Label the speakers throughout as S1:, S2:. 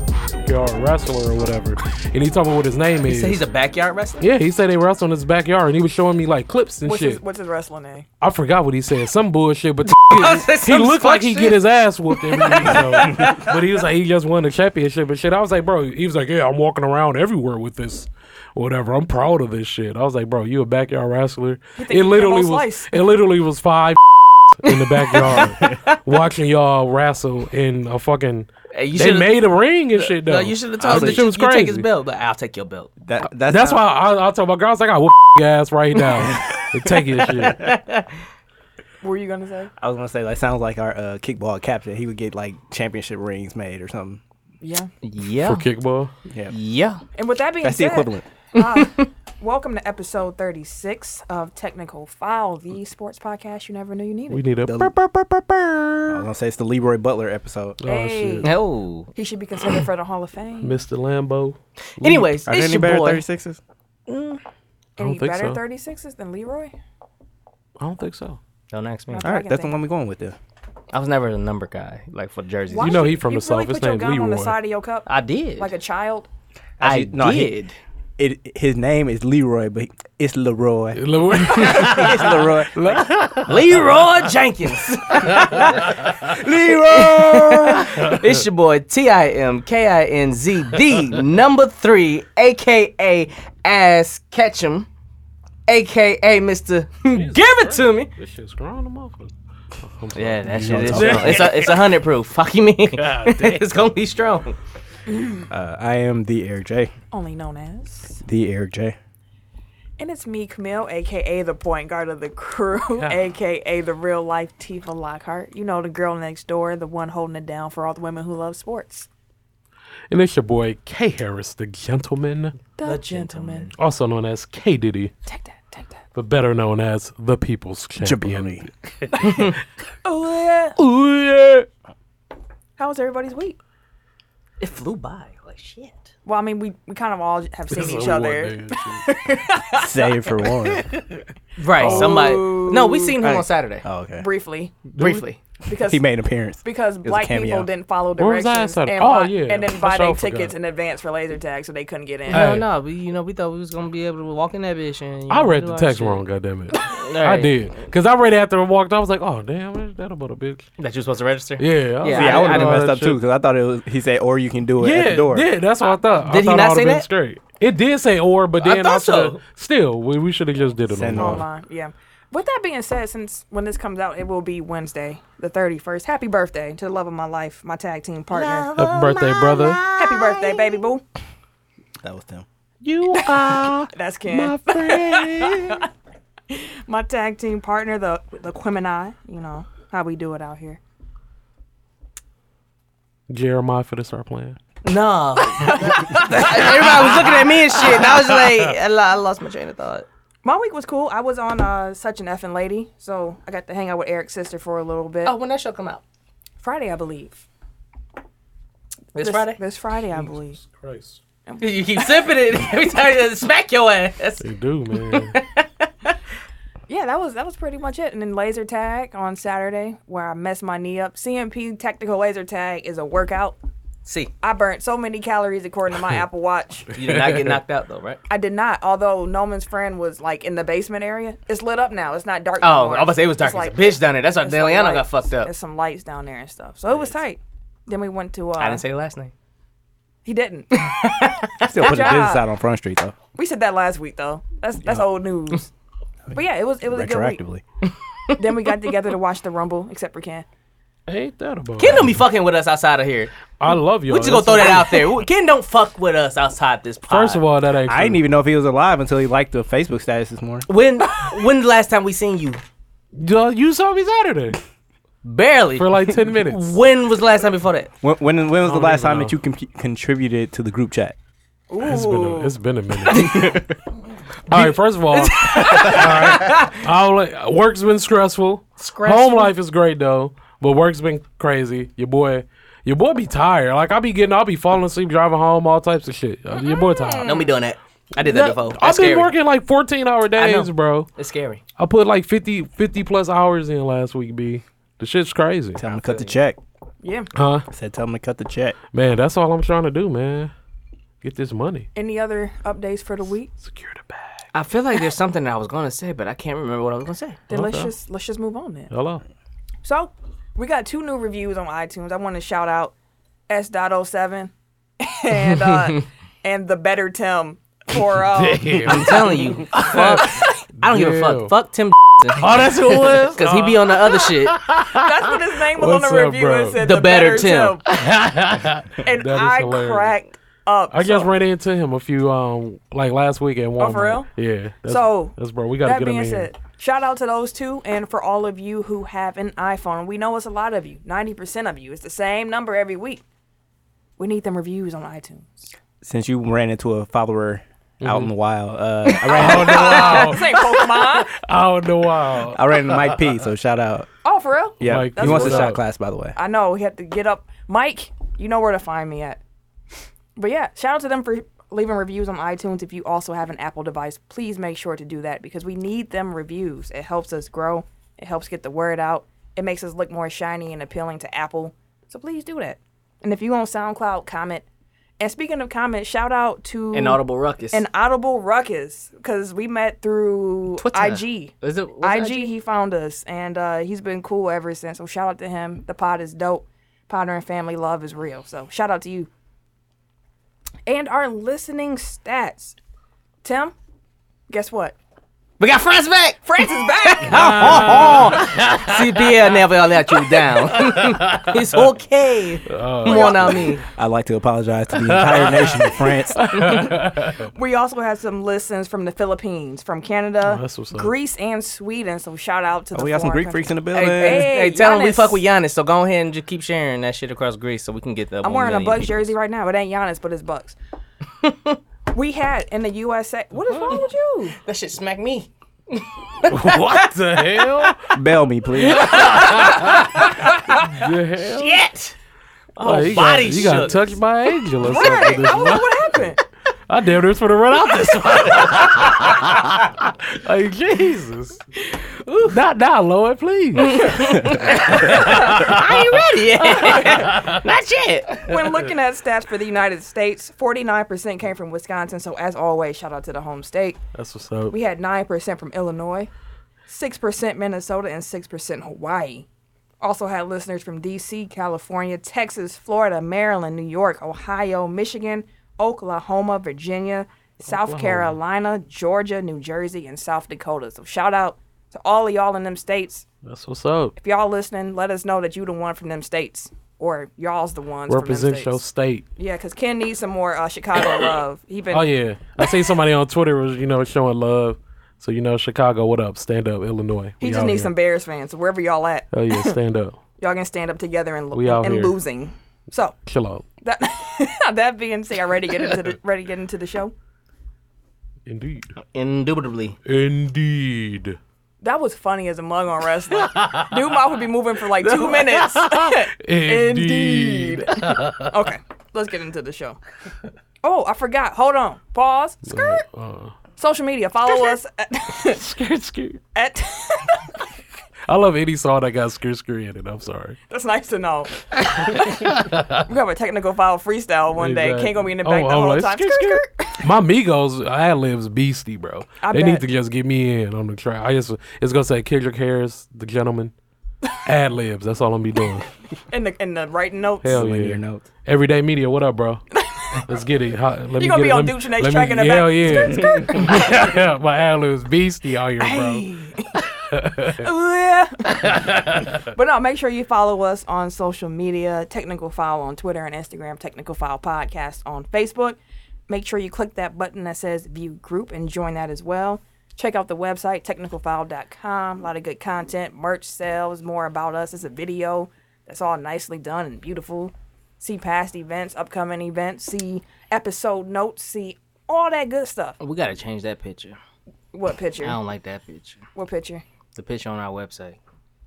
S1: backyard wrestler or whatever. And he told me what his name
S2: He
S1: is.
S2: said he's a backyard wrestler.
S1: yeah, he said they wrestled in his backyard, and he was showing me like clips and
S3: What's
S1: shit.
S3: his, what's his wrestling name?
S1: I forgot what he said, some bullshit, but he
S2: Some
S1: looked like
S2: fuck
S1: he
S2: shit.
S1: get his ass whooped every week. So. but he was like, he just won the championship and shit. I was like, bro, he was like, yeah, I'm walking around everywhere with this, whatever. I'm proud of this shit. I was like, bro, you a backyard wrestler?
S3: you
S1: It
S3: can
S1: literally
S3: almost
S1: was.
S3: slice.
S1: It literally was five in the backyard watching y'all wrestle in a fucking.
S2: Hey, you
S1: They
S2: should've-
S1: made a ring and shit though.
S2: No, you should have
S1: I
S2: told
S1: was
S2: him.
S1: like,
S2: You
S1: shit was crazy.
S2: take his belt, but I'll take your belt.
S4: That, that's
S1: That's
S4: how-
S1: why I, I told my girls, I got whoop your ass right now. Take your shit.
S3: What were you gonna say?
S4: I was gonna say. Like, sounds like our uh, kickball captain. He would get like championship rings made or something.
S3: Yeah.
S2: Yeah.
S1: For kickball.
S2: Yeah.
S3: And with that being
S4: That's the
S3: said,
S4: equivalent.
S3: uh, welcome to episode 36 of Technical File, the sports podcast you never knew you needed.
S1: We need a.
S4: The-
S1: burr, burr, burr, burr, burr.
S4: I was gonna say it's the Leroy Butler episode.
S1: Oh,
S3: Hey.
S1: shit.
S2: Oh.
S3: He should be considered for the Hall of Fame.
S1: Mr. Lambo.
S2: Anyways,
S4: Are there
S2: it's
S4: any
S2: your
S4: better
S2: boy.
S4: thirty sixes?
S1: I don't
S3: Any
S1: think
S3: better
S1: so.
S3: 36s than Leroy?
S1: I don't think so.
S5: Don't ask me.
S3: That's
S4: All
S3: what I
S4: right,
S3: can
S4: that's the
S3: think.
S4: one we're going with. Then
S5: I was never a number guy, like for jerseys.
S3: Why
S1: You know
S3: did
S1: he from
S3: you
S1: the South.
S3: Really
S1: His
S3: put your
S1: name's
S3: gum on the
S1: Leroy.
S3: side of your cup
S5: I did.
S3: like a child.
S5: I
S4: Actually, no, he-
S5: did.
S4: it his name is Leroy, but it's Leroy.
S1: Leroy-
S4: it's Leroy.
S2: Leroy Jenkins.
S4: Leroy.
S2: it's your boy T I M K I N Z D number three, aka Ass Ketchum, aka Mister Give It To Me.
S1: this shit's grown, the motherfucker.
S2: Yeah, that shit is strong. It's a it's a hundred proof. Fuck you, mean. it's gonna be strong.
S4: uh, I am the Eric J.
S3: Only known as.
S4: The Eric J.
S3: And it's me, Camille, aka the point guard of the crew, aka the real life Tifa Lockhart. You know, the girl next door, the one holding it down for all the women who love sports.
S1: And it's your boy K Harris, the gentleman,
S3: The, gentleman.
S1: also known as K Diddy,
S3: Take that, take that.
S1: but better known as the People's Champion.
S4: Jabroni.
S3: Oh, yeah.
S1: Ooh, yeah.
S3: How was everybody's week?
S2: It flew by like shit.
S3: Well, I mean, we, we kind of all have seen each other.
S4: Save for one.
S2: Right, somebody.
S1: Oh.
S2: No, we seen him on
S1: Uh,
S2: Saturday
S4: Oh, okay.
S3: Briefly.
S2: briefly.
S3: Because
S4: He made an appearance.
S3: because
S4: a
S3: black people
S4: cameo.
S3: didn't follow
S1: Where was I
S3: directions
S1: at
S3: and,
S1: Saturday?
S3: buy,
S1: Oh, yeah.
S3: and then
S1: I
S3: buy
S1: sure
S3: their
S1: forgot.
S3: tickets in advance for laser tag so they couldn't get in.
S1: Hey.
S2: No, no, we, you know, we thought we was gonna be able to walk in that bitch and. you
S1: I
S2: know,
S1: read
S2: do
S1: the
S2: our
S1: text
S2: shit.
S1: wrong, goddammit. I
S2: Alright.
S1: did. Because I read after I walked, I was like, oh, damn, that about a bitch.
S5: That you were supposed to register?
S1: Yeah. I was
S2: Yeah,
S1: like,
S4: Yeah, I,
S2: I
S4: would have
S1: know
S4: messed
S1: that
S4: up too
S1: shit.
S4: because I thought it was. He said, "Or you can do it at the
S1: Yeah,
S4: door."
S1: yeah, that's what I thought. I
S2: Did he
S1: thought I
S2: not
S1: would've
S2: say
S1: been
S2: that?
S1: Straight. It did say or, but
S2: I
S1: then I,
S2: thought so.
S1: should still we, we should have just did it
S4: Send
S1: online.
S3: Online, yeah. With that being said, since when this comes out, it will be Wednesday, the 31st. Happy birthday to the love of my life, my tag team partner.
S1: Happy birthday, brother.
S3: Happy birthday, baby boo.
S4: That was them.
S1: You are
S3: That's Ken. My,
S1: friend.
S3: tag team partner, the the Quim and I. You know how we do it out here.
S1: Jeremiah for to start playing.
S2: No. Everybody was looking at me and shit, and I was like, I lo- I lost my train of thought.
S3: My week was cool. I was on uh, such an effing lady, so I got to hang out with Eric's sister for a little bit.
S2: Oh, when that show come out?
S3: Friday, I believe.
S2: This,
S3: This-
S2: Friday?
S3: This Friday, I believe.
S1: Christ.
S2: You keep sipping it every time you smack your ass.
S1: They do, man.
S3: Yeah, that was that was pretty much it. And then laser tag on Saturday, where I messed my knee up. CMP technical laser tag is a workout.
S2: See,
S3: I burnt so many calories according to my Apple Watch.
S2: you did not get knocked out though, right?
S3: I did not. Although Noman's friend was like in the basement area. It's lit up now. It's not dark.
S2: Oh, I
S3: anymore.
S2: was about to say it was dark
S3: It's
S2: as a
S3: like-
S2: bitch down there. That's why
S3: it's like
S2: Deliana got
S3: lights.
S2: fucked up.
S3: There's some lights down there and stuff. So it was tight. Then we went to. Uh,
S2: I didn't say the last name.
S3: he didn't.
S4: Still put the
S3: job.
S4: business out on Front Street though,
S3: we said that last week though. That's that's old news. But yeah, it was it was a good week.
S4: retroactively.
S3: Then we got together to watch the Rumble, except for Ken.
S1: Ain't that about
S2: Ken
S1: it?
S2: don't be fucking with us outside of here.
S1: I love y'all.
S2: We just gonna
S1: That's-
S2: throw that out there. Ken don't fuck with us outside this pod.
S1: First of all, that ain't
S4: I didn't even know if he was alive until he liked the Facebook status this morning.
S2: when when the last time we seen you?
S1: even You saw me Saturday
S2: Barely.
S1: for like 10 minutes.
S2: when was the last time before that?
S4: When when, when was the
S1: don't
S4: last
S1: even
S4: time
S1: know.
S4: that you com- contributed to the group chat?
S1: It's been a, it's been a minute. all right, first of all, all right, I'll let- work's been stressful. Home life is great though, but work's been crazy. Your boy, your boy be tired. Like I be getting, I'll be falling asleep driving home, all types of shit. Uh, Your boy tired.
S2: Don't be doing that. I did that
S1: Yeah,
S2: before. That's
S1: I've been
S2: scary.
S1: working like 14 hour days, bro.
S2: It's scary.
S1: I put like 50, 50 plus hours in last week, B. The shit's crazy.
S4: Tell him to cut the check.
S3: Yeah.
S1: Huh?
S4: I said, tell him to cut the check.
S1: Man, that's all I'm trying to do, man. Get this money.
S3: Any other updates for the week?
S1: Secure the bag.
S2: I feel like there's something I was gonna say, but I can't remember what I was gonna say.
S3: Then let's
S1: Okay.
S3: just let's just move on then.
S1: Hello.
S3: So we got two new reviews on iTunes. I want to shout out S.07 and uh, and the Better Tim for uh,
S1: Damn.
S2: I'm telling you, fuck. I don't give a
S1: Ew.
S2: fuck. Fuck Tim.
S1: oh, that's who it was?
S2: Cause he be on the other shit.
S3: that's what his name was
S1: What's
S3: on the
S1: up,
S3: review.
S1: bro?
S3: It said
S2: The
S3: the,
S2: Better
S3: Better, Tim, and
S1: That is
S3: I
S1: hilarious.
S3: cracked up.
S1: I just
S3: So Oh,
S1: ran into him a few, um, like last week at Walmart.
S3: for real?
S1: Yeah. That's,
S3: So,
S1: that's bro. We gotta
S3: that
S1: get him
S3: being
S1: in.
S3: said, shout out to those two and for all of you who have an iPhone. We know it's a lot of you. Ninety percent of you. It's the same number every week. We need them reviews on iTunes.
S4: Since you ran into a follower
S1: Mm-hmm.
S4: out in the wild, uh, I, ran,
S1: Out in the wild.
S3: This ain't Pokemon.
S1: Out in the wild.
S4: I ran into Mike P, so shout out.
S3: oh, for real?
S4: Yeah,
S1: Mike
S4: he
S1: P,
S4: wants
S1: what
S4: a shot
S1: up?
S4: class, by the way.
S3: I know he had to get up. Mike, you know where to find me at. But yeah, shout out to them for leaving reviews on iTunes. If you also have an Apple device, please make sure to do that because we need them reviews. It helps us grow. It helps get the word out. It makes us look more shiny and appealing to Apple. So please do that. And if you on SoundCloud, comment. And speaking of comments, shout out to
S2: An audible ruckus.
S3: and Audible Ruckus because we met through
S2: Twitter.
S3: IG.
S2: Is it- was it
S3: IG,
S2: IG?
S3: He found us, and uh, he's been cool ever since. So shout out to him. The pod is dope. Potter and family love is real. So shout out to you. And our listening stats, Tim. Guess what?
S2: we got friends back.
S3: France is back.
S2: CPL never let you down.
S6: It's okay.
S1: Oh,
S6: Come on out me.
S4: I'd like to apologize to the entire nation of France.
S3: we also had some listens from the Philippines, from Canada,
S4: Oh,
S1: that's what's up.
S3: Greece, and Sweden. So shout out to the.
S4: we got some
S3: foreign
S4: Greek
S3: countries.
S4: freaks in the
S2: hey,
S4: building.
S2: hey, hey, tell him we
S3: Giannis.
S2: fuck with Giannis. So go ahead and just keep sharing that shit across Greece, so we can get the.
S3: I'm wearing a Bucks jersey right now. It ain't Giannis, but it's Bucks. we had in the USA. What is wrong with you?
S2: That shit smack me.
S1: what the hell?
S4: Bail me, please.
S1: The hell?
S2: Yet.
S1: Oh, you
S2: body
S1: got, you got
S2: shook.
S1: touched by an angel or
S3: Right.
S1: something.
S3: I was like, what happened?
S1: I damn near was finna run out this one. like Jesus. Not now, Lord, please.
S2: I ain't ready yet. Not yet.
S3: When looking at stats for the United States, 49% came from Wisconsin. So, as always, shout out to the home state.
S1: That's what's up.
S3: We had 9% from Illinois, 6% Minnesota, and 6% Hawaii. Also had listeners from D.C., California, Texas, Florida, Maryland, New York, Ohio, Michigan, Oklahoma, Virginia, South Carolina, Georgia, New Jersey, and South Dakota. So, shout out to all of y'all in them states.
S1: That's what's up.
S3: If y'all listening, let us know that you the one from them states. Or y'all's the ones from them
S1: Represent
S3: states.
S1: your state.
S3: Yeah, because Ken needs some more uh, Chicago love. He been
S1: Oh yeah. I seen somebody on Twitter was, you know, showing love. So you know, Chicago, what up? Stand up, Illinois.
S3: he
S1: We
S3: just
S1: out
S3: needs
S1: here.
S3: some Bears fans. So wherever y'all at,
S1: Oh yeah, stand up.
S3: y'all can stand up together and, lo-
S1: We out
S3: and
S1: here.
S3: losing. So
S1: Chill out.
S3: that that being said, y'all ready to get into the ready to get into the show?
S1: Indeed.
S2: Indubitably.
S1: Indeed.
S3: That was funny as a mug on wrestling. Dude, mouth would be moving for like two minutes.
S1: Indeed.
S3: okay, let's get into the show. Oh, I forgot. Hold on. Pause. Skirt.
S1: Uh,
S3: Social media. Follow us at,
S1: Skirt skirt.
S3: at
S1: I love any song that got skirt skirt in it. I'm sorry.
S3: That's nice to know. we have a technical file freestyle one day.
S1: Exactly.
S3: Can't go be in the
S1: Oh,
S3: back the
S1: oh,
S3: whole
S1: like,
S3: time.
S1: skirt, skirt. My Migos ad libs beastie, bro.
S3: I
S1: they
S3: bet.
S1: need to just get me in on the track. I just it's gonna say Kendrick Harris, the gentleman. Ad libs. That's all I'm be doing.
S3: In the in the writing notes.
S1: Hell
S4: Linear
S1: yeah.
S4: notes.
S1: Everyday media, what up, bro? Let's get it. How, let me get
S3: gonna be
S1: it.
S3: on
S1: Let me-
S3: Duchenne's
S1: let me-
S3: track in the back.
S1: Hell yeah. My ad libs beastie out here, bro.
S3: Ooh, yeah. but no, make sure you follow us on social media, Technical File on Twitter and Instagram, Technical File Podcast on Facebook. Make sure you click that button that says View Group and join that as well. Check out the website, technicalfile.com. A lot of good content, merch sales, more about us. It's a video that's all nicely done and beautiful. See past events, upcoming events, see episode notes, see all that good stuff.
S2: We gotta change that picture.
S3: What
S2: I
S3: picture?
S2: don't like that picture.
S3: What picture?
S2: The picture on our website.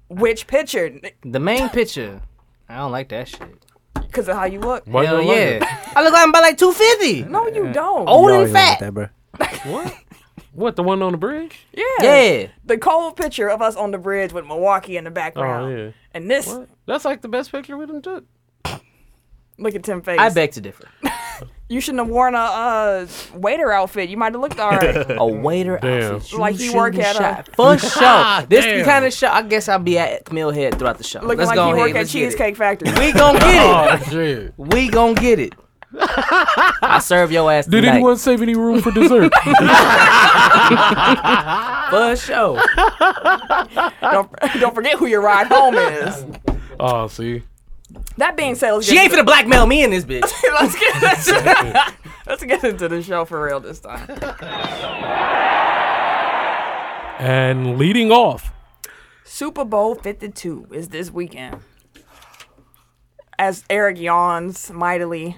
S3: Which picture?
S2: The main picture. I don't like that shit.
S3: Because of how you look.
S1: Why you
S2: Hell
S1: don't like it?
S2: yeah. I look like I'm about like 250.
S3: No, you don't.
S2: Old
S4: You
S2: and
S4: always
S2: fat.
S4: like that, bro.
S1: What the one on the bridge?
S3: Yeah.
S2: Yeah.
S3: The cold picture of us on the bridge with Milwaukee in the background.
S1: yeah.
S3: And this,
S1: What? That's like the best picture we done took.
S3: look at Tim face.
S2: I beg to differ.
S3: You shouldn't have worn a uh, waiter outfit. You might have looked all right.
S2: A waiter
S1: Damn. Ah,
S2: outfit.
S3: Like you work
S2: shouldn't
S3: at a-
S2: shop. for sure. This
S1: damn.
S2: the kind of show. I guess I'll be at Millhead throughout the show.
S3: Looking
S2: Let's
S3: like
S2: go
S3: you
S2: ahead.
S3: work at
S2: Let's get it.
S3: Cheesecake Factory.
S2: We gonna get it.
S1: Oh shit!
S2: We gonna get it. I serve your ass
S1: Did
S2: tonight.
S1: anyone save any room for dessert?
S2: for sure.
S3: don't, don't forget who your ride home is.
S1: oh, see,
S3: That being said, let's
S2: She
S3: get
S2: ain't
S3: into-
S2: finna blackmail me in this bitch.
S3: let's, get, let's, let's get into the show for real this time.
S1: and leading off.
S3: Super Bowl 52 is this weekend. As Eric yawns mightily,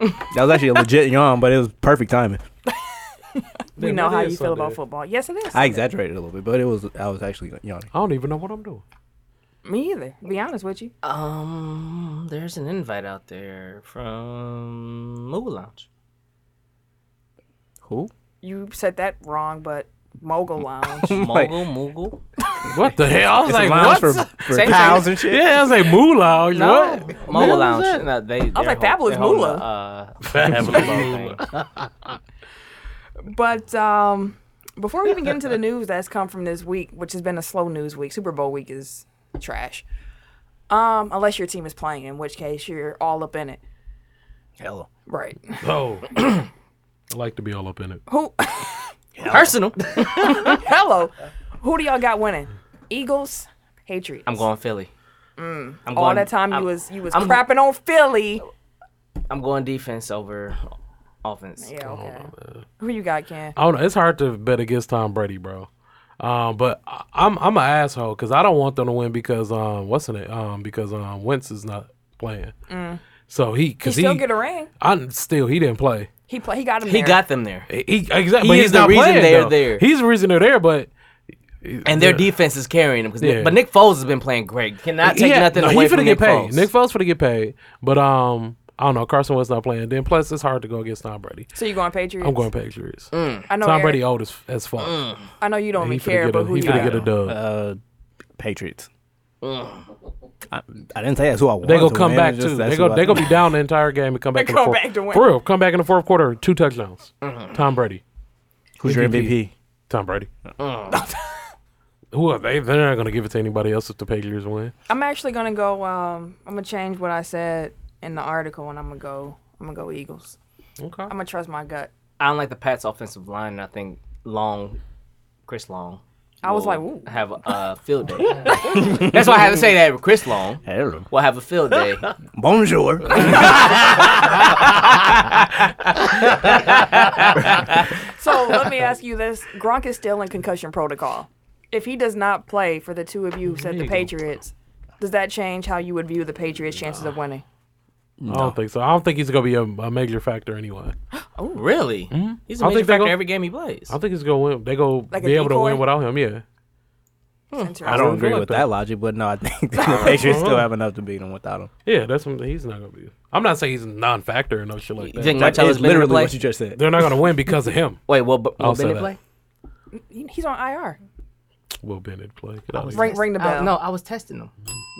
S4: That was actually a legit yawn, but it was perfect timing.
S3: we
S1: Damn,
S3: know
S1: it
S3: how
S1: is
S3: you feel about
S1: Sunday.
S3: football. Yes, it is.
S4: I exaggerated a little bit, but it was I was actually yawning.
S1: I don't even know what I'm doing.
S3: Me either. Be honest with you.
S2: Uh, Um, there's an invite out there from Mobile Lounge.
S4: Who?
S3: You said that wrong, but Mogul Lounge.
S4: Like-
S2: Mogul, Mogul.
S1: What the hell? I was
S4: It's
S1: like,
S4: a lounge
S1: what?
S4: for, for
S2: Same
S4: pals
S2: thing.
S4: and shit.
S1: yeah, I was like, moolah.
S2: No,
S1: What?
S2: Mogul
S1: What is
S2: Lounge.
S1: that?
S2: No, they,
S3: was like, Fabulous
S2: uh, Fabulous
S3: but um, before we even get into the news that's come from this week, which has been a slow news week, Super Bowl week is trash. Um, unless your team is playing, in which case you're all up in it.
S4: Hello.
S3: Right.
S1: Oh, I like to be all up in it.
S3: Who?
S2: Personal.
S3: Hello. Who do y'all got winning? Eagles, Patriots.
S2: I'm going Philly. I'm
S3: Mm. all
S2: going,
S3: that time
S2: I'm,
S3: you was you was
S2: I'm- Oh,
S3: crapping on Philly.
S2: I'm going defense over offense.
S3: Yeah, okay. Who you got, Ken?
S2: Uh,
S1: I don't know. It's hard to bet against Tom Brady, bro. Um, but I- I'm I'm an asshole because I don't want them to win because um what's in it um because um Wentz is not playing. So he
S3: He
S1: because Mm. he,
S3: still get a ring.
S1: I still he didn't play.
S3: He play. He got him.
S2: He
S3: there.
S2: got them there,
S1: He exactly.
S2: He
S1: but
S2: is
S1: he's
S2: the
S1: not
S2: reason
S1: playing,
S2: they're
S1: though.
S2: there.
S1: He's the reason they're there, but
S2: and their
S1: Yeah.
S2: defense is carrying them. Cause
S1: Yeah.
S2: Nick, but Nick Foles has been playing great. Cannot take
S1: Yeah,
S2: nothing
S1: no,
S2: away
S1: he
S2: from
S1: finna
S2: Nick
S1: get paid.
S2: Foles.
S1: Nick Foles finna get paid, but um I don't know. Carson Wentz not playing. Then plus it's hard to go against Tom Brady.
S3: So you going Patriots?
S1: I'm going Patriots.
S2: Mm.
S3: I know.
S1: Tom
S3: Eric-
S1: Brady old as, as fuck.
S3: I know you don't
S1: He finna
S3: even Mm. care,
S1: get a
S3: but who
S1: he
S3: you
S1: finna
S3: got?
S1: get a dub.
S4: Uh, Patriots. I, I didn't say that's who I wanted.
S1: They gonna
S4: to
S1: come
S4: win,
S1: back
S4: it's just
S1: too. They
S4: that's who
S1: go.
S4: I
S1: They gonna
S4: think.
S1: be down the entire game and come back.
S3: They
S1: in the
S3: come
S1: fourth-
S3: back to win. Mm-hmm.
S1: For real, come back in the fourth quarter, two touchdowns. Tom Brady,
S4: Who's your MVP?
S1: Tom Brady.
S3: Mm.
S1: Who are they? They're not gonna give it to anybody else if the Patriots win.
S3: I'm actually gonna go. Um, I'm gonna change what I said in the article, and I'm gonna go. I'm gonna go Eagles.
S1: Okay.
S3: I'm gonna trust my gut.
S2: I don't like the Pats' offensive line. and I think Long, Chris Long.
S3: I was
S2: will
S3: like, ooh.
S2: have a uh, field day. That's why I have to say that Chris Long
S4: Hello.
S2: will have a field day.
S4: Bonjour.
S3: So let me ask you this: Gronk is still in concussion protocol. If he does not play for the two of you, who said the Patriots, does that change how you would view the Patriots' chances of winning?
S1: I don't think so. I don't think he's gonna be a, a major factor anyway.
S2: Oh, really? He's
S1: Mm-hmm.
S2: a
S1: I don't think
S2: major
S1: they
S2: factor
S1: go-
S2: every game he plays.
S1: I don't think he's gonna win. They go
S3: Like a
S1: be able to
S3: decoy?
S1: win without him. Yeah.
S4: I
S1: Hmm. I
S4: don't agree
S1: feel like
S4: with
S1: that.
S4: that. logic, but no, I think the Patriots still have enough to beat them without him.
S1: Yeah. That's something he's not gonna be. I'm not saying he's a non-factor and no shit like
S2: You
S1: that.
S2: think
S4: That
S2: Martellus Bennett
S4: is
S2: will
S4: literally
S2: play?
S4: what you just said.
S1: They're not gonna win because of him.
S2: Wait, will, B- will
S1: I'll say
S2: Bennett
S1: that.
S2: play?
S3: He- He's on IR.
S1: Will Bennett play? Get out of here.
S3: Ring, ring the
S2: I-
S3: bell.
S2: no, I was testing him.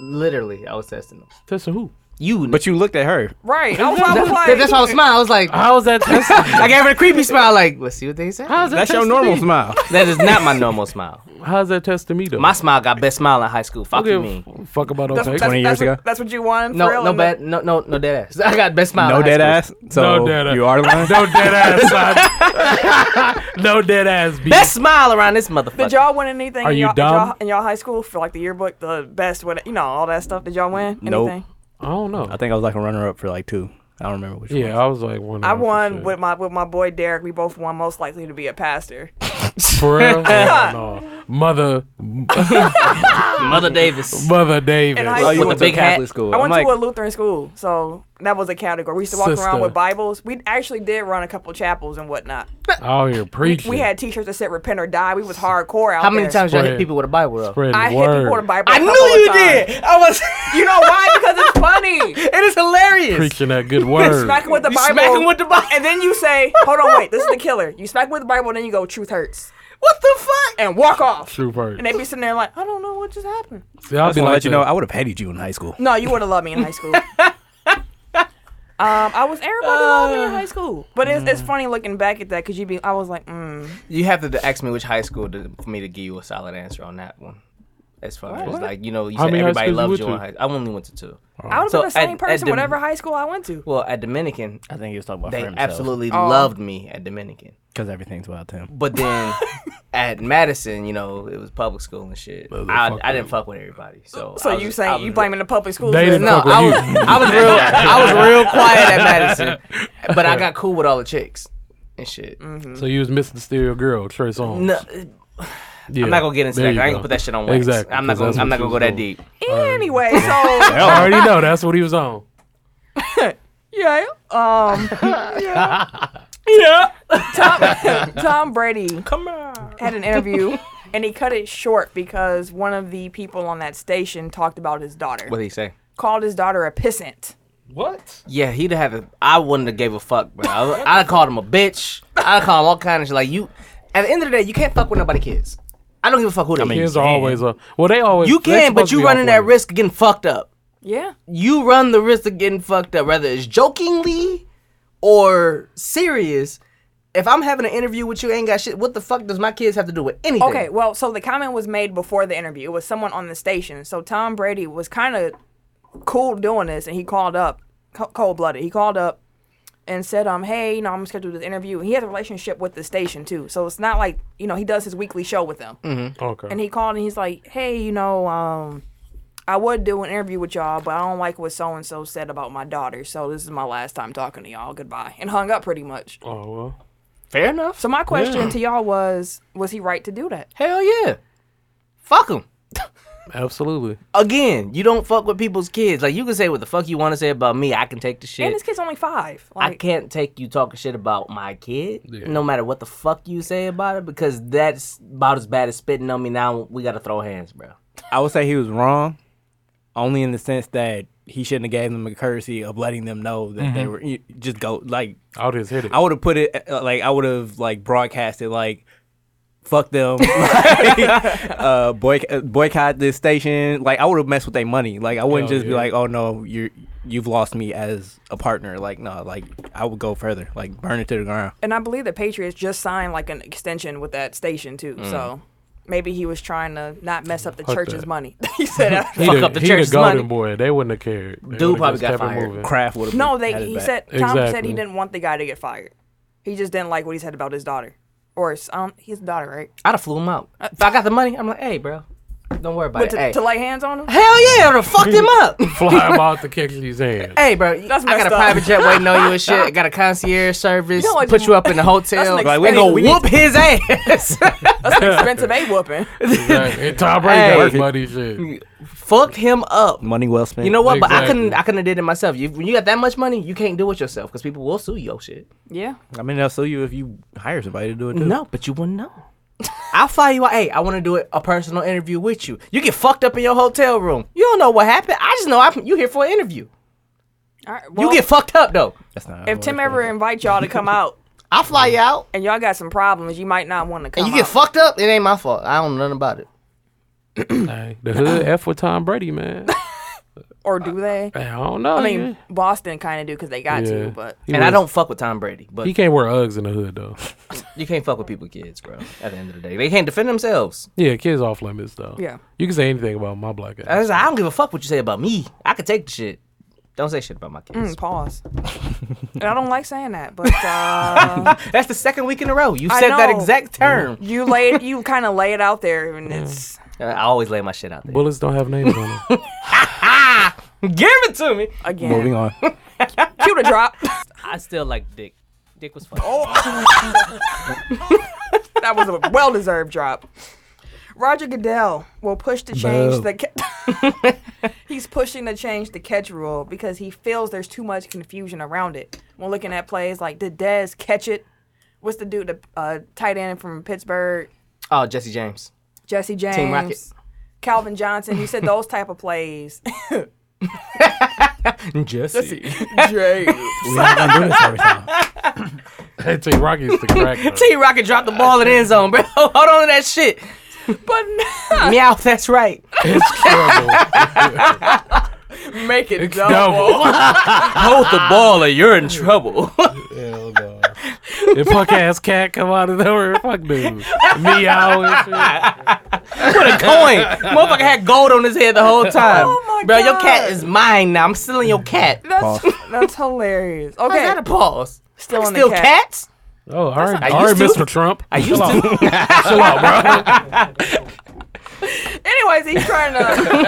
S2: Literally, I was testing him.
S1: Testing who?
S2: You,
S4: But you looked at her.
S3: Right. I was probably like,
S2: that's why I was smiling. I was like,
S1: How's that testing?
S2: I gave her a creepy smile. Like, let's see what they say.
S1: How's that
S4: That's your
S1: testing
S4: normal
S1: me?
S4: smile.
S2: That is not my normal smile.
S1: How's that testing me though?
S2: My smile got best smile in high school. Fuck
S1: I
S2: you,
S1: don't
S2: mean.
S1: give a fuck about
S3: that's,
S1: okay.
S3: that's, that's,
S4: 20 years
S3: what-
S4: ago?
S3: that's what you won. for
S2: No,
S3: real
S2: no
S3: in the-
S2: bad, no, no, no dead ass. I got best smile.
S4: No
S2: in high
S4: dead
S2: school.
S4: ass. So
S1: no dead ass.
S4: you are lying.
S1: No dead ass. son. no dead ass. B.
S2: Best smile around this motherfucker.
S3: Did y'all win anything?
S1: Are
S3: in
S1: you
S3: y'all,
S1: dumb?
S3: Y'all, in y'all high school for like the yearbook, the best, what you know, all that stuff. Did y'all win anything?
S4: Nope.
S1: I don't know.
S4: I think I was like a runner up for like two. I don't remember which
S1: yeah,
S4: one.
S1: I was like one.
S3: I won with my with my boy Derek. We both won most likely to be a pastor.
S1: for real. Hell no. Mother,
S2: Mother Davis.
S1: mother Davis.
S3: And I-
S4: Oh,
S3: With
S4: you
S3: the
S4: went to
S2: big hat.
S4: Catholic school.
S3: I
S4: I'm
S3: went
S4: like,
S3: to a Lutheran school, so that was a category. We used to walk
S1: Sister.
S3: around with Bibles. We actually did run a couple chapels and whatnot.
S1: out here preaching.
S3: We had T-shirts that said "Repent or Die." We was hardcore out
S2: How many
S3: there.
S2: times y'all hit
S1: Spread.
S2: people with a Bible? though?
S1: spreading
S3: I hit
S1: word.
S3: people with a Bible?
S2: I
S3: a
S2: knew
S3: couple of
S2: you
S3: times.
S2: did. I was.
S3: You know why? Because it's funny.
S2: It is hilarious.
S1: Preaching that good word.
S3: Smack him with the
S2: You
S3: Bible.
S2: smack him with the Bible.
S3: And then you say, hold on, wait, this is the killer. You smack him with the Bible, and then you go, truth hurts.
S2: What the fuck?
S3: And walk off.
S1: True part.
S3: And they be sitting there like, I don't know what just happened.
S1: Yeah, I'll
S4: I
S1: be
S4: just want to
S1: like,
S4: let you know, I would have hated you in high school.
S3: No, you would have loved me in high school. um, I was everybody loved me
S2: Uh,
S3: in high school, but it's,
S2: mm.
S3: it's funny looking back at that because you be I was like, mm,
S2: You have to ask me which high school to, for me to give you a solid answer on that one. As far as like you know, you
S1: How
S2: said
S1: many high
S2: everybody
S1: schools you went
S2: loves you. in
S1: to? Oh.
S2: high, I only went to two.
S3: I would have
S2: So
S3: been the same
S2: at- at
S3: person
S2: the-
S3: whatever high school I went to.
S2: Well, at Dominican,
S4: I think he was talking about
S2: they absolutely
S3: Oh.
S2: loved me at Dominican.
S4: because everything's about him.
S2: But then at Madison, you know, it was public school and shit. I,
S1: fuck
S2: I didn't fuck with everybody. So I
S3: So
S2: was-
S3: you
S2: I
S3: saying
S2: was
S3: you
S2: real-
S3: blaming the public school?
S1: They
S3: system.
S1: didn't
S2: No,
S1: fuck with
S2: I
S1: you.
S2: was, I was real I was real quiet at Madison, but I got cool with all the chicks and shit.
S1: So you was missing the stereo girl, Trey Songz.
S2: No,
S1: Yeah,
S2: I'm not gonna get into
S1: there
S2: that.
S1: you
S2: I ain't gonna
S1: go.
S2: put that shit on wax.
S1: Exactly.
S2: I'm not
S1: 'cause
S2: gonna.
S1: that's
S2: I'm
S1: what
S2: not
S1: you
S2: gonna go
S1: was
S2: that
S1: doing.
S2: deep.
S3: Anyway, so
S1: I already know that's what he was on.
S3: yeah, um,
S2: Yeah.
S3: Tom, Tom Brady had an interview and he cut it short because one of the people on that station talked about his daughter,
S2: What did he say?
S3: called his daughter a pissant.
S7: What?
S2: Yeah, he'd have a. I wouldn't have gave a fuck, bro. I, I called him a bitch. I call him all kind of shit. Like you, at the end of the day, you can't fuck with nobody kids. I don't give a fuck who they.
S1: Kids
S2: is.
S1: are always up. Well, they always.
S2: You
S1: they're
S2: can, but
S1: supposed to
S2: you
S1: be
S2: running that
S1: off-putting.
S2: risk of getting fucked up.
S3: Yeah,
S2: You run the risk of getting fucked up, whether it's jokingly or serious. If I'm having an interview with you, ain't got shit. What the fuck does my kids have to do with anything?
S3: Okay, well, so the comment was made before the interview. It was someone on the station. So Tom Brady was kind of cool doing this, and he called up, cold blooded. He called up and said, "Um, hey, you know, I'm scheduled this interview." He has a relationship with the station too, so it's not like you know he does his weekly show with them.
S1: Okay.
S3: And he called and he's like, "Hey, you know, um, I would do an interview with y'all, but I don't like what so and so said about my daughter, so this is my last time talking to y'all. Goodbye." And hung up pretty much.
S1: oh well.
S2: fair enough.
S3: So my question to y'all was, was he right to do that?
S2: Hell yeah, fuck them.
S1: Absolutely.
S2: again, you don't fuck with people's kids. Like you can say what the fuck you want to say about me. I can take the
S3: And his
S2: shit.
S3: kid's only five.
S2: I
S3: Like,
S2: can't take you talking shit about my kid,
S1: Yeah.
S2: no matter what the fuck you say about it, because that's about as bad as spitting on me. Now we gotta throw hands, bro.
S4: I would say he was wrong, only in the sense that he shouldn't have gave them the courtesy of letting them know that
S2: Mm-hmm.
S4: they were you- just go like
S1: Out his head.
S4: I would have put it uh, like I would have like broadcasted like fuck them like, uh boy, uh, boycott this station like I would have messed with their money like I wouldn't
S1: Hell
S4: just be
S1: yeah.
S4: like oh no you you've lost me as a partner like no like I would go further like burn it to the ground
S3: and I believe the Patriots just signed like an extension with that station too.
S2: Mm.
S3: So maybe he was trying to not mess up the
S1: Fuck
S3: church's
S1: that.
S3: money. he said, uh,
S1: He
S3: "Fuck
S1: the,
S3: up the
S1: he
S3: church's
S1: the golden
S3: money."
S1: boy. They wouldn't have cared. They
S2: Dude
S1: would've
S2: probably
S1: just
S2: got
S1: kept it
S2: fired.
S1: moving.
S4: Kraft would have
S3: No, they.
S4: had his
S3: He
S4: back.
S3: said Tom said
S1: Exactly.
S3: he didn't want the guy to get fired. He just didn't like what he said about his daughter, or his, um, his daughter, right?
S2: I'd have flew him out. If I got the money, I'm like, hey, bro, don't worry about
S3: Uh, But
S2: it.
S3: to,
S2: hey.
S3: to lay hands on him.
S2: Hell yeah, I'd have fucked him up.
S1: Fly him out the Kingsley's hand.
S2: Hey, bro,
S3: That's
S2: I got
S3: messed
S2: a
S3: up.
S2: private jet waiting on you and shit. I got a concierge service.
S3: You know what-
S2: put you up in the hotel.
S3: That's an
S2: Like, we gonna
S3: expensive- we need-
S2: whoop his ass.
S3: That's an expensive a whooping.
S1: Exactly. And Tom Brady got
S2: Hey.
S1: his money shit.
S2: Fucked him up.
S4: money well spent
S2: You know what? But I
S1: Exactly.
S2: couldn't. I couldn't have did it myself. You, when you got that much money, you can't do it yourself because people will sue your shit.
S3: Yeah.
S4: I mean they'll sue you if you hire somebody to do it too.
S2: No, but you wouldn't know. I'll fly you out. Hey, I want to do it, a personal interview with you. You get fucked up in your hotel room. You don't know what happened. I just know I'm, you here for an interview.
S3: All right. Well,
S2: you get fucked up though.
S4: that's not how
S3: if
S4: it
S3: Tim
S4: works,
S3: ever invite y'all to come out
S2: I'll fly you out,
S3: and y'all got some problems, you might not want to come.
S2: and you get
S3: out.
S2: fucked up. It ain't my fault. I don't know nothing about it.
S1: Hey, the hood F with Tom Brady, man.
S3: or do they?
S1: I don't know.
S3: I mean, Boston kind of do because they got to, but
S1: He
S2: and I
S1: was-
S2: don't fuck with Tom Brady, but
S1: He can't wear Uggs in the hood though.
S2: you can't fuck with people, kids, bro. At the end of the day, they can't defend themselves.
S1: Yeah, kids off limits though.
S3: Yeah.
S1: You can say anything about my black
S2: I,
S1: ass.
S2: was like, I don't give a fuck what you say about me. I can take the shit. Don't say shit about my kids.
S3: Mm, pause. and I don't like saying that, but uh,
S2: That's the second week in a row. You
S3: I
S2: said that
S3: know.
S2: exact term.
S3: you lay it, you kind of lay it out there, and it's
S2: I always lay my shit out there.
S1: Bullets don't have names on them.
S2: Give it to me.
S4: but- moving
S3: again
S4: on
S3: cue to drop.
S2: I still like Dick. Dick was funny.
S3: that was a well deserved drop. Roger Goodell will push to change the. ca- He's pushing to change the catch rule because he feels there's too much confusion around it. When looking at plays like did Dez catch it? What's the dude, the uh, tight end from Pittsburgh?
S2: Oh, Jesse James.
S3: Jesse James,
S2: Rocket.
S3: Calvin Johnson. He said those type of plays.
S6: Jesse.
S3: Jay.
S8: We're not gonna do this every time.
S1: Hey, T Rock used to crack. though.
S6: T Rocket dropped the ball in the end zone, bro. Hold on to that shit.
S3: but nah.
S6: Meow, that's right.
S1: It's terrible.
S3: make it
S1: It's
S3: double.
S1: double.
S6: Hold the ball or you're in trouble.
S8: Hell no.
S1: If fuck ass cat come out of nowhere, fuck dude. Meow and shit. Oh,
S6: coin. Motherfucker had gold on his head the whole time.
S3: Oh my
S6: Bro, your cat
S3: God.
S6: is mine now. I'm stealing your cat. Okay.
S3: That's that's hilarious.
S6: Is
S3: Okay,
S6: that a pause?
S3: still on
S6: Still
S3: the cat.
S6: cats?
S1: Oh, all right,
S6: I
S1: all right,
S6: used to-
S1: Mr. Trump.
S6: I used to.
S1: Chill out, bro.
S3: Anyways, he's trying to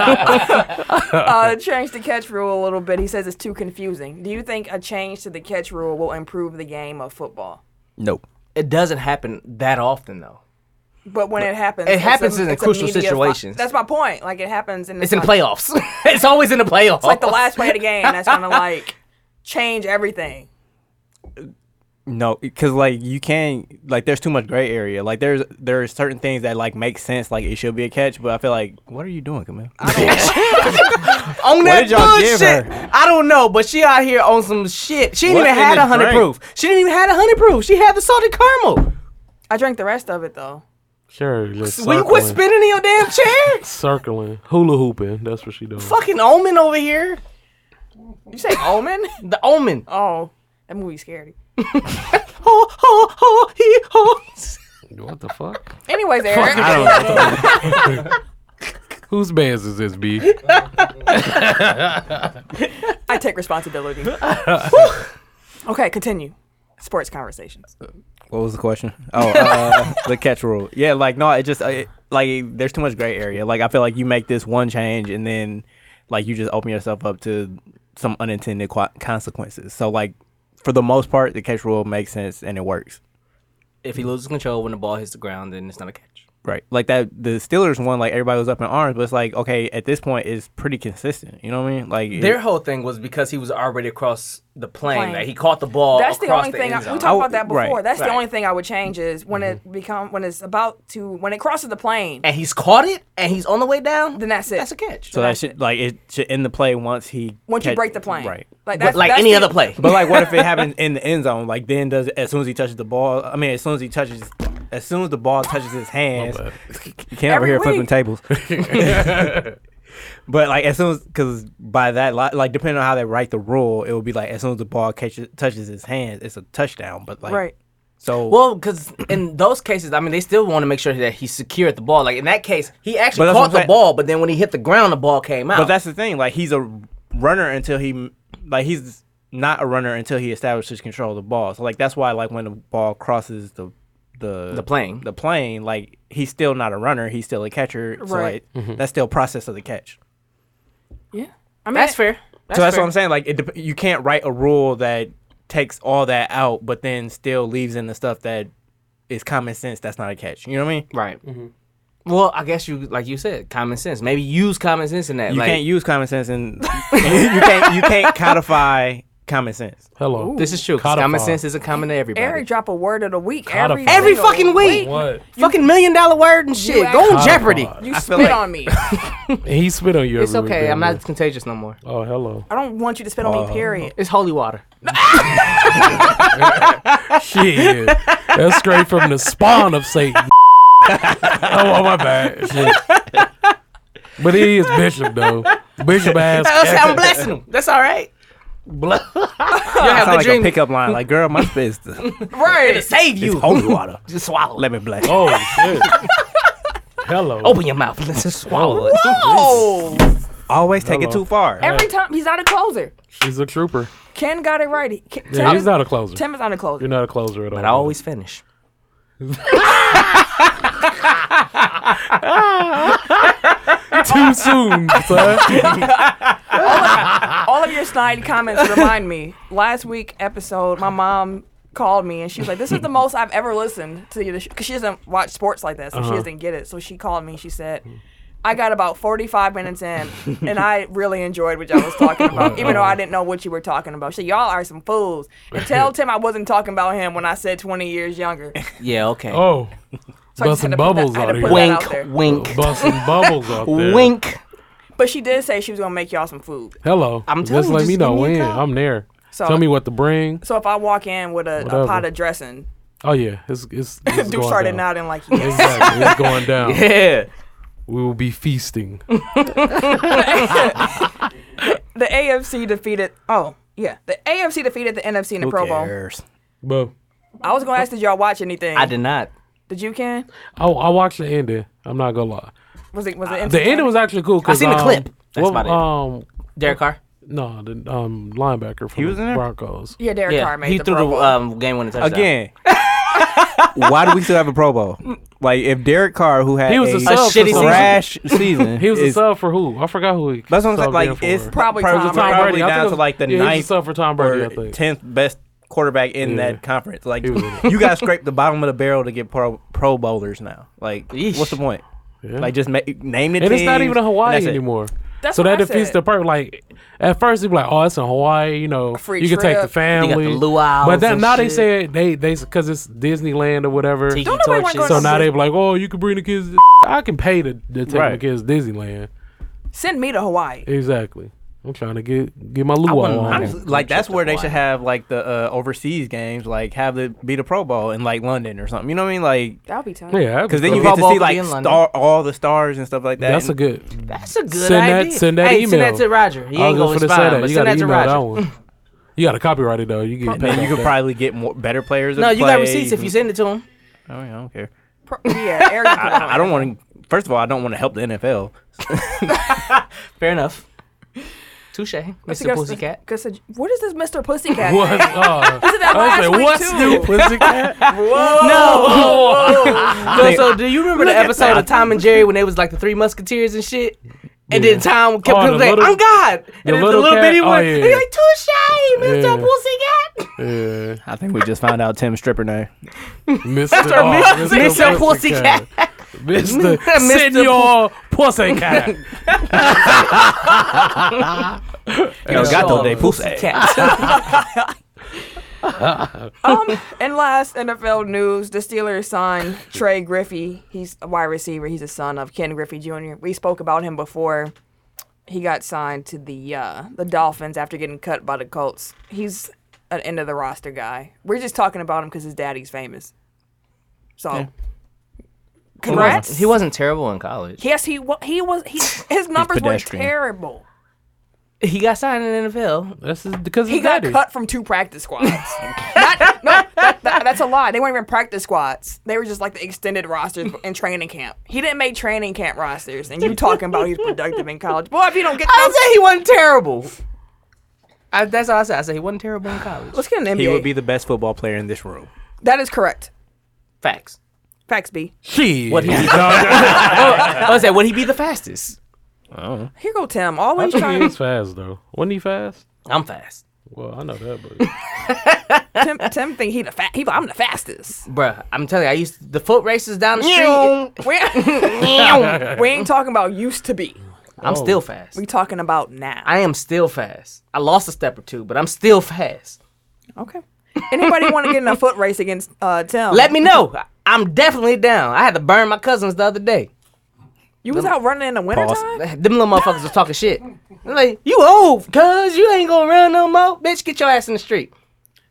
S3: uh, change the catch rule a little bit. He says it's too confusing. Do you think a change to the catch rule will improve the game of football?
S4: Nope.
S6: It doesn't happen that often though.
S3: But when it happens,
S6: It
S3: it's
S6: happens
S3: a-
S6: in a
S3: it's
S6: crucial
S3: media fi-
S6: situations.
S3: that's my point. Like it happens, and
S6: It's in the
S3: like-
S6: playoffs. it's always in the playoffs.
S3: It's like the last play of the game. That's gonna like change everything.
S4: No, because like you can't like there's too much gray area. Like there's there are certain things that like make sense. Like it should be a catch, but I feel like what are you doing, Camille?
S6: on that
S4: did y'all give
S6: bullshit. I don't know, but she out here on some shit. She didn't
S4: What
S6: even
S4: in
S6: had
S4: the
S6: a hundred
S4: drink?
S6: proof. She didn't even had a hundred proof. She had the salted caramel.
S3: I drank the rest of it though.
S1: Sure, just
S6: Will you quit
S1: circling.
S6: spinning in your damn chair?
S1: Circling, hula hooping. That's what she doing.
S6: Fucking omen over here.
S3: You say omen?
S6: The omen.
S3: Oh, that movie scared you.
S6: Ho ho ho he ho.
S1: What the fuck?
S3: Anyways, Eric,
S4: I don't know.
S1: Whose bands is this, B?
S3: I take responsibility. okay, continue. Sports conversations.
S4: What was the question? Oh, uh, the catch rule. Yeah, like no, it just uh, it, like there's too much gray area. Like I feel like you make this one change and then like you just open yourself up to some unintended qu- consequences. So like for the most part, the catch rule makes sense and it works.
S2: If he loses control when the ball hits the ground, then it's not a catch.
S4: Right. Like that the Steelers one, like everybody was up in arms, but it's like, okay, at this point it's pretty consistent. You know what I mean? Like it-
S2: Their whole thing was because he was already across the plane.
S3: Plane.
S2: Like he caught the ball.
S3: That's the
S2: across
S3: only thing
S2: end
S3: I, we
S2: zone. Oh,
S3: talked
S4: I
S3: about
S4: would-
S3: that before.
S4: right,
S3: That's the
S2: right.
S3: only thing I would change is when it become when it's about to when it crosses the plane.
S2: and he's caught it, and he's on the way down.
S3: Then that's it.
S2: That's a catch.
S4: so that should like it should end the play once he
S3: Once you
S4: catch-
S3: break the plane,
S4: Right.
S3: Like
S2: But like
S3: that's
S2: any
S3: the-
S2: other play.
S4: But like, what if it happens in the end zone? Like, then does as soon as he touches the ball? I mean, as soon as he touches, as soon as the ball touches his hands,
S1: My bad.
S4: you can't over
S3: Every
S4: here flipping
S3: week.
S4: tables. but like, as soon as because by that, li- like, depending on how they write the rule, it will be like as soon as the ball catches touches his hands, it's a touchdown. But like,
S3: Right.
S4: So
S2: Well, because in those cases, I mean, they still want to make sure that he's secure at the ball. Like in that case, he
S4: But
S2: actually
S4: that's what
S2: caught
S4: I'm
S2: the
S4: saying.
S2: ball, but then when he hit the ground, the ball came out.
S4: But that's the thing. Like he's a runner until he like he's not a runner until he establishes control of the ball. So like that's why like when the ball crosses the the
S2: The plane.
S4: the plane like he's still not a runner. He's still a catcher. So
S3: Right.
S4: like,
S2: Mm-hmm.
S4: that's still process of the catch.
S3: Yeah, I mean
S2: That's fair.
S4: so that's
S2: fair.
S4: what I'm saying. Like it, dep- you can't write a rule that takes all that out, but then still leaves in the stuff that is common sense. That's not a catch. You know what I mean?
S2: Right. Mm-hmm. Well, I guess you like you said, common sense. Maybe use common sense in that.
S4: You
S2: like,
S4: can't use common sense, and you can't you can't codify common sense.
S1: Hello.
S2: This is true. 'cause
S1: Codify.
S2: Common sense isn't common to everybody.
S3: Eric drop a word of the week every
S1: Codify. Every
S3: single
S6: fucking week.
S1: What?
S6: Fucking million dollar word and shit. Go on
S1: Codify.
S6: Jeopardy.
S3: You
S4: I feel
S3: spit
S4: like-
S3: on me.
S1: He spit on you.
S2: It's
S1: every
S2: okay.
S1: weekend,
S2: I'm not
S1: bro.
S2: contagious no more.
S1: Oh, hello.
S3: I don't want you to spit on me. Period.
S2: It's holy water.
S1: Shit. That's straight from the spawn of Satan. oh, oh, my bad. Shit. But he is Bishop, though. Bishop
S6: That's
S1: ass.
S6: how I'm blessing him. That's all right. You'll have
S4: Sound
S6: the
S4: like
S6: dream.
S4: a pickup line. Like, girl, my spit's
S3: Right.
S6: Save you.
S4: holy water.
S6: Just swallow.
S4: Let me bless.
S1: Oh, shit. Oh, Hello.
S6: Open your mouth. Let's just swallow it.
S3: Oh,
S4: Always take it
S1: Hello.
S4: too far.
S3: every time he's not a closer.
S1: He's a trooper.
S3: Ken got it right. He- Ken-
S1: Yeah,
S3: Tim
S1: he's
S3: is-
S1: not a closer.
S3: Tim is not a closer.
S1: You're not a closer at all.
S2: But I always finish.
S1: Too soon, son.
S3: all of your snide comments remind me. Last week episode, my mom called me and she was like, "This is the most I've ever listened to you," because she doesn't watch sports like that, so
S1: Uh-huh.
S3: she doesn't get it. So she called me. She said. I got about 45 minutes in, and I really enjoyed what y'all was talking about, even though
S1: Uh-huh.
S3: I didn't know what you were talking about. She said, y'all are some fools. And tell Tim I wasn't talking about him when I said 20 years younger.
S2: Yeah. Okay.
S1: Oh,
S3: So I just
S1: busting
S3: had to put that-
S1: bubbles
S3: I had
S1: out Oh, here.
S3: to put that out
S2: wink.
S3: there.
S2: Wink.
S1: busting bubbles out there.
S6: Wink.
S3: But she did say she was gonna make y'all some food.
S1: Hello.
S6: I'm telling
S1: Just
S6: you,
S1: let
S6: just
S1: me
S6: give
S1: know
S6: me a
S1: when.
S6: call.
S1: I'm there.
S3: So-
S1: Tell me what to bring.
S3: So if I walk in with a, a
S1: Whatever.
S3: pot of dressing,
S1: Oh yeah, it's it's. it's
S3: Duke
S1: going
S3: started
S1: down.
S3: nodding like yes.
S1: Exactly, it's going down.
S6: Yeah.
S1: We will be feasting.
S3: the AFC defeated. Oh yeah, the AFC defeated the NFC in the
S4: Who
S3: Pro Bowl.
S4: cares?
S1: But
S3: I was gonna ask did y'all watch anything?
S6: I did not.
S3: Did you Ken?
S1: oh, I watched the ending. I'm not gonna lie.
S3: Was it was it
S1: The ending was actually cool. 'cause,
S6: seen the
S1: um,
S6: clip.
S1: That's
S4: about it.
S1: um,
S2: Derek Carr.
S1: no, the um linebacker from
S4: was in
S1: the
S4: there?
S1: Broncos.
S3: Yeah, Derek
S2: Yeah,
S3: Carr made
S6: He
S3: the
S6: threw
S3: Pro
S6: the
S2: uh,
S3: Bowl.
S6: um, game winning touchdown.
S4: Again, why do we still have a Pro Bowl? Like if Derek Carr, who had
S1: He was a
S4: a,
S1: sub for
S2: shitty
S1: some-
S4: trash season,
S1: He was a
S4: is-
S1: sub for who? I forgot who he.
S4: That's what I'm saying.
S1: subbed in
S4: Like
S1: for.
S4: it's
S3: Probably Tom
S1: Tom
S4: probably
S1: Brady. I think
S4: down
S1: it
S4: to
S1: was-
S4: like the
S1: yeah, he was a
S4: ninth
S1: sub for Tom Brady, I
S4: or
S1: think.
S4: tenth best quarterback in
S1: Yeah.
S4: that conference. Like
S1: was in
S4: you got to scrape the bottom of the barrel to get Pro Pro Bowlers now. Like
S6: Yeesh.
S4: what's the point?
S1: Yeah.
S4: Like just ma- name the
S1: and it's not
S4: teams,
S1: even in
S4: and
S1: Hawaii
S4: that's it.
S1: anymore.
S3: That's
S1: so
S3: what
S1: that
S3: I
S1: defeats
S3: said.
S1: the purpose. Like at first, you'd be like, "Oh, it's in Hawaii," you know.
S3: free
S1: you can take the
S3: trip.
S1: family.
S2: luau's
S1: but then
S2: and
S1: now they
S2: shit.
S1: said they they because it's Disneyland or whatever.
S2: Tiki
S3: Don't nobody wanna
S2: torches.
S3: go to
S1: So
S3: Disney.
S1: now they be like, "Oh, you can bring the kids." To I can pay to, to take the
S4: Right.
S1: kids to Disneyland.
S3: Send me to Hawaii.
S1: Exactly. I'm trying to get get my luau on.
S4: Honestly, like that's where they should have like the uh, overseas games, like have it be the Pro Bowl in like London or something. You know what I mean? Like
S3: That'll be tough.
S1: yeah,
S4: because then you
S6: Pro
S4: get to
S6: Bowl
S4: see
S6: could be
S4: like
S6: in London.
S4: star all the stars and stuff like that.
S1: that's a
S4: And
S1: good.
S2: That's a good
S1: Send that-
S2: idea.
S1: send that
S2: hey, send
S1: email.
S2: that to Roger. He
S1: I was just
S2: ain't gonna
S1: gonna say
S2: respond,
S1: that.
S2: but
S1: You
S2: send
S1: gotta
S2: that to
S1: email that
S2: Roger.
S1: one. You gotta copyright it though. You get paid.
S4: and you
S1: off
S4: could
S1: that.
S4: probably get more better players. to
S2: No, you got
S4: play.
S2: receipts if you send it to him.
S4: Oh, yeah, I don't care.
S3: Pro- yeah, Eric.
S4: I, I don't want to. First of all, I don't want to help the NFL.
S2: Fair enough. Touche,
S3: Because-
S2: Mr. Pussycat.
S3: because- what is this Mr. Pussycat?
S1: What? Uh,
S3: Isn't that
S1: I
S3: last
S1: was
S3: week
S1: like, "What's
S3: too?
S1: new, pussycat?"
S2: Oh! No, so do you remember the episode of Tom and Jerry when they was like the Three Musketeers and shit? And then Tom kept
S1: Oh, the
S2: oh, like,
S1: little-
S2: "I'm God," and then the
S1: little
S2: little
S1: cat-
S2: bitty
S1: oh,
S2: one.
S1: yeah.
S2: He's like, "Touche, Mr.
S1: Yeah.
S2: Pussycat."
S1: yeah,
S4: I think we just found out Tim stripper name.
S1: Mr.
S2: our
S1: oh,
S2: Mr. Mr. Pussycat.
S1: Mr.
S2: Mr.
S1: Senor Pussycat.
S4: Yo, gato de pussy.
S3: Um, and last NFL news: the Steelers signed Trey Griffey. He's a wide receiver. He's a son of Ken Griffey Jr. We spoke about him before. He got signed to the uh, the Dolphins after getting cut by the Colts. He's an end of the roster guy. We're just talking about him because his daddy's famous. So, congrats.
S2: He wasn't terrible in college.
S3: Yes, he wa- he was. He, his numbers were
S4: pedestrian.
S3: terrible.
S2: He got signed in the NFL.
S1: That's his, because
S3: He
S1: his
S3: got
S1: daddy.
S3: cut from two practice squads. That- no, that- that- that's a lie. They weren't even practice squads. They were just like the extended rosters in training camp. He didn't make training camp rosters, and you talking about he's productive in college. Boy, if you don't get
S2: I
S3: those,
S2: said he wasn't terrible. I, that's all I said. I said he wasn't terrible in college.
S3: let's get an NBA.
S4: He would be the best football player in this room.
S3: that is correct.
S2: Facts.
S3: Facts B.
S1: She.
S2: What he- Oh, I said, would he be the fastest?
S3: Here go Tim. Always trying.
S1: was fast though. Wasn't he fast?
S2: I'm fast,
S1: Well, I know that, but
S3: Tim, Tim think he the fa- he. I'm the fastest.
S2: bruh. I'm telling you, I used the foot races down the street.
S3: we, ain't- we ain't talking about used to be.
S2: I'm
S1: Oh.
S2: still fast.
S3: We talking about now.
S2: I am still fast. I lost a step or two, but I'm still fast.
S3: Okay. Anybody want to get in a foot race against uh, Tim?
S2: Let me know. I- I'm definitely down. I had to burn my cousins the other day.
S3: You was out running in the wintertime?
S2: Them little motherfuckers was talking shit. They're like, you old, cuz you ain't gonna run no more. Bitch, get your ass in the street.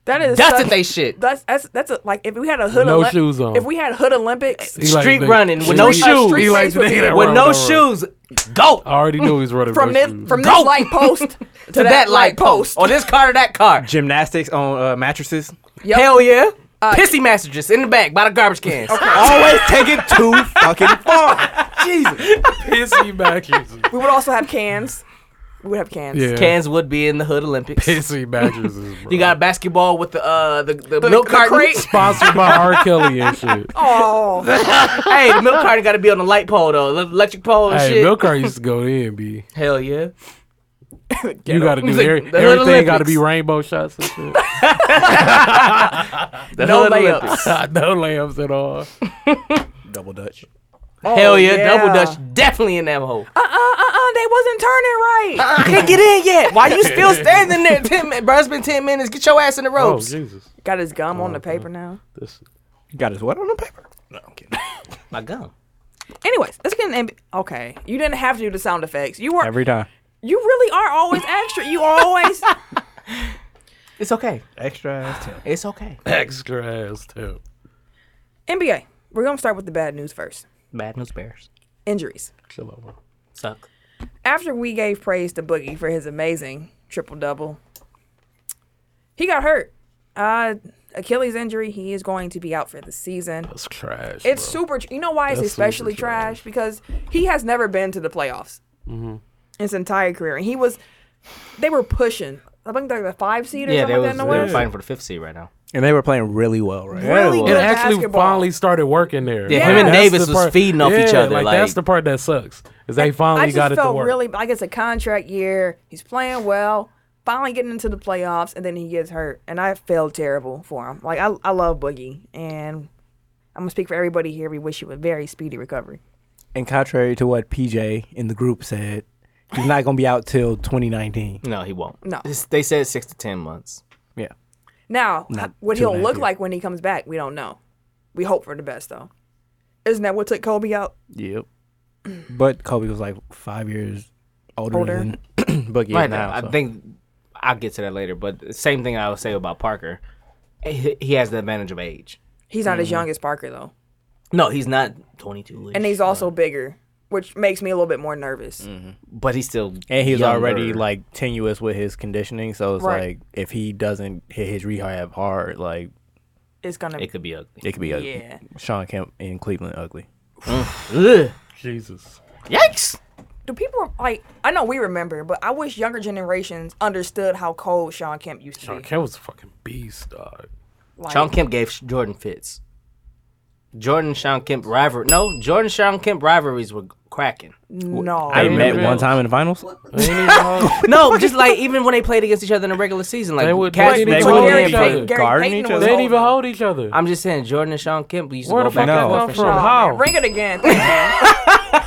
S3: That is
S2: Dusted
S3: such-
S2: they shit.
S3: That's that's that's a, like if we had a hood
S1: No
S3: Olymp-
S1: shoes on.
S3: If we had hood Olympics
S1: He like
S2: Street
S1: the-
S2: running with no
S1: Street-
S2: shoes.
S1: He like the
S3: With
S1: nigga that
S2: With
S1: run
S2: no
S1: with no
S2: shoes, go
S1: I already knew he was running
S3: from
S1: no
S3: this
S1: shoes.
S3: from
S2: Go!
S3: this light post to,
S2: to that light post. Or this car to that car.
S4: Gymnastics on uh, mattresses.
S3: Yep.
S2: Oh, Hell yeah. Pissy messages in the back by the garbage cans.
S4: Always take it too fucking far.
S2: Jesus.
S1: pissy matches.
S3: We would also have cans. We would have cans.
S1: Yeah.
S2: Cans would be in the Hood Olympics.
S1: pissy matches.
S2: You got a basketball with the uh the, the, milk carton.
S3: crate.
S1: sponsored by R. Kelly and shit.
S3: Oh,
S2: hey, the milk carton got to be on the light pole though, the electric pole and
S1: hey,
S2: shit.
S1: milk cart used to go in, b.
S2: Hell yeah.
S1: You got to do
S2: It's like
S1: every-
S2: the Hood
S1: everything. Got to be
S2: Olympics.
S1: rainbow shots and shit.
S2: The
S3: no
S2: Hood Olympics.
S3: layups.
S1: no layups at all.
S4: Double Dutch.
S2: Hell Oh, yeah,
S3: yeah.
S2: double dutch definitely in that hole.
S3: Uh uh uh uh. They wasn't turning right.
S2: I can't get in yet. Why you still standing there? Ten min- bro, it's been ten minutes. Get your ass in the
S1: Oh
S2: ropes.
S1: Jesus!
S3: Got
S1: Uh-huh.
S3: his gum on the paper now.
S1: This
S4: Got his what on the paper? No, I'm kidding.
S2: My gum.
S3: Anyways, let's get an. amb- Okay, you didn't have to do the sound effects. You were.
S4: every time.
S3: you really are always extra. You are always.
S6: It's okay.
S4: Extra ass tip.
S6: It's okay.
S1: Extra ass too.
S3: NBA. We're gonna start with the bad news first.
S2: Bad news bears.
S3: Injuries.
S1: Chill over.
S2: Suck.
S3: After we gave praise to Boogie for his amazing triple double, he got hurt. Uh, Achilles injury. He is going to be out for the season.
S1: That's trash.
S3: It's
S1: bro.
S3: super. You know why it's
S1: That's
S3: especially
S1: super trash.
S3: trash? Because he has never been to the playoffs
S1: Mm-hmm.
S3: his entire career, and he was. They were pushing. I think they're the five seed or
S2: Yeah, they was
S3: something like
S2: they
S3: that. in the
S2: were
S3: West.
S2: fighting for the fifth seed right now.
S4: And they were playing really well, right?
S3: Really
S1: It
S3: good
S1: actually
S3: basketball.
S1: finally started working there.
S3: Yeah. him and
S1: That's
S6: Davis
S1: the
S6: was feeding off each
S1: Yeah,
S6: other,
S1: that's
S6: like-
S1: the part that sucks. Is they
S3: I
S1: finally
S3: just
S1: got it to
S3: felt
S1: work.
S3: really like it's a contract year. He's playing well, finally getting into the playoffs, and then he gets hurt, and I felt terrible for him. Like I, I love Boogie, and I'm gonna speak for everybody here. We wish you a very speedy recovery.
S4: And contrary to what PJ in the group said, he's not gonna be out till 2019.
S2: No, he won't.
S3: No.
S2: It's- they said six to ten months.
S4: Yeah.
S3: Now,
S4: Not
S3: h- what
S4: two
S3: he'll
S4: and a half
S3: look
S4: years.
S3: like when he comes back, we don't know. We hope for the best, though. Isn't that what took Kobe out?
S4: Yep. But Kobe was like five years older,
S3: Older.
S4: than Boogie
S2: right
S4: is now.
S2: now, I
S4: so.
S2: think I'll get to that later. But the same thing I would say about Parker, he, he has the advantage of age.
S3: He's not as young as Parker, though.
S2: No, he's not 22,
S3: And he's also bigger, which makes me a little bit more nervous.
S2: but he's still
S4: and he's
S2: younger.
S4: already like tenuous with his conditioning, so it's
S3: Right.
S4: like if he doesn't hit his rehab hard, like
S3: It's going to
S2: it
S3: be.
S2: could be ugly.
S4: it could be ugly.
S3: Yeah.
S4: Sean Kemp in Cleveland ugly.
S2: Ugh.
S1: Jesus.
S2: Yikes!
S3: Do people, like, I know we remember, but I wish younger generations understood how cold Sean Kemp used to
S1: John
S3: be.
S1: Kemp was a fucking beast, dog.
S3: Like,
S2: Sean Kemp gave Sh- Jordan fits. Jordan Sean Kemp rivalry. No, Jordan Sean Kemp rivalries were cracking.
S3: No.
S4: They
S1: didn't
S4: met
S1: even
S4: one
S1: know.
S4: time in the finals.
S1: They ain't even hard.
S2: No, just like even when they played against each other in the regular season, like
S1: They would-
S2: Cash
S1: they
S2: would
S1: didn't even
S2: go in
S1: know
S2: and
S1: each
S2: play-
S1: other.
S4: Guarding each
S1: they didn't even hold each other.
S2: I'm just saying, Jordan and Sean Kemp used to
S1: Where
S2: go
S1: the fuck
S2: back
S1: that
S2: and
S1: come
S2: forth.
S1: from?
S2: and shit.
S1: How?
S3: Ring it again. Thank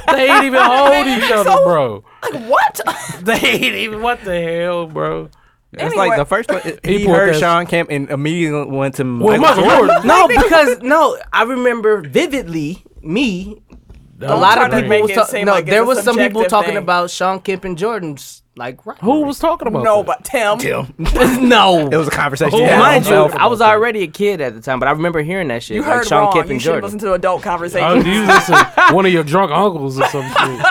S3: you.
S1: They ain't even hold each other,
S3: So-
S1: bro.
S3: like, what?
S1: They ain't even. What the hell, bro?
S4: It's
S3: Anyway.
S4: like the first one. He,
S1: He pulled
S4: heard
S1: that-
S4: Sean Kemp and immediately went to
S1: Well,
S4: Michael
S1: Michael Jordan.
S2: No, because no, I remember vividly me. a
S1: Don't
S2: lot
S1: try
S2: of
S1: to
S2: people
S1: make
S2: was
S3: it
S2: talk-
S3: seem
S2: no.
S3: like it's
S2: there
S3: a
S2: was some people
S3: subjective
S2: talking
S3: thing.
S2: about Sean Kemp and Jordan's like rivalry.
S1: Who was talking about?
S3: no,
S1: that?
S3: but Tim. Tim.
S2: no.
S4: It was a conversation.
S1: Oh,
S4: he had
S2: Mind you,
S4: on himself.
S2: I was already a kid at the time, but I remember hearing that shit.
S3: You
S2: like
S3: heard
S2: Sean
S3: wrong.
S2: Kemp
S3: you
S2: and
S3: should
S2: Jordan.
S3: listen to adult
S1: I
S3: conversations.
S1: Oh, was using some- one of your drunk uncles or some shit.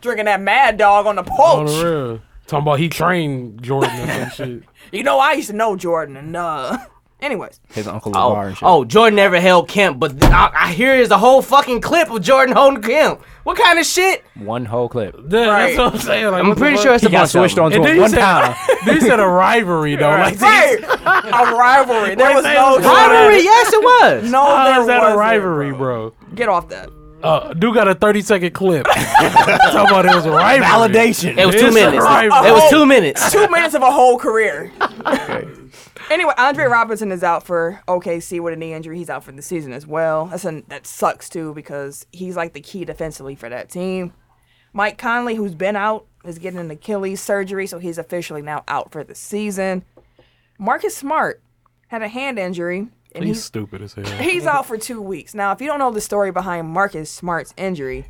S3: Drinking that mad dog on the
S1: On
S3: porch.
S1: the real. Talking about he trained Jordan or some shit.
S3: You know, I used to know Jordan, and uh, anyways,
S4: his uncle
S2: Oh,
S4: Lavar and shit.
S2: oh, Jordan never held Kemp, but th- I, I hear is a whole fucking clip of Jordan holding Kemp. What kind of shit?
S4: one whole clip.
S1: That-
S3: Right.
S1: That's what I'm saying. Like,
S2: I'm
S1: what the
S2: pretty
S1: fuck?
S2: sure it's
S4: He
S2: a
S4: got
S2: bunch
S4: switched
S2: of them.
S4: onto
S1: And then
S4: a
S1: you
S4: one
S1: said-
S4: time.
S1: They said a rivalry though. Like,
S3: hey, a rivalry. There was no
S1: Right,
S3: Jordan.
S2: rivalry. Yes, it was.
S3: No,
S1: how
S3: there
S1: is that a
S3: wasn't,
S1: rivalry, bro?
S3: Get off that.
S1: Uh, dude got a 30 second clip. Talking about it was a rivalry.
S4: Validation.
S2: it was two
S1: It's a
S2: minutes. It
S1: rivalry.
S2: was two minutes.
S3: Two minutes of a whole career. anyway, Andre Robinson is out for OKC with a knee injury. He's out for the season as well. That's an, that sucks too because he's like the key defensively for that team. Mike Conley, who's been out, is getting an Achilles surgery, so he's officially now out for the season. Marcus Smart had a hand injury, and
S1: He's
S3: he's
S1: stupid as hell.
S3: He's out for two weeks. Now, if you don't know the story behind Marcus Smart's injury,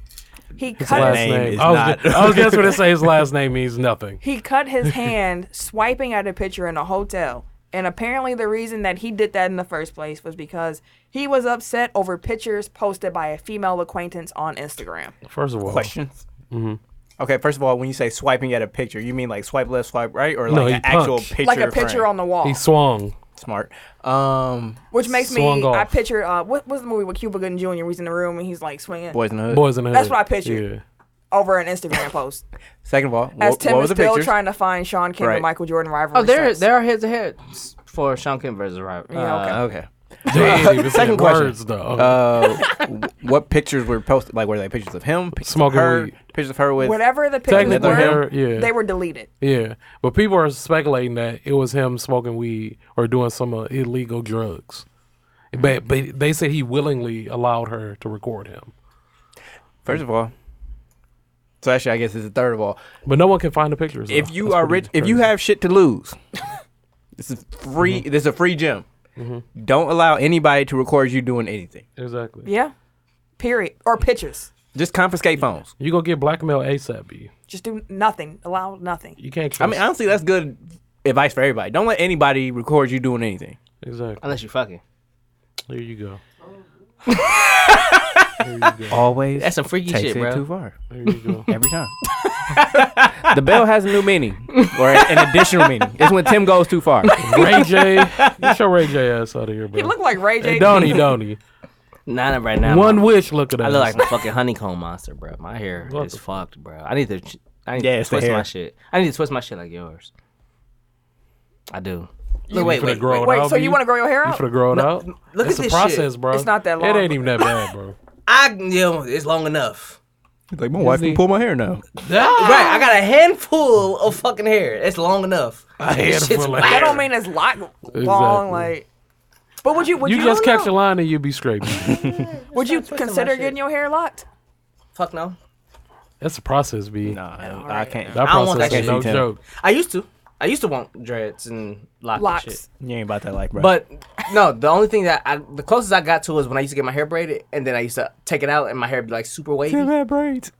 S3: he cut
S1: Last
S3: his,
S1: name.
S4: name is
S1: I was,
S4: not-
S1: Just, I was just gonna say his last name means nothing.
S3: he cut his hand swiping at a picture in a hotel. And apparently, the reason that he did that in the first place was because he was upset over pictures posted by a female acquaintance on Instagram.
S1: First of all,
S4: questions. Okay, first of all, when you say swiping at a picture, you mean like swipe left, swipe right, or like
S1: No, he
S4: an actual
S1: punched.
S4: picture?
S3: Like a picture
S4: frame?
S3: on the wall,
S1: he swung.
S4: smart. Um,
S3: which makes me
S1: swung
S3: I
S1: off.
S3: picture uh, what was the movie with Cuba Gooding Jr. where He's in the room and he's like swinging
S4: boys in the hood.
S1: Boys in the
S3: That's
S1: Hood.
S3: what I pictured. over an Instagram post.
S4: Second of all, wh-
S3: As
S4: what,
S3: Tim
S4: was
S3: is
S4: the
S3: still
S4: picture?
S3: trying to find Sean Kim and
S4: Right.
S3: Michael Jordan rivalry.
S2: Oh, there,
S3: sex.
S2: there are heads ahead for Sean Kemp versus Robert.
S3: Yeah, okay.
S4: okay.
S1: Damn,
S4: Second
S1: Second
S4: question.
S1: words, though.
S4: Uh, wh- what pictures were posted? Like, were they pictures of him, pictures
S1: Smoking
S4: of her,
S1: weed.
S4: pictures of her with?
S3: whatever the pictures
S1: Technically,
S4: him.
S3: were,
S1: her- yeah,
S3: they were deleted.
S1: yeah. But people are speculating that it was him smoking weed or doing some uh, illegal drugs. But, but they said he willingly allowed her to record him.
S4: First of all, so actually, I guess it's the third of all.
S1: But no one can find the pictures.
S4: If
S1: though.
S4: you
S1: That's
S4: are
S1: pretty
S4: rich, if you
S1: crazy.
S4: have shit to lose, Mm-hmm. this is free. This is a free gym. Mm-hmm. Don't allow anybody to record you doing anything.
S1: exactly.
S3: Yeah. Period. Or pictures.
S4: Just confiscate phones.
S1: You gonna get blackmail ASAP? B.
S3: Just do nothing. Allow nothing.
S1: You can't. Trust.
S4: I mean, honestly, that's good advice for everybody. Don't let anybody record you doing anything.
S1: exactly.
S2: Unless you fucking.
S1: There you go.
S4: Always
S2: That's some freaky
S4: takes
S2: shit,
S4: it
S2: bro.
S4: too far
S1: There you go.
S4: every time. the bell has a new meaning or an additional meaning. It's when Tim goes too far.
S1: Ray J, get your Ray J ass out of here, bro.
S3: He looked like Ray J.
S1: don't he? Don't he?
S2: Nah, not right now.
S1: One
S2: my-
S1: wish. Look at that.
S2: I look like a fucking honeycomb monster, bro. My hair
S1: What
S2: is
S1: the-
S2: fucked, bro. I need to. ch- I need
S4: Yeah,
S2: to
S4: it's the
S2: twist my
S4: hair.
S2: shit. I need to twist my shit like yours. I do.
S1: You
S2: Look, wait,
S1: finna
S2: wait,
S1: grow
S2: wait.
S1: it
S3: Wait,
S1: out,
S3: so
S1: B?
S3: you want to grow your hair
S1: You
S3: out?
S1: finna grow it out?
S2: look at
S1: it's
S2: this
S1: a
S2: shit.
S1: process, bro.
S3: It's not that
S1: It
S3: long,
S1: ain't even that bad, bro.
S2: I, you know, it's long enough.
S4: like my wife
S1: can
S4: pull my hair now.
S2: Right, I got a handful of fucking hair. It's long enough.
S1: I had
S2: Shit's
S1: full of
S2: whack.
S3: That
S1: hair.
S3: don't mean it's lot long.
S1: Exactly.
S3: Like, but would you? Would
S1: You
S3: you,
S1: just
S3: I don't
S1: catch a
S3: know.
S1: line and you be straight. B.
S3: Would you
S2: twisting my
S3: consider
S2: shit.
S3: getting your hair locked?
S2: Fuck no.
S1: That's a process, B.
S4: Nah, I can't.
S1: That
S2: I don't want
S1: process
S2: that
S1: is
S2: shit.
S1: no
S4: Tell.
S1: joke.
S2: I used to. I used to want dreads and lock and shit.
S3: Locks.
S4: You ain't about that life, bro.
S2: But no, the only thing that I, the closest I got to was when I used to get my hair braided, and then I used to take it out, and my hair would be like super wavy.
S4: that braids.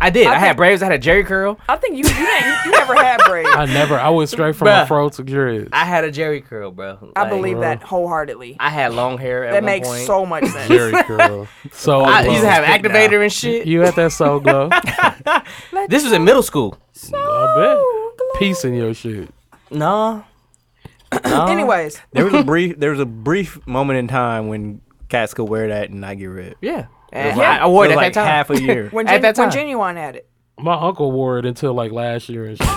S2: I did. I, had
S3: think-
S2: braids. I had a jerry curl.
S3: I think you you, ain't, you never had braids.
S1: I never. I went straight from a
S2: Bruh.
S1: fro to dreads.
S2: I had a jerry curl, bro.
S3: I
S2: Like,
S3: believe
S1: bro.
S3: that wholeheartedly.
S2: I had long hair. At
S3: That
S2: one
S3: makes
S2: point.
S3: so much sense.
S1: Jerry curl. So
S2: I used to
S1: glow.
S2: have activator and shit.
S1: You had that soul glow.
S2: This was in middle school.
S1: I bet. Peace in your shit.
S2: No.
S3: Anyways,
S4: There was a brief. There was a brief moment in time when cats could wear that and not get rid.
S2: Yeah.
S4: It was
S2: And
S4: like-
S2: I I wore Eh, it
S4: was
S2: at
S4: like
S2: that time.
S4: half a year.
S3: when
S2: At
S3: Gen-
S2: that
S3: when
S2: time.
S3: Genuine had it,
S1: My uncle wore it until like last year and shit.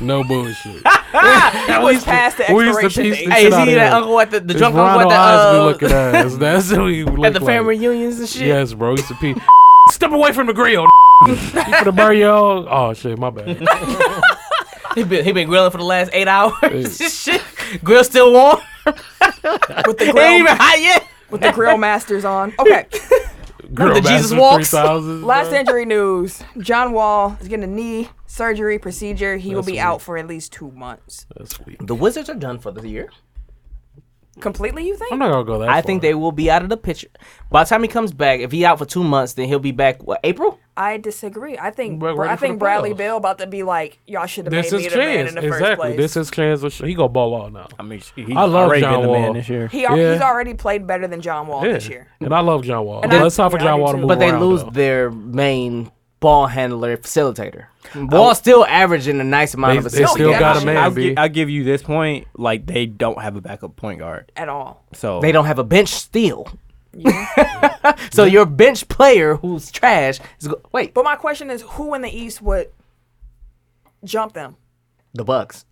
S1: no bullshit.
S3: it was past the
S1: we used to
S3: expiration
S1: piece
S3: date.
S1: the
S2: Hey,
S1: Shit
S2: is
S1: outta
S2: he that
S1: here.
S2: uncle at the, the
S1: It's
S2: drunk
S1: Ronald
S2: uncle at the,
S1: Osby
S2: uh,
S1: looking ass. That's who he looked
S2: at the
S1: like.
S2: family reunions and shit?
S1: Yes, bro. He's a pe- Step away from the grill. you finna burn your. own- Oh shit, my bad.
S2: He been he been grilling for the last eight hours.
S1: Hey.
S2: shit. Grill still warm.
S3: with the
S2: It ain't
S3: grill,
S2: even hot yet.
S3: with the grill masters on. Okay,
S1: Grill
S2: the Jesus
S1: Masters
S2: walks.
S1: 3000s,
S3: last
S1: bro.
S3: injury news: John Wall is getting a knee surgery procedure. He will
S1: That's
S3: be
S1: weak.
S3: out for at least two months.
S1: That's sweet.
S2: The Wizards are done for the year.
S3: Completely, you
S1: I'm
S3: think?
S1: not gonna go that.
S2: I think
S1: far.
S2: they will be out of the picture. By the time he comes back, if he out for two months, then he'll be back what April?
S3: I disagree. I think
S1: We're ready
S3: I
S1: for
S3: think
S1: the
S3: Bradley
S1: playoffs.
S3: Bill about to be like, y'all should have made
S1: This
S3: me
S1: is
S3: the man
S1: chance.
S3: in the first
S1: Exactly.
S3: place.
S1: This is chance. with sh- He gonna ball out now.
S4: I mean, she- he's
S1: I love
S4: already
S1: John
S4: been the
S1: Wall.
S4: man this year.
S3: he al-
S1: Yeah.
S3: he's already played better than John Wall this
S1: Yeah.
S3: year.
S1: And I love John Wall.
S3: I-
S1: But it's time for
S3: yeah, I
S1: John
S3: do
S1: Wall to
S3: too.
S1: move
S2: But they
S1: around,
S2: lose
S1: though.
S2: their main ball handler facilitator. Ball still averaging a nice amount of
S1: They, they
S2: assists.
S1: still
S2: a game.
S1: got a
S3: man,
S4: I'll,
S1: man,
S4: gi-
S1: B.
S4: I'll give you this point. Like they don't have a backup point guard,
S3: At all.
S4: so
S2: They don't have a bench still. so your bench player who's trash is go- wait
S3: But my question is, who in the East would jump them?
S2: the Bucks.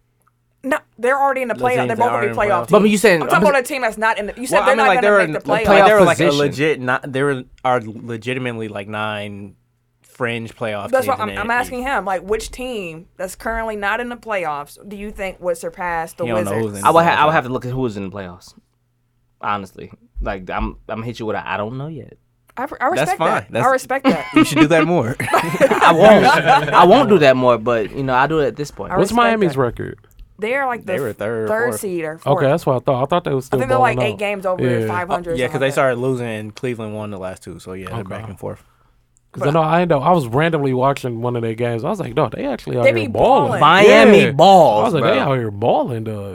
S3: No, they're already in the playoff.
S4: teams
S3: They're
S4: that
S3: both
S4: are
S3: gonna be
S4: in
S3: playoff.
S4: playoff.
S3: Teams.
S2: But you saying
S3: I'm talking about a team that's not in the. You said
S4: Well,
S3: they're
S4: I mean,
S3: not
S4: like
S3: gonna
S4: they're
S3: make the
S4: like,
S3: playoffs.
S2: playoff
S4: they're like a
S2: position.
S4: legit. Not, there are legitimately like nine fringe playoff.
S3: That's
S4: teams
S3: why I'm,
S4: in
S3: I'm
S4: the NBA.
S3: asking him. Like, which team that's currently not in the playoffs do you think would surpass the
S4: He don't know who's
S3: Wizards?
S4: in
S2: I would ha- I
S4: playoffs.
S2: would have to look at who was in the playoffs. Honestly, like I'm I'm gonna hit you with a I don't know yet.
S3: I, I respect
S4: fine.
S3: that. I
S4: That's-
S3: respect that.
S4: You should do that more.
S2: I won't I won't do that more, but you know I do it at this point.
S3: I
S1: What's
S3: respect
S1: Miami's
S3: that.
S1: record?
S3: They're like the
S4: They were third or fourth.
S3: seed or fourth.
S1: Okay, that's what I thought. I thought they was
S3: I
S1: still.
S3: think they're like
S1: balling
S3: eight
S1: out.
S3: games over
S1: yeah.
S3: 500. or
S4: yeah, because
S3: something
S4: they
S3: like that.
S4: started losing and Cleveland won the last two. So yeah, they're back and forth.
S1: Because I know I end up. I was randomly watching one of their games. I was like, no, they actually out
S3: They
S1: here
S3: be
S1: balling.
S3: balling.
S2: Miami
S1: Yeah.
S2: balls,
S1: I was like,
S2: bro.
S1: they out here balling, dog.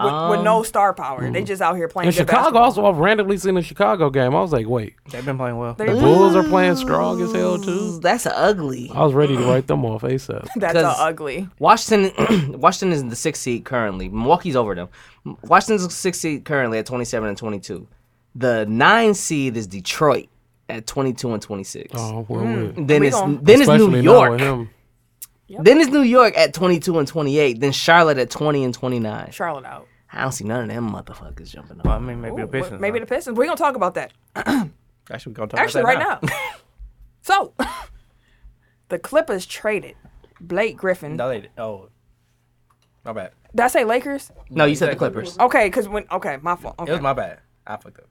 S3: with, with no star power. They just out here playing.
S1: And
S3: good
S1: Chicago
S3: basketball.
S1: also. I've randomly seen the Chicago game. I was like, wait,
S4: They've been playing well.
S1: the
S3: Ooh.
S1: Bulls are playing strong as hell too.
S2: That's ugly.
S1: I was ready to write them off ASAP.
S3: That's a
S2: 'Cause-
S3: ugly.
S2: Washington, Washington is the sixth seed currently. Milwaukee's over them. Washington's the sixth seed currently at twenty seven and twenty two. The nine seed is Detroit at twenty two and twenty six.
S1: Oh, well, well.
S2: Mm. Then
S3: We
S2: it's
S3: gon-
S2: then it's New
S1: Especially now
S2: York.
S1: with him.
S2: Then it's New York at twenty two and twenty eight. Then Charlotte at twenty and twenty nine.
S3: Charlotte out.
S2: I don't see none of them motherfuckers jumping
S4: I
S2: up.
S4: mean, maybe the
S3: Wh-
S4: Pistons.
S3: Maybe the Pistons. We're gonna talk about that
S4: the actually we're gonna talk
S3: actually
S4: about
S3: right
S4: that
S3: now. so, the Clippers traded Blake Griffin.
S4: No, they. Oh, my bad.
S3: Did I say Lakers?
S2: No, you said the Clippers.
S3: Okay, because when okay, my fault.
S4: It
S3: Okay.
S4: was my bad. I fucked up.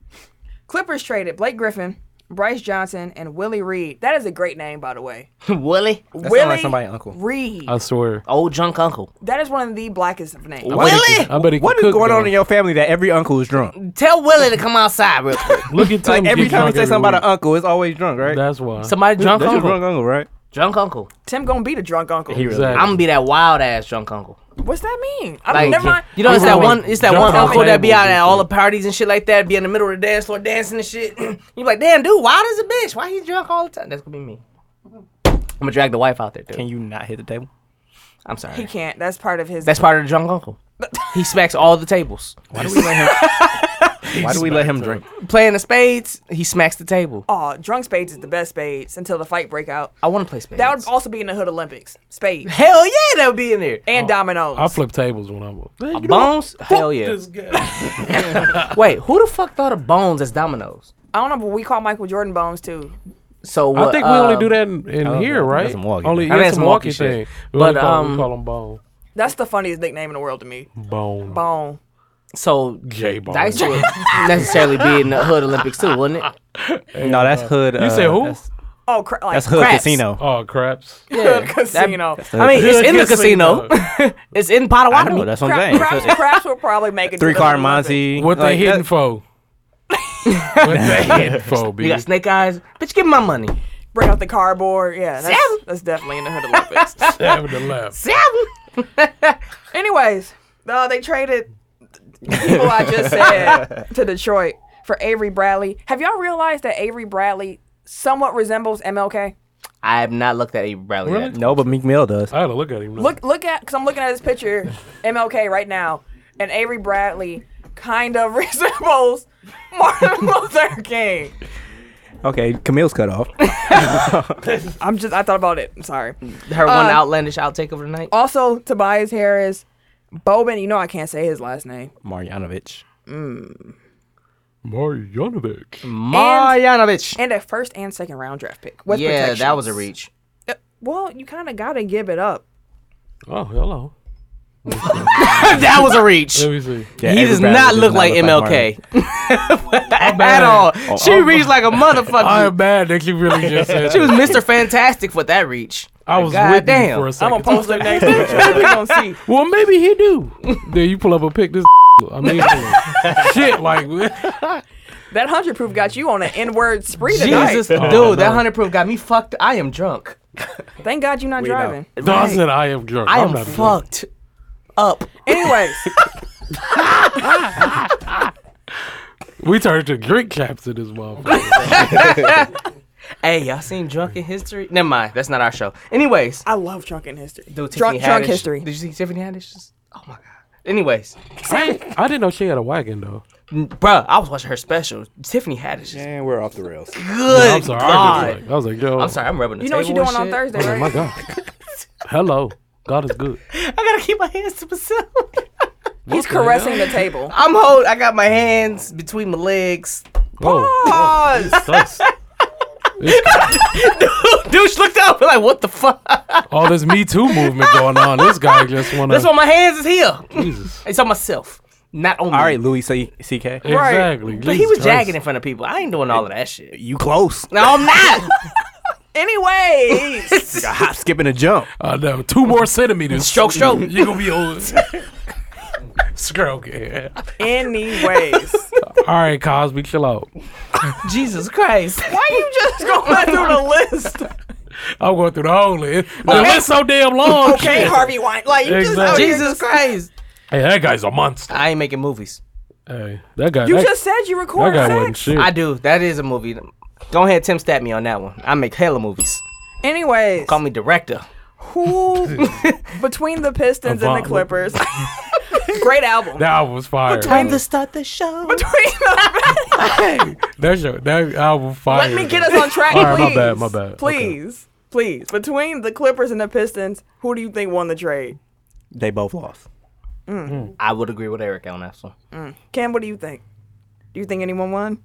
S3: Clippers traded Blake Griffin, Bryce Johnson, and Willie Reed. That is a great name, by the way.
S2: Willie,
S4: That
S3: Willie
S4: sound like somebody uncle.
S3: Reed.
S1: I swear.
S2: old junk uncle.
S3: that is one of the blackest of names.
S2: Willie,
S1: I bet he
S4: What
S1: could
S4: is
S1: cook,
S4: going on
S1: though.
S4: in your family that every uncle is drunk?
S2: tell Willie to come outside real quick.
S1: Look at Tim.
S4: Like every
S1: get
S4: time
S1: drunk
S4: you say
S1: every
S4: something
S1: week.
S4: about an uncle, it's always drunk, right?
S1: That's why.
S2: Somebody drunk
S4: That's your
S2: uncle.
S4: drunk uncle, right?
S2: Drunk uncle.
S3: Tim gonna be the drunk uncle.
S1: Exactly.
S2: I'm gonna be that wild ass drunk uncle.
S3: What's that mean? I don't,
S2: Like,
S3: never mind.
S2: you know, it's that
S1: Uncle
S2: one, it's that
S1: John
S2: one uncle that be
S1: Uncle
S2: out at
S1: Abel.
S2: all the parties and shit like that, be in the middle of the dance floor dancing and shit. you like, damn, dude, why does a bitch? Why he drunk all the time? That's gonna be me. I'm gonna drag the wife out there, dude.
S4: Can you not hit the table?
S2: I'm
S3: He
S2: sorry.
S3: can't. That's part of his.
S2: That's part of the drunk uncle. he smacks all the tables.
S4: Why do we let him? why do we let him drink?
S2: Playing the spades, he smacks the table.
S3: oh, drunk spades is the best spades until the fight break out.
S2: I want to play spades.
S3: That would also be in the Hood Olympics. Spades
S2: Hell yeah, that would be in there.
S3: and dominoes.
S1: I flip tables when I'm. Man, you
S2: Bones? Hell yeah.
S1: this guy.
S2: Wait, who the fuck thought of bones as dominoes?
S3: I don't know, but we call Michael Jordan bones too.
S2: So what,
S1: I think we only do that in, in here,
S4: that's
S1: right?
S4: a Milwaukee
S1: Only
S2: thing. I
S1: yeah,
S2: think
S1: it's
S2: it's
S1: a
S2: Milwaukee
S1: Milwaukee
S2: shit.
S1: thing. We
S2: But,
S1: only call, we
S2: um,
S1: call them bone,
S3: That's the funniest nickname in the world to me.
S1: bone,
S3: Bone.
S2: So
S1: gay bone.
S2: dice would necessarily be in the hood Olympics too, wouldn't it?
S4: No, that's hood.
S1: uh,
S4: uh,
S1: You say who?
S4: That's,
S3: Oh, cra- like
S4: that's hood
S2: Craps.
S4: casino.
S1: Oh craps.
S3: yeah, casino.
S2: I mean, it's in the casino. it's in
S4: I know.
S2: Potawatomi.
S4: That's what I'm
S3: Cra-
S4: saying.
S3: craps, craps will probably make it. to
S4: Three
S3: the
S4: car
S3: Hood Olympics.
S4: Monty.
S1: What they
S4: like,
S1: hitting
S4: that-
S1: for? what they hitting for,
S2: You
S1: B?
S2: got snake eyes. Bitch, give me my money.
S3: Bring out the cardboard. Yeah, that's,
S2: Seven.
S3: that's definitely in the Hood Olympics.
S1: Seven to left.
S3: Anyways, uh, they traded the people I just said to Detroit for Avery Bradley. Have y'all realized that Avery Bradley somewhat resembles MLK?
S2: I have not looked at Avery Bradley
S1: Really?
S2: yet.
S4: No, but Meek Mill does.
S1: I had to look at him. now.
S3: Look, look at, because I'm looking at his picture, MLK right now, and Avery Bradley kind of resembles Martin Luther King.
S4: Okay, Camille's cut off.
S3: I'm just, I thought about it. I'm sorry.
S2: Her one
S3: Uh,
S2: outlandish outtake of the night.
S3: Also, Tobias Harris, Bowman. You know I can't say his last name.
S4: Marjanovic.
S1: Marjanovic.
S2: Marjanovic.
S3: And a first and second round draft pick. With
S2: Yeah, that was a
S3: protections.
S2: reach.
S3: Uh, Well, you kind of got to give it up.
S1: Oh, hello.
S2: that was a reach.
S1: Let me see.
S4: Yeah,
S2: he
S4: Avery
S2: does
S4: Bradley
S2: not look like
S4: Marjanovic.
S2: MLK at all. She reached like a motherfucker.
S1: I'm mad that you really just said
S2: She was
S1: that.
S2: Mr. Fantastic with that reach.
S1: I was
S2: God
S1: with
S2: damn.
S1: you for a
S3: I'm
S1: second.
S3: gonna post them next week. We gonna see.
S1: well, maybe he do. then you pull up a pic. This I mean, shit, like
S3: That hundred proof got you on an N-word spree tonight.
S2: Jesus, dude,
S1: Oh, no.
S2: that hundred proof got me fucked. I am drunk.
S3: Thank God you're not driving.
S1: Dawson. I am drunk.
S2: I
S1: I'm
S2: am
S1: not drunk.
S2: fucked up.
S3: Anyways,
S1: We turned to drink caps in this motherfucker.
S2: Hey, y'all seen Drunk in History? Never mind, that's not our show. Anyways,
S3: I love drunk in history.
S2: dude,
S3: drunk,
S2: Tiffany
S3: drunk
S2: Haddish-
S3: history.
S2: Did you see Tiffany Haddish's? Oh my god. Anyways,
S1: I, ain't- I didn't know she had a wagon though.
S2: bruh, I was watching her special. Tiffany Haddish is
S4: And we're off the rails.
S2: good.
S1: I'm sorry.
S2: God.
S1: I, was like, I was like, yo.
S2: I'm sorry, I'm rubbing the
S3: You know what you're
S2: table
S3: doing
S2: and
S3: on
S2: shit.
S3: Thursday,
S1: Oh
S3: right?
S1: my god. Hello. God is good.
S2: I gotta keep my hands to myself.
S3: He's caressing the table.
S2: I'm hold. I got my hands between my legs.
S1: Whoa.
S3: Pause.
S1: Sus. It's-
S2: Douche looked up and like, what the fuck?
S1: all Oh, this Me Too movement going on. This guy just wanna.
S2: That's why my hands is here.
S1: Jesus.
S2: It's on myself, not on.
S4: All
S2: me.
S4: right, Louis C- CK.
S1: Exactly.
S2: But he
S1: Jesus
S2: was
S1: Christ.
S2: jagging in front of people. I ain't doing all of that shit.
S4: You close.
S2: No, I'm not.
S3: Anyways,
S4: A hop, skip, and a jump.
S1: I know. Two more centimeters.
S2: Stroke, stroke.
S1: You gonna be old. Stroke. Yeah.
S3: anyways.
S1: All right, Cosby, chill out.
S2: Jesus Christ.
S3: Why you just going through the list?
S1: I'm going through the whole list. The list so damn long.
S3: Okay, Harvey Wine. Like you just out
S1: Exactly.
S3: here
S2: Jesus Christ.
S1: Hey, that guy's a monster.
S2: I ain't making movies.
S1: Hey, that guy.
S3: You
S1: that,
S3: just said you
S1: that
S3: recorded
S1: guy
S3: sex.
S1: wasn't shit.
S2: I do. That is a movie. Go ahead, Tim, stab me on that one. I make hella movies.
S3: Anyways,
S2: Call me director.
S3: who between the Pistons and the
S1: Avant-
S3: Clippers? Great album.
S1: that album was fire.
S2: Time to start the show.
S3: Between the
S1: That show, that album fire.
S3: Let me get us on track,
S1: All
S3: please.
S1: right, my bad, my bad. Okay.
S3: Please, please. Between the Clippers and the Pistons, who do you think won the trade?
S4: They both lost.
S2: I would agree with Eric on that one.
S3: Cam, what do you think? Do you think anyone won?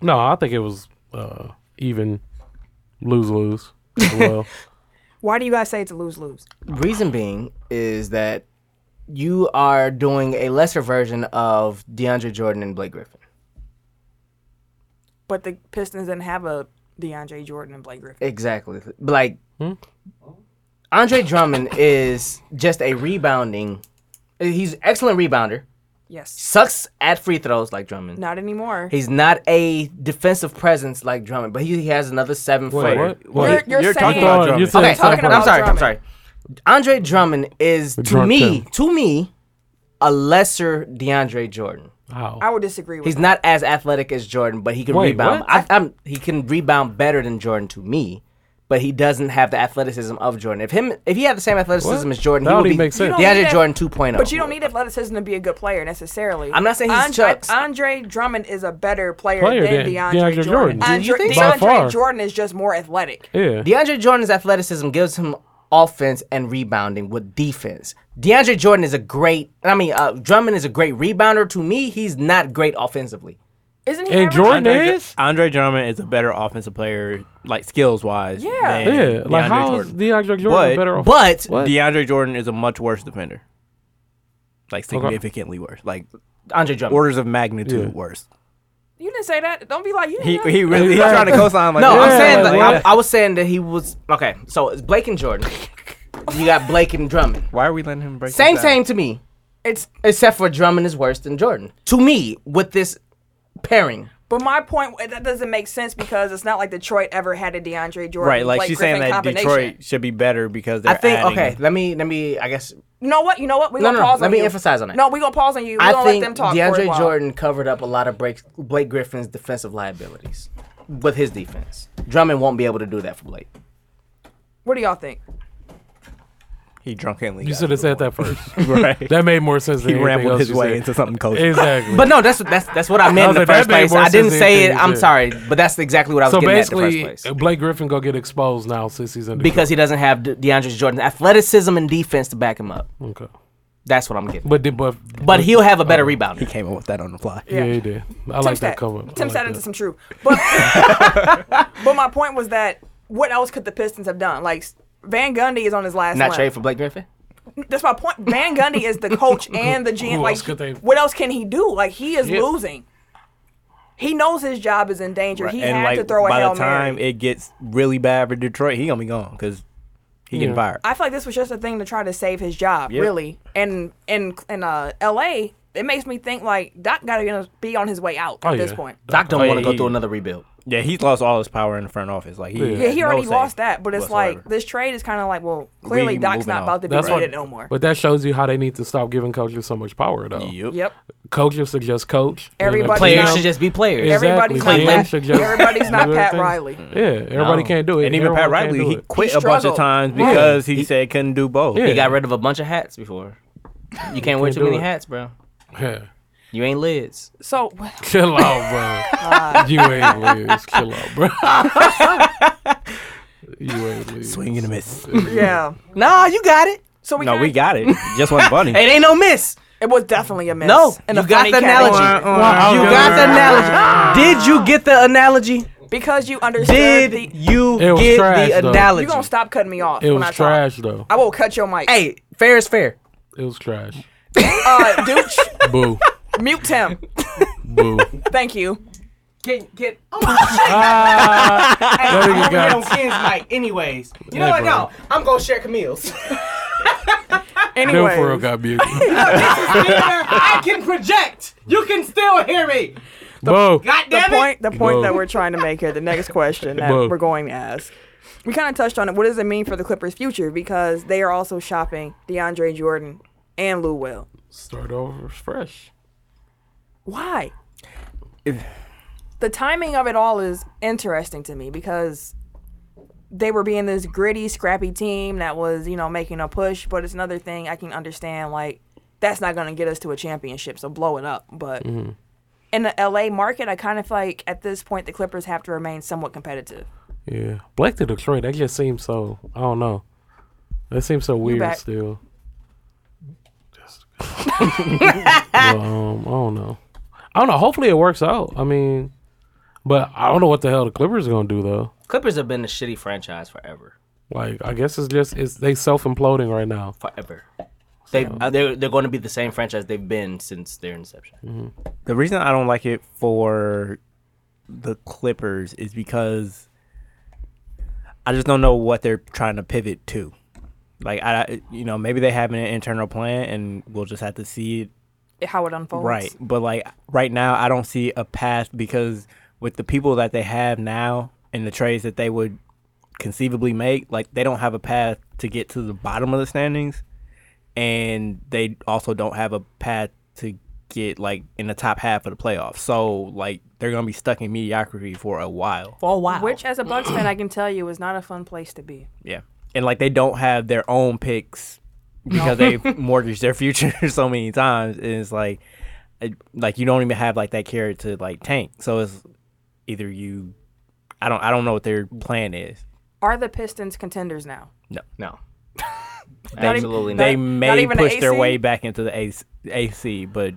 S1: No, I think it was uh, even lose lose. Well,
S3: Why do you guys say it's a lose lose?
S2: Reason being is that you are doing a lesser version of DeAndre Jordan and Blake Griffin.
S3: But the Pistons didn't have a DeAndre Jordan and Blake Griffin.
S2: Exactly. Like
S1: Hmm?
S2: Andre Drummond is just a rebounding. He's an excellent rebounder.
S3: Yes.
S2: Sucks at free throws like Drummond.
S3: Not anymore.
S2: He's not a defensive presence like Drummond, but he, he has another seven
S1: Wait,
S2: footer.
S1: what? What?
S3: You're- you're saying-
S1: Oh,
S4: Drummond.
S1: you said
S2: Okay,
S1: something.
S2: talking about I'm sorry. I'm
S3: Drummond.
S2: sorry. Andre Drummond is to
S1: drunk
S2: me,
S1: Tim.
S2: to me, a lesser DeAndre Jordan.
S1: How?
S3: I would disagree with
S2: He's
S3: that.
S2: not as athletic as Jordan, but he can
S1: Wait,
S2: rebound.
S1: what?
S2: I, I'm, he can rebound better than Jordan to me, but he doesn't have the athleticism of Jordan. If him, if he had the same athleticism
S1: What?
S2: as Jordan,
S1: That
S2: he
S1: don't
S2: would be
S1: even make sense.
S3: You don't need
S2: DeAndre
S3: that-
S2: Jordan oh. 2.0.
S3: But you don't need athleticism to be a good player necessarily.
S2: I'm not saying he's
S3: Andre,
S2: Chucks.
S3: Andre Drummond is a better player,
S1: Player
S3: than
S1: than
S3: DeAndre,
S1: DeAndre
S3: Jordan.
S1: Jordan. Do
S2: you
S3: Andre,
S2: think so?
S1: By far.
S3: DeAndre Jordan is just more athletic.
S1: Yeah.
S2: DeAndre Jordan's athleticism gives him offense and rebounding with defense. DeAndre Jordan is a great. I mean, uh, Drummond is a great rebounder. To me, he's not great offensively.
S3: Isn't he?
S1: And
S3: averaging-
S1: Jordan
S4: Andre,
S1: is?
S4: Andre Drummond is a better offensive player, like skills wise.
S3: Yeah.
S1: Yeah. Like, how is
S4: Jordan.
S1: DeAndre Jordan
S4: But-
S1: better off?
S2: But
S1: What?
S4: DeAndre Jordan is a much worse defender, like significantly worse, like
S2: Andre Drummond.
S4: orders of magnitude
S1: Yeah.
S4: worse.
S3: You didn't say that. Don't be like you.
S4: He
S3: didn't
S4: he really he's trying to cosign like
S2: No, I'm
S1: Yeah,
S2: saying that,
S1: like-
S2: I, I was saying that he was okay. So it's Blake and Jordan. you got Blake and Drummond.
S4: Why are we letting him break? this
S2: Same
S4: down?
S2: same to me. It's except for Drummond is worse than Jordan to me with this pairing.
S3: But my point that doesn't make sense because it's not like Detroit ever had a DeAndre Jordan.
S4: Right, like
S3: Blake
S4: she's
S3: Griffin
S4: saying that
S3: combination.
S4: Detroit should be better because they're
S2: I think
S4: adding-
S2: okay. Let me let me. I guess
S3: You know what? You know what? We're
S2: No,
S3: gonna
S2: no, no.
S3: pause
S2: Let
S3: on
S2: me
S3: you.
S2: emphasize on that.
S3: No, we're gonna pause on you. We're
S2: I
S3: gonna let
S2: think
S3: them talk. for a
S2: DeAndre
S3: while.
S2: Jordan covered up a lot of Blake, Blake Griffin's defensive liabilities with his defense. Drummond won't be able to do that for Blake.
S3: What do y'all think?
S4: He drunkenly.
S1: You
S4: got
S1: should have
S4: to
S1: said that first.
S4: the point. right.
S1: That made more sense
S4: he
S1: than anything
S4: rambled
S1: else
S4: his
S1: you
S4: way
S1: said.
S4: into something cozy.
S1: Exactly.
S2: But no, that's that's that's what I meant in
S1: I
S2: the
S1: was like,
S2: first
S1: that made
S2: place.
S1: more
S2: I didn't
S1: sense than
S2: say it.
S1: anything you
S2: I'm
S1: said.
S2: sorry, but that's exactly what I was
S1: so
S2: getting at in the first
S1: basically,
S2: place.
S1: Blake Griffin go get exposed now since he's in the
S2: because he doesn't have De- DeAndre Jordan's athleticism and defense to back him up.
S1: okay.
S2: That's what I'm getting.
S1: But did but
S2: But he'll have a better rebound.
S4: He came up with that on the fly.
S1: yeah, he did. I
S3: Tim
S1: like
S3: sat-
S1: that cover. I
S3: Tim
S1: like
S3: sat
S1: that.
S3: into some truth, but but my point was that what else could the Pistons have done? Like Van Gundy is on his last.
S2: Not
S3: leg.
S2: trade for Blake Griffin.
S3: That's my point. Van Gundy is the coach and the GM.
S1: Who
S3: like,
S1: else could they-
S3: what else can he do? Like, he is
S1: Yeah.
S3: losing. He knows his job is in danger. He
S4: and
S3: had
S4: like
S3: to throw a
S4: by
S3: hail
S4: the time
S3: mary.
S4: it gets really bad for Detroit, he gonna be gone because he getting
S1: Yeah.
S4: fired.
S3: I feel like this was just a thing to try to save his job,
S4: Yep.
S3: really. And in in uh, L.A., it makes me think like Doc got to be on his way out
S1: Oh,
S3: at this
S1: yeah.
S3: point.
S2: Doc don't
S4: Oh,
S2: want to
S4: yeah,
S2: go
S4: he-
S2: through another rebuild.
S4: yeah, he's lost all his power in the front office. Like he,
S1: Yeah.
S3: Yeah, he
S4: no
S3: already
S4: say
S3: lost that, but it's like
S4: whatsoever.
S3: this trade is kind of like, well, clearly
S4: We
S3: Doc's
S4: moving
S3: not
S4: on.
S3: about to be
S1: That's
S3: needed
S1: what,
S3: no more.
S1: But that shows you how they need to stop giving coaches so much power, though.
S4: Yep.
S3: Yep.
S1: Coaches should just coach. and
S3: Everybody
S1: the
S2: Players
S3: now-
S2: should just be players.
S1: Exactly.
S3: Everybody's
S1: Clean
S3: not Pat,
S1: should just
S3: everybody's not
S1: do
S3: Pat
S1: everything.
S3: Riley.
S1: Yeah, everybody
S2: No.
S1: can't do it.
S4: And even Pat
S1: Everyone can't
S4: Riley,
S1: do
S4: he
S1: it.
S4: quit
S3: He
S4: a bunch
S3: struggled.
S4: of times
S1: Yeah.
S4: because he, said couldn't do both.
S1: Yeah.
S2: He got rid of a bunch of hats before. You can't wear
S1: can't
S2: too
S1: do
S2: many
S1: it.
S2: hats, bro.
S1: Yeah.
S2: You ain't lids.
S3: So
S1: Chill out, bro. you ain't Liz. Chill out, bro. you ain't Liz.
S4: Swing and a miss.
S3: yeah,
S2: Nah, you got it.
S3: so we
S4: no,
S3: kinda-
S4: we got it. Just wasn't funny.
S2: It ain't no miss.
S3: It was definitely a miss.
S2: No,
S3: and
S2: you
S3: a
S2: got
S3: funny
S2: the analogy.
S3: catch.
S2: You got the analogy. Did you get the analogy?
S3: because you understood.
S2: Did
S3: the,
S2: you
S1: It was
S2: get
S1: trash,
S2: the
S1: though.
S2: analogy?
S3: you gonna stop cutting me off?
S1: It
S3: when I
S1: was
S3: talk.
S1: trash, though.
S3: I will cut your mic.
S2: Hey, fair is fair.
S1: It was trash.
S3: uh, dude, sh-
S1: Boo.
S3: mute him.
S1: Boo.
S3: Thank you.
S2: Get get
S1: There you go.
S2: Ken's mic, anyways. You
S1: know Hey, what? bro. No,
S2: I'm gonna share Camille's.
S1: Them
S3: Anyway,
S1: for real got muted.
S2: I can project. You can still hear me.
S1: Boo.
S3: the point the point
S1: Whoa.
S3: that we're trying to make here, the next question that
S1: Whoa.
S3: we're going to ask. We kind of touched on it. What does it mean for the Clippers' future? Because they are also shopping DeAndre Jordan and Lou Will.
S1: Start over fresh.
S3: Why? the timing of it all is interesting to me because they were being this gritty, scrappy team that was, you know, making a push, but it's another thing I can understand like that's not going to get us to a championship, so blow it up, but in the LA market, I kind of feel like at this point the Clippers have to remain somewhat competitive.
S1: Yeah. Black to Detroit, that just seems so, I don't know. That seems so weird
S3: back.
S1: still. Just- Well, um, I don't know. I don't know. Hopefully it works out. I mean, but I don't know what the hell the Clippers are going to do, though.
S2: Clippers have been a shitty franchise forever,
S1: Like, I guess it's just, it's they self imploding right now.
S2: forever. They uh, they're they're going to be the same franchise they've been since their inception.
S4: The reason I don't like it for the Clippers is because I just don't know what they're trying to pivot to. Like I, you know, maybe they have an internal plan, and we'll just have to see it
S3: how it unfolds.
S4: Right. But like right now, I don't see a path because with the people that they have now and the trades that they would conceivably make, like they don't have a path to get to the bottom of the standings. And they also don't have a path to get like in the top half of the playoffs. So like they're going to be stuck in mediocrity for a while.
S9: For a while.
S3: Which, as a Bucks fan, I can tell you is not a fun place to be.
S4: Yeah. And like they don't have their own picks because they've mortgaged their future so many times. And it's like, it, like you don't even have like that carrot to like tank. So it's either you, I don't, I don't know what their plan is.
S3: Are the Pistons contenders now?
S4: No,
S2: No.
S4: They-
S2: Absolutely e, not.
S4: They may
S3: even an
S4: push their
S3: AC?
S4: way back into the AC, AC but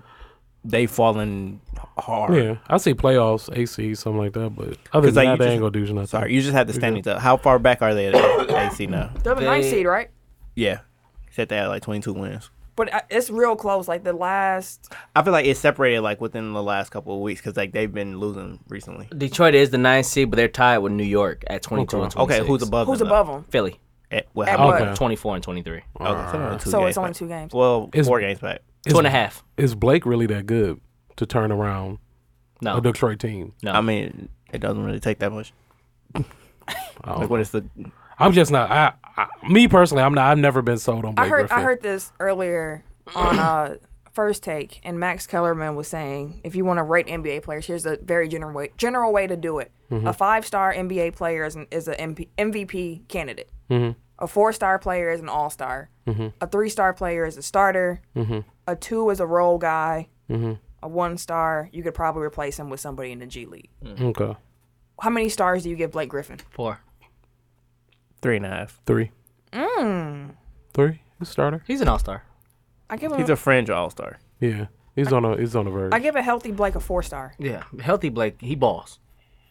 S4: they fallen hard.
S1: Yeah, I see playoffs, AC, something like that. But other than that,
S4: 'Cause, like, you
S1: they
S4: just-
S1: ain't gonna do nothing.
S4: Sorry, you just had the standings up. How far back are they at AC now?
S3: They're the ninth
S2: They-
S3: seed, right?
S4: Yeah, except they had like 22 wins.
S3: But uh, it's real close. Like the last,
S4: I feel like it's separated like within the last couple of weeks because like they've been losing recently.
S2: Detroit is the ninth seed, but they're tied with New York at 22 and 26.
S4: Okay, who's above?
S3: who's
S4: them, though?
S3: above them?
S2: Philly.
S4: At, well,
S3: At
S4: how
S3: what?
S4: many-
S1: Okay.
S2: 24 and 23. Two
S4: Okay, so, only two
S3: So
S4: games
S3: it's only
S4: back.
S3: two games.
S4: Well,
S1: It's-
S4: four games back.
S2: and a half.
S1: Is Blake really that good to turn around
S2: No.
S1: a Detroit team?
S2: no.
S4: I mean, it doesn't really take that much. like, what is the?
S1: I'm just not. I, I me personally, I'm not. I've never been sold on Blake
S3: I heard
S1: Griffin.
S3: I heard this earlier on uh, first take, and Max Kellerman was saying, if you want to rate NBA players, here's a very general way, general way to do it.
S1: Mm-hmm.
S3: A five star NBA player is an, is a MP, MVP candidate.
S1: Mm-hmm.
S3: A four star player is an all star. A three star player is a starter.
S1: Mm-hmm.
S3: A two is a role guy. A one star, you could probably replace him with somebody in the G League.
S1: Mm-hmm. Okay,
S3: How many stars do you give Blake Griffin?
S2: Four.
S4: Three and a half.
S1: three. Mm.
S3: Mm.
S1: Three. He's a starter.
S2: He's an all star.
S3: I give him.
S4: He's
S3: a-
S4: a fringe all star.
S1: Yeah, he's on a. He's on a verge.
S3: I give a healthy Blake a four star.
S2: Yeah. Healthy Blake, he balls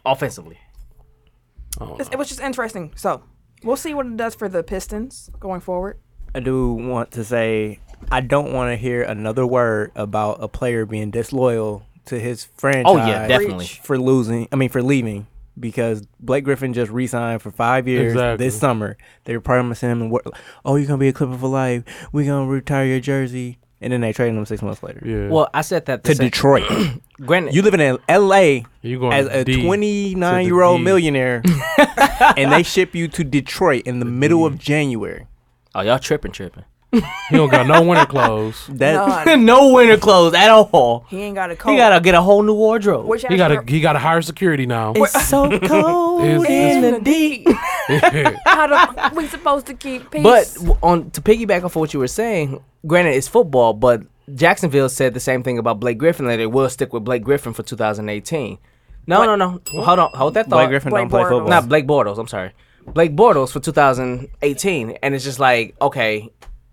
S2: offensively.
S3: It's- It was just interesting. So we'll see what it does for the Pistons going forward.
S4: I do want to say I don't want to hear another word about a player being disloyal to his franchise.
S2: Oh, yeah, definitely.
S4: For losing, I mean for leaving, because Blake Griffin just re-signed for five years
S1: Exactly.
S4: this summer. They were promising him, wor- "Oh, you're gonna be a Clipper for life. We're gonna retire your jersey," and then they traded him six months later
S1: yeah.
S2: Well, I said that the
S4: to
S2: same-
S4: Detroit.
S2: Granted,
S4: you live in L.A.
S1: You going
S4: as
S1: to
S4: a
S1: D,
S4: 29
S1: to the
S4: year old
S1: D.
S4: millionaire, and they ship you to Detroit in the middle of January.
S2: oh, y'all tripping, tripping.
S1: he don't got no winter clothes.
S4: That
S3: None.
S2: no winter clothes at all.
S3: he ain't got a
S4: Oh.
S3: coat.
S2: He gotta get a whole new wardrobe.
S3: Which
S1: He got to. He got to hire security now.
S9: It's so cold
S1: It's-
S9: in
S1: it's-
S9: the deep.
S3: how do we supposed to keep peace?
S2: But w- on to piggyback off what you were saying, granted it's football, but Jacksonville said the same thing about Blake Griffin that they will stick with Blake Griffin for 2018. No, no, no. Hold on, hold that thought.
S4: Blake Griffin don't play
S3: Blake Bortles.
S4: football.
S2: Not Blake Bortles. I'm sorry, Blake Bortles for 2018, and it's just like okay.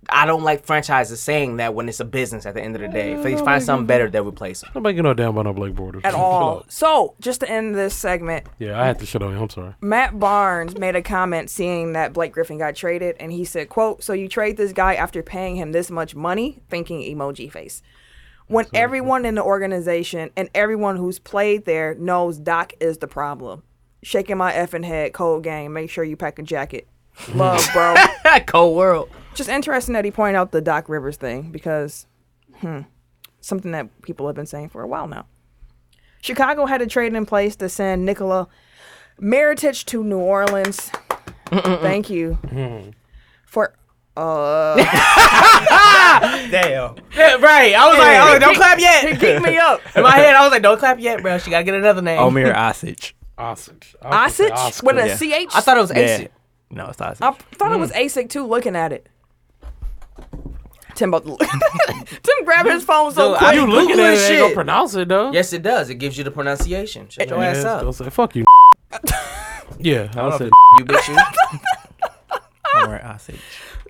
S2: I don't like franchises saying that when it's a business at the end of the day. If they find something better, they'll replace him.
S1: I'm making no damn about no Blake Borders
S3: at all. So just to end this segment,
S1: Yeah, I had to shut on him. I'm sorry.
S3: Matt Barnes made a comment seeing that Blake Griffin got traded, and he said, "quote So you trade this guy after paying him this much money?" Thinking emoji face. When everyone in the organization and everyone who's played there knows Doc is the problem. Shaking my effing head, cold game. Make sure you pack a jacket. Love, bro.
S2: Cold world.
S3: Just interesting that he pointed out the Doc Rivers thing because, hmm, something that people have been saying for a while now. Chicago had a trade in place to send Nikola Mirotic to New Orleans. Thank you
S2: Mm-hmm.
S3: for. Uh,
S4: damn.
S2: right. I was like, oh, don't clap
S3: he
S2: yet.
S3: geeked me up.
S2: In my head, I was like, don't clap yet, bro. She gotta get another name.
S4: Omer Asich.
S1: Osage.
S3: Osage with a
S4: yeah.
S3: CH.
S2: I thought it Mm. was AC.
S4: Yeah. No, it's not.
S3: I thought it was ASIC too. Looking at it, Tim, about to look- Tim grabbed his phone so
S2: Dude,
S3: quick.
S2: I-
S1: You looking
S2: Googling
S1: at it? Ain't gonna
S2: shit.
S1: pronounce it though.
S2: Yes, it does. It gives you the pronunciation. Shut your
S1: Yeah,
S2: ass
S1: it's
S2: up.
S1: gonna say, Fuck you. yeah, I said.
S2: You bitch. You.
S4: Omer Asich.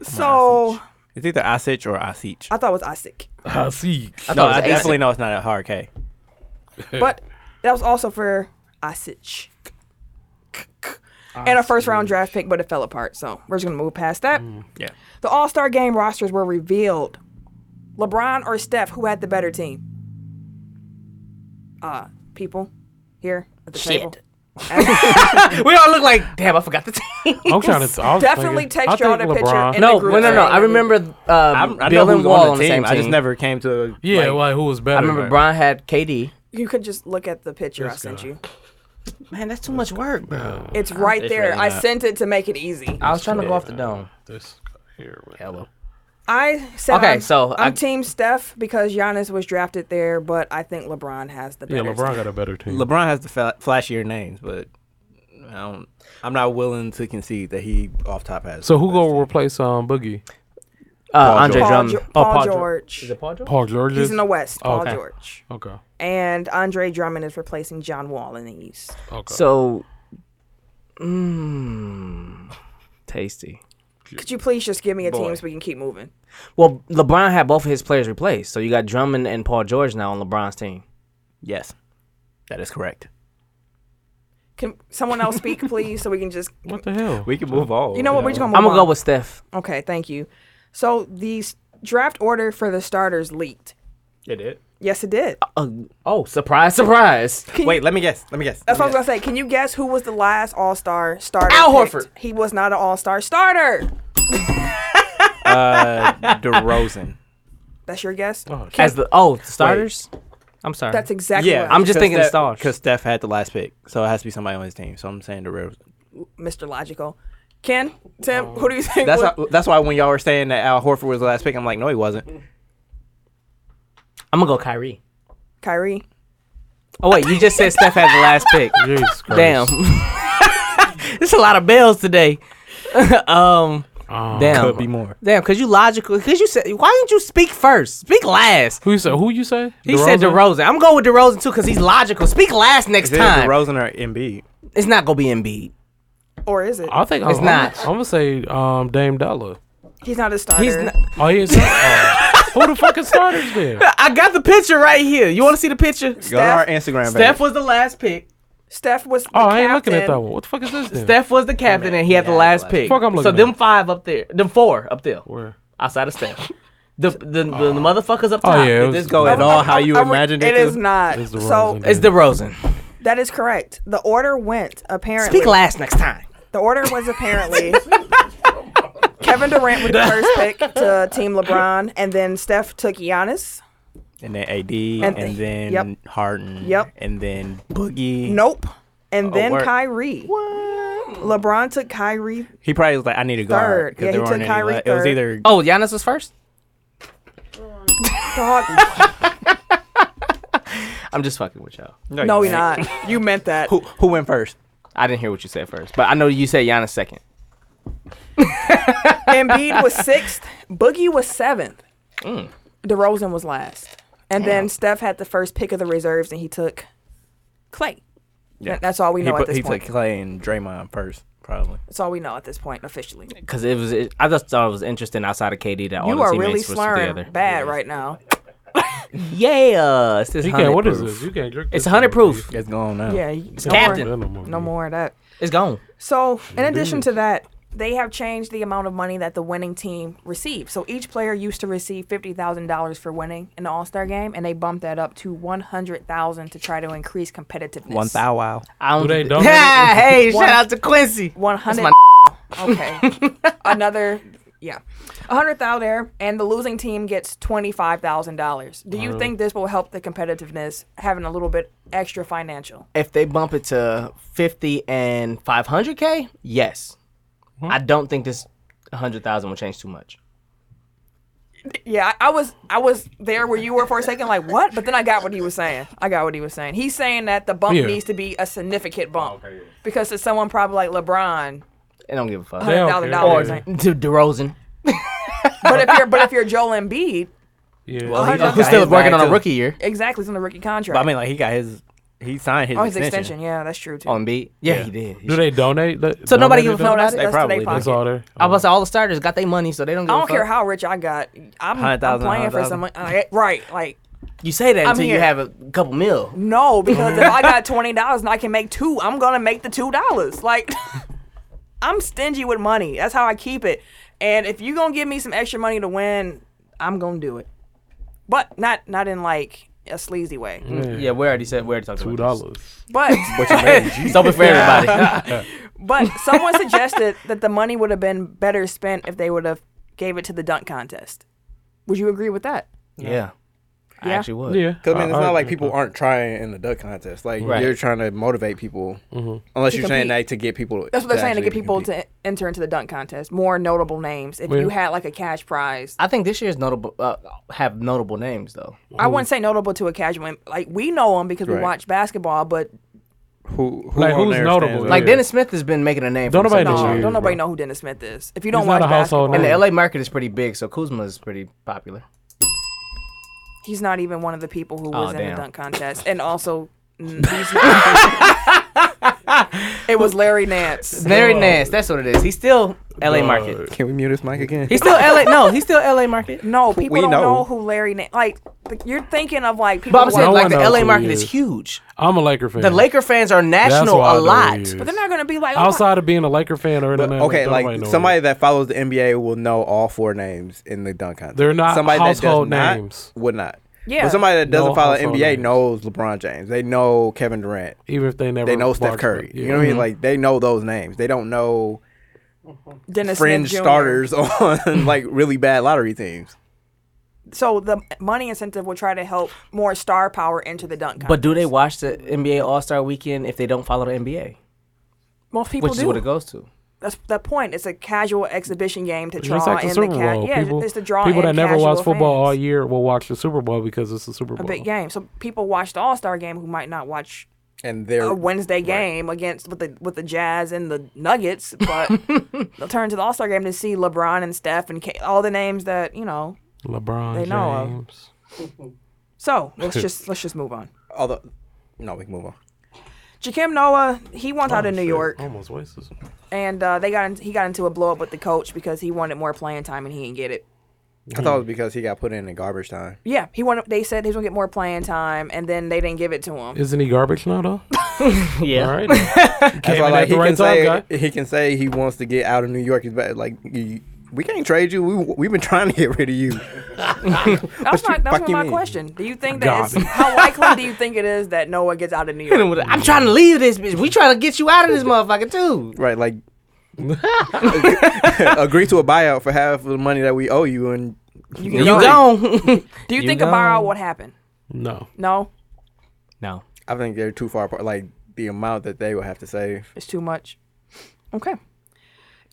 S3: So
S4: It's either Asich or Asich.
S3: I thought it was ASIC.
S1: I see.
S4: No,
S2: it was
S4: I
S2: Asich.
S4: definitely know it's not a hard K.
S3: But that was also for Osage. And a first round draft pick, but it fell apart. So we're just gonna move past that.
S4: Yeah.
S3: The All Star Game rosters were revealed. LeBron or Steph, who had the better team? Uh, people, here at the
S2: Shit.
S3: table.
S2: We all look like, damn, I forgot the team.
S1: I'm trying to I was
S3: Definitely
S1: thinking-
S3: text
S1: I
S3: y'all
S1: think
S3: the picture
S1: LeBron-
S3: in
S2: No,
S3: the group
S2: no, no, no.
S3: chat.
S2: I remember um,
S4: I'm, I
S2: Bill
S4: know
S2: and
S4: who's on
S2: Wall
S4: the team.
S2: same
S4: I just
S2: team.
S4: never came to.
S1: Yeah,
S4: like,
S1: like who was better?
S2: I remember Brian had KD.
S3: You could just look at the picture I sent you.
S2: Man, that's too much work, bro.
S3: It's right there.
S4: really
S3: I
S4: not.
S3: sent it to make it easy.
S2: I was trying to go off the dome.
S1: This guy here. with-
S2: Hello.
S3: I said
S2: Okay,
S3: I'm,
S2: so
S3: I'm
S2: I-
S3: team Steph because Giannis was drafted there, but I think LeBron has the
S1: Yeah,
S3: better.
S1: LeBron got a better team.
S4: LeBron has the fa- flashier names, but I don't. I'm not willing to concede that he off top has.
S1: so who gonna replace um Boogie?
S2: Uh, Andre
S3: Paul,
S2: Drummond.
S3: jo- Paul,
S4: Paul
S3: George.
S1: Paul George.
S3: He's
S1: is?
S3: in the West. Paul
S1: Okay.
S3: George
S1: Okay.
S3: and Andre Drummond is replacing John Wall in the East.
S1: Okay.
S2: So, mmm, tasty.
S3: Could you please just give me a team so we can keep moving?
S2: Well, LeBron had both of his players replaced, so you got Drummond and Paul George now on LeBron's team.
S4: Yes, that is correct.
S3: Can someone else speak, please, so we can just?
S1: what the hell?
S4: We can move on.
S3: You know what? We're just gonna. Move
S2: I'm gonna
S3: on.
S2: go with Steph.
S3: Okay, thank you. So the s- draft order for the starters leaked.
S4: It did.
S3: Yes, it did.
S2: Uh, oh, surprise, surprise!
S4: Wait, let me guess. Let me guess.
S3: That's
S4: let
S3: what I
S4: me
S3: was gonna say. Can you guess who was the last All Star starter?
S2: Al
S3: picked?
S2: Horford.
S3: He was not an All Star starter.
S4: guess. Uh, DeRozan.
S3: That's your guess.
S1: Oh, shit.
S2: As the oh the starters. I'm sorry.
S3: That's exactly.
S4: Yeah,
S3: what
S2: I'm just thinking
S4: Steph,
S2: stars.
S4: because Steph had the last pick, so it has to be somebody on his team. So I'm saying DeRozan.
S3: Mr. Logical. Ken, Tim, who do you think?
S4: That's
S3: was-
S4: how, that's why when y'all were saying that Al Horford was the last pick, I'm like, no, he wasn't.
S2: I'm gonna go Kyrie.
S3: Kyrie.
S2: Oh wait, you just said Steph had the last pick.
S1: Jesus Christ.
S2: Damn. There's a lot of bells today. um,
S1: Um,
S2: damn.
S4: Could be more.
S2: Damn, cause you logical. Cause you said, why didn't you speak first? Speak last.
S1: Who you say? Who you say?
S2: He said DeRozan. I'm going with DeRozan too, cause he's logical. Speak last next
S4: Is it
S2: time.
S4: DeRozan or Embiid?
S2: It's not gonna be Embiid.
S3: Or is it?
S1: I think
S2: It's
S1: I'm,
S2: not.
S1: I'm, gonna say um Dame Dollar.
S3: He's not a starter.
S2: He's not,
S1: Oh, he ain't say- oh. Who the fuck is starters then?
S2: I got the picture right here. You want to see the picture?
S4: Go to our Instagram.
S2: Steph
S4: page.
S2: was the last pick.
S3: Steph was.
S1: Oh,
S3: the
S1: I ain't looking at
S3: captain.
S1: that one. What the fuck is this then?
S2: Steph was the captain, and he had the last pick.
S1: Fuck, I'm
S2: so
S1: looking
S2: them
S1: at.
S2: five up there, them four up there,
S1: Where?
S2: outside of Steph. The the, the, the motherfuckers up
S1: Oh,
S2: top.
S1: yeah, it was-
S4: Just go at all how you
S3: I re-
S4: imagined it.
S3: It is
S4: to-
S3: not.
S1: It's
S3: so
S1: DeRozan.
S2: It's DeRozan.
S3: that is correct. The order went apparently.
S2: Speak last next time.
S3: The order was apparently Kevin Durant with the first pick to Team LeBron, and then Steph took Giannis.
S4: and then AD,
S3: And-
S4: and, then
S3: yep.
S4: Harden,
S3: Yep.
S4: and then Boogie.
S3: Nope. And then
S4: Oh, word.
S3: Kyrie. LeBron took Kyrie.
S4: he probably was like, I need a
S3: Third.
S4: guard. 'cause
S3: Yeah,
S4: there
S3: he took
S4: weren't any
S3: Kyrie
S4: left. It was
S3: third.
S4: either
S2: Oh, Giannis was first.
S3: Dog.
S2: I'm just fucking with y'all.
S3: No,
S4: you
S3: you're not. You meant that.
S4: Who who went first?
S2: I didn't hear what you said first, but I know you said Giannis second.
S3: Embiid was sixth. Boogie was seventh.
S4: Mm.
S3: DeRozan was last. And then Steph had the first pick of the reserves, and he took Clay. Yeah. That's all we
S4: He,
S3: know
S4: put,
S3: at this
S4: he
S3: point.
S4: took Clay and Draymond first, probably.
S3: That's all we know at this point officially.
S2: Cause it was, it, I just thought it was interesting outside of KD that all
S3: You
S2: the
S3: are
S2: teammates
S3: really
S2: was together.
S3: slurring bad right now.
S2: Yeah, it's this
S1: You
S2: 100
S1: can't. What is
S2: proof.
S1: this? You can't drink. this
S2: It's 100
S1: shit, please.
S2: proof.
S4: It's gone now.
S3: Yeah, you- no
S2: Captain.
S3: More,
S1: No more.
S3: no more of that.
S2: It's gone.
S3: So, in addition to that, they have changed the amount of money that the winning team receives. So each player used to receive fifty thousand dollars for winning an All Star game, and they bumped that up to one hundred thousand to try to increase competitiveness.
S4: One thou wow.
S2: I
S1: Do they
S2: thi-
S1: dunk on
S2: Yeah, hey,
S3: One-
S2: shout out to Quincy.
S3: One hundred.
S2: my
S3: Okay. Another. Yeah. A hundred thousand there, and the losing team gets twenty five thousand dollars. Do you think this will help the competitiveness having a little bit extra financial?
S2: If they bump it to 50 and 500k, yes. I don't think this 100,000 will change too much.
S3: Yeah, I, I was I was there where you were for a second, like what? But then I got what he was saying. I got what he was saying. He's saying that the bump
S1: Yeah.
S3: needs to be a significant bump because to someone probably like LeBron,
S2: I don't give a fuck.
S1: They
S3: hundred
S1: don't
S3: thousand
S1: care.
S3: dollars.
S1: Or-
S3: ain't-
S2: To DeRozan,
S3: But if you're but if you're Joel Embiid,
S1: Yeah.
S3: he
S1: Well,
S3: just-
S2: who's still
S4: he's
S2: working
S4: back
S2: on a
S4: to-
S2: rookie year.
S3: exactly, he's on the rookie contract.
S4: But I mean, like he got his, he signed his,
S3: oh, his
S4: extension.
S3: extension. Yeah, that's true too.
S2: On beat. Yeah, he did. He
S1: do
S2: sh-
S1: they donate? that-
S2: So nobody
S1: donate
S2: give a
S1: that?
S2: fuck
S3: no, that's,
S2: Oh, They
S3: that's
S4: probably
S3: today
S4: do.
S1: That's
S3: pocket.
S1: all there.
S2: I was all the starters got their money, so they don't give
S3: I
S2: a
S3: don't care
S2: fuck.
S3: how rich I got. I'm, I'm
S4: 100,000,
S3: playing for
S4: 100,000.
S3: someone. I- right, like
S2: You say that until you
S3: here.
S2: have a couple mil.
S3: no, because if I got twenty dollars and I can make two, I'm gonna make the two dollars. Like I'm stingy with money. That's how I keep it. And if you gonna give me some extra money to win, I'm gonna do it. But not not in like a sleazy way.
S2: Yeah, we already said we already talked
S1: Two
S2: about this.
S1: dollars.
S3: But
S2: It's open for everybody.
S3: but someone suggested that the money would have been better spent if they would have gave it to the dunk contest. Would you agree with that?
S2: yeah. I
S3: Yeah.
S2: actually would.
S1: Yeah.
S4: Because, man, it's
S1: I- I-
S4: not like people aren't trying in the duck contest. Like,
S2: Right.
S4: you're trying to motivate people, unless
S3: To
S4: you're
S3: compete.
S4: saying that to get people.
S3: That's what they're saying to
S4: actually
S3: get people
S4: compete.
S3: to enter into the dunk contest. More notable names. If you
S1: Yeah.
S3: had like a cash prize,
S2: I think this year's notable uh, have notable names though.
S1: Oh,
S3: I wouldn't say notable to a casual. Like we know them because we
S4: Right.
S3: watch basketball, but
S4: Who, who
S1: Like,
S4: on
S1: who's
S4: there
S1: notable?
S4: stands out?
S2: Like
S1: Yeah.
S2: Dennis Smith has been making a name.
S1: Don't
S2: for
S1: nobody
S2: himself.
S1: know
S3: no,
S1: you,
S3: don't nobody
S1: bro.
S3: know who Dennis Smith is. If you don't
S1: He's
S3: watch
S1: not a household
S3: basketball,
S1: name.
S2: And the LA market is pretty big, so Kuzma is pretty popular.
S3: he's not even one of the people who
S2: Aw,
S3: was in
S2: damn.
S3: the dunk contest. And also, mm, he's not. it was Larry Nance.
S2: Larry Nance, that's what it is. He's still LA market.
S4: Can we mute this mic again?
S2: He's still LA. No, he's still LA market.
S3: No, people
S4: We
S3: don't know.
S4: know.
S3: who Larry Nance. Like th- you're thinking of like people.
S2: But I'm
S3: who
S2: saying
S3: are-
S1: No
S2: like
S1: one
S2: the
S1: knows
S2: LA
S1: who
S2: market
S1: he
S2: is
S1: is.
S2: huge.
S1: I'm a Laker fan.
S2: The Laker fans are
S1: That's
S2: national
S1: why I
S2: a
S1: know who
S2: lot.
S1: he is.
S3: but they're not gonna be like oh my-
S1: Outside of being a Laker fan or anything, don't
S4: okay,
S1: nobody
S4: like
S1: know
S4: somebody
S1: him.
S4: that follows the NBA will know all four names in the dunk contest.
S1: They're not
S4: somebody
S1: household
S4: that does not
S1: names.
S4: Would not.
S3: Yeah.
S4: But somebody that doesn't
S1: No
S4: follow
S1: household
S4: NBA
S1: names.
S4: knows LeBron James. They know Kevin Durant.
S1: even if they never
S4: They know Steph
S1: watched
S4: Curry.
S1: it.
S4: You know what I mean? Like they know those names. They don't know
S3: Dennis
S4: fringe
S3: Smith Jr.
S4: starters on like really bad lottery teams.
S3: So the money incentive will try to help more star power into the dunk contest.
S2: But do they watch the NBA All Star Weekend if they don't follow the NBA?
S3: most people
S2: Which is
S3: do.
S2: what it goes to.
S3: That's the point. It's a casual exhibition game to draw
S1: It's like the
S3: in
S1: Super
S3: the
S1: Bowl.
S3: cat. Yeah,
S1: people
S3: it's to draw
S1: people
S3: in
S1: that never
S3: casual
S1: watch football all
S3: fans.
S1: year will watch the Super Bowl because it's the Super
S3: A
S1: Bowl.
S3: big game. So people watch the All Star game who might not watch
S4: And they're
S3: a Wednesday game against with the with the Jazz and the Nuggets, but they'll turn to the All Star game to see LeBron and Steph and K- all the names that you know.
S1: LeBron
S3: They know of.
S1: James.
S3: So let's just let's just move on.
S4: although no, we can move on.
S3: Jakim Noah, he wants out of New
S1: Oh, Shit,
S3: York,
S1: Almost wasted.
S3: and uh, they got in, he got into a blow up with the coach because he wanted more playing time and he didn't get it.
S4: I thought it was because he got put in in garbage time.
S3: Yeah, he wanted. They said he was gonna get more playing time, and then they didn't give it to him.
S1: Isn't he garbage now though?
S2: Yeah.
S1: All right. Came
S4: That's
S1: in
S4: why,
S1: at
S4: like,
S1: the
S4: he
S1: right time,
S4: can say
S1: guy.
S4: he can say he wants to get out of New York. He's bad. Like you- we can't trade you. We we've been trying to get rid of you.
S3: That's
S4: What
S3: my
S4: you
S3: that's what
S4: fucking
S3: my
S4: mean?
S3: question. Do you think that it's,
S1: Garbage.
S3: how likely do you think it is that Noah gets out of New York?
S2: I'm trying to leave this bitch. We trying to get you out of this motherfucker too.
S4: Right, like agree to a buyout for half of the money that we owe you, and
S2: You gone.
S3: Do you,
S2: You
S3: think
S2: know.
S3: about what happened?
S1: No.
S3: No,
S2: no.
S4: I think they're too far apart. Like the amount that they will have to save,
S3: it's too much. Okay.
S4: and,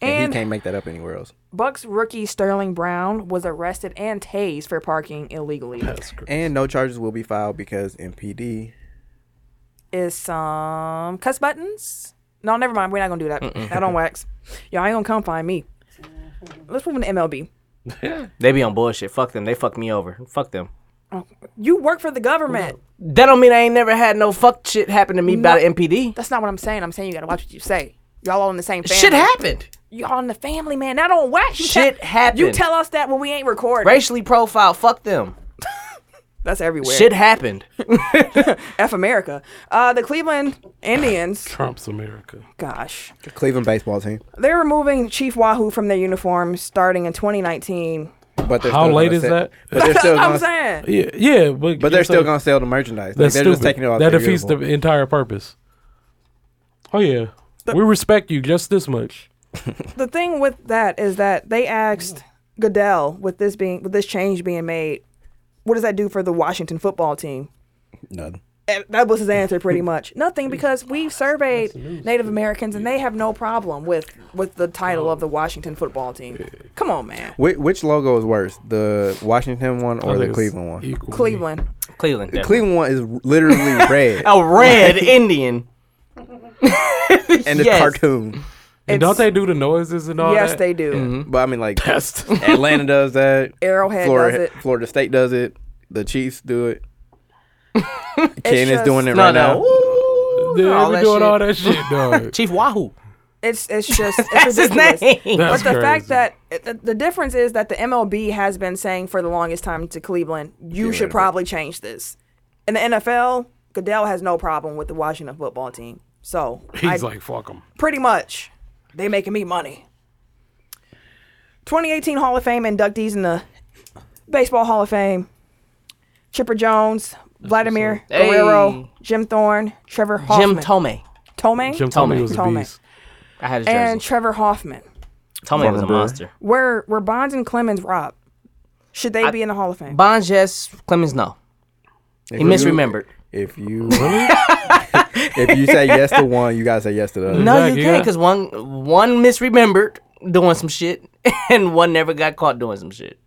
S3: And
S4: he can't make that up anywhere else.
S3: Bucks rookie Sterling Brown was arrested and tased for parking illegally.
S1: That's great.
S4: And no charges will be filed because MPD.
S3: Is some cuss buttons? No, never mind. We're not gonna do that. That don't wax. Y'all ain't gonna come find me. Let's move into MLB.
S2: They be on bullshit. Fuck them. They fuck me over. Fuck them.
S3: You work for the government.
S2: That don't mean I ain't never had no fuck shit happen to me about an MPD.
S3: That's not what I'm saying. I'm saying you gotta watch what you say. Y'all all in the same family.
S2: Shit happened.
S3: Y'all in the family, man. That don't wax. You
S2: Shit
S3: tell-
S2: happened.
S3: You tell us that when we ain't recording.
S2: Racially profiled. Fuck them.
S3: That's everywhere.
S2: Shit happened.
S3: F America. Uh, the Cleveland Indians.
S1: Trump's America.
S3: Gosh.
S4: The Cleveland baseball team,
S3: They're removing Chief Wahoo from their uniforms starting in 2019.
S4: but they're
S1: How
S4: still
S1: late
S4: gonna
S1: is
S4: se-
S1: that?
S4: But they're
S3: That's
S4: still
S3: what I'm
S4: gonna,
S3: saying.
S1: Yeah, yeah, but
S4: but
S1: you're
S4: they're still
S1: saying-
S4: gonna sell the merchandise. Like,
S1: That's
S4: they're
S1: stupid.
S4: just taking it off.
S1: that
S4: their
S1: defeats the
S4: uniform.
S1: entire purpose. Oh yeah, we respect you just this much.
S3: The thing with that is that they asked Goodell with this being with this change being made, what does that do for the Washington football team?
S4: Nothing.
S3: And that was his answer pretty much. Nothing because we've surveyed Native Americans and they have no problem with with the title of the Washington football team. Come on, man.
S4: Which, which logo is worse, the Washington one
S1: I
S4: or the
S1: think it's
S4: Cleveland one?
S1: equally-
S3: Cleveland.
S2: Cleveland.
S4: The
S2: definitely.
S4: Cleveland one is literally red,
S3: Oh,
S2: A red Indian.
S4: and it's
S2: yes.
S4: cartoon.
S1: And
S3: It's-
S1: don't they do the noises and all
S3: Yes,
S1: that? Mm-hmm.
S3: they do.
S4: But I mean, like
S1: Yes, they.
S4: Atlanta does that.
S3: Mm-hmm. Arrowhead
S4: Florida,
S3: does it.
S4: Florida State does it. The Chiefs do it. Ken
S3: just-
S4: is doing it
S2: No,
S4: right
S2: no.
S4: now.
S2: Ooh,
S1: Dude,
S2: all
S1: we
S2: that
S1: doing
S2: shit.
S1: all that shit, dog.
S2: Chief Wahoo.
S3: It's it's just it's
S2: That's his
S3: ridiculous.
S2: name.
S1: That's
S3: but
S1: crazy.
S3: the fact that it- the, the difference is that the MLB has been saying for the longest time to Cleveland, you should probably change this. In the NFL, Goodell has no problem with the Washington football team. So I,
S1: he's like, fuck him.
S3: pretty much, they making me money. 2018 Hall of Fame inductees in the Baseball Hall of Fame: Chipper Jones, Vladimir
S2: Hey.
S3: Guerrero, Jim Thorne, Trevor Hoffman.
S2: Jim Tomei.
S3: Tome?
S1: Jim Tomey
S2: Tomey.
S1: was a
S3: Tomey.
S1: beast.
S2: I had his jersey.
S3: and Trevor Hoffman.
S2: Tomey was a monster.
S3: Where were Bonds and Clemens robbed? Should they be in the Hall of Fame?
S2: Bonds, yes. Clemens, no. He
S4: you-
S2: misremembered.
S4: If you if you say yes to one, you gotta say yes to the other.
S2: No,
S1: Exactly,
S2: you can't,
S1: yeah.
S2: because one one misremembered doing some shit, and one never got caught doing some shit.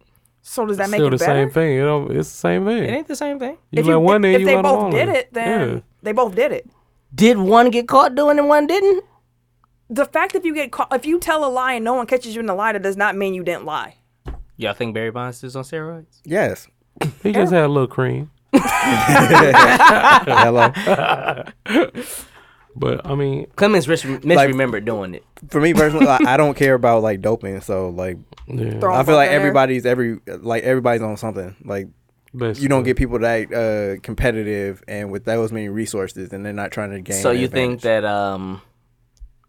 S3: so does that make
S1: Still the
S3: it better?
S1: same thing. You know, it's the same thing.
S2: It ain't the same thing.
S1: You
S3: If,
S1: let
S3: you-
S1: one in,
S3: if
S1: you
S3: they
S1: let 'em
S3: both
S1: all
S3: did
S1: in.
S3: it, then
S1: Yeah.
S3: they both did it.
S2: Did one get caught doing and one didn't?
S3: The fact that you get caught, if you tell a lie and no one catches you in the lie, that does not mean you didn't lie.
S2: Y'all think Barry Bonds is on steroids?
S4: Yes.
S1: He just had a little cream.
S4: Hello.
S1: But I mean,
S2: Clemens ris- misremembered doing it.
S4: For me personally, like, I don't care about like doping, so like
S1: yeah,
S3: Throw
S4: I
S3: 'em
S4: feel
S3: both
S4: like
S3: in there.
S4: everybody's every like everybody's on something. Like
S1: basically.
S4: you don't get people that uh competitive and with those many resources and they're not trying to gain.
S2: so
S4: an
S2: you think
S4: advantage.
S2: that um,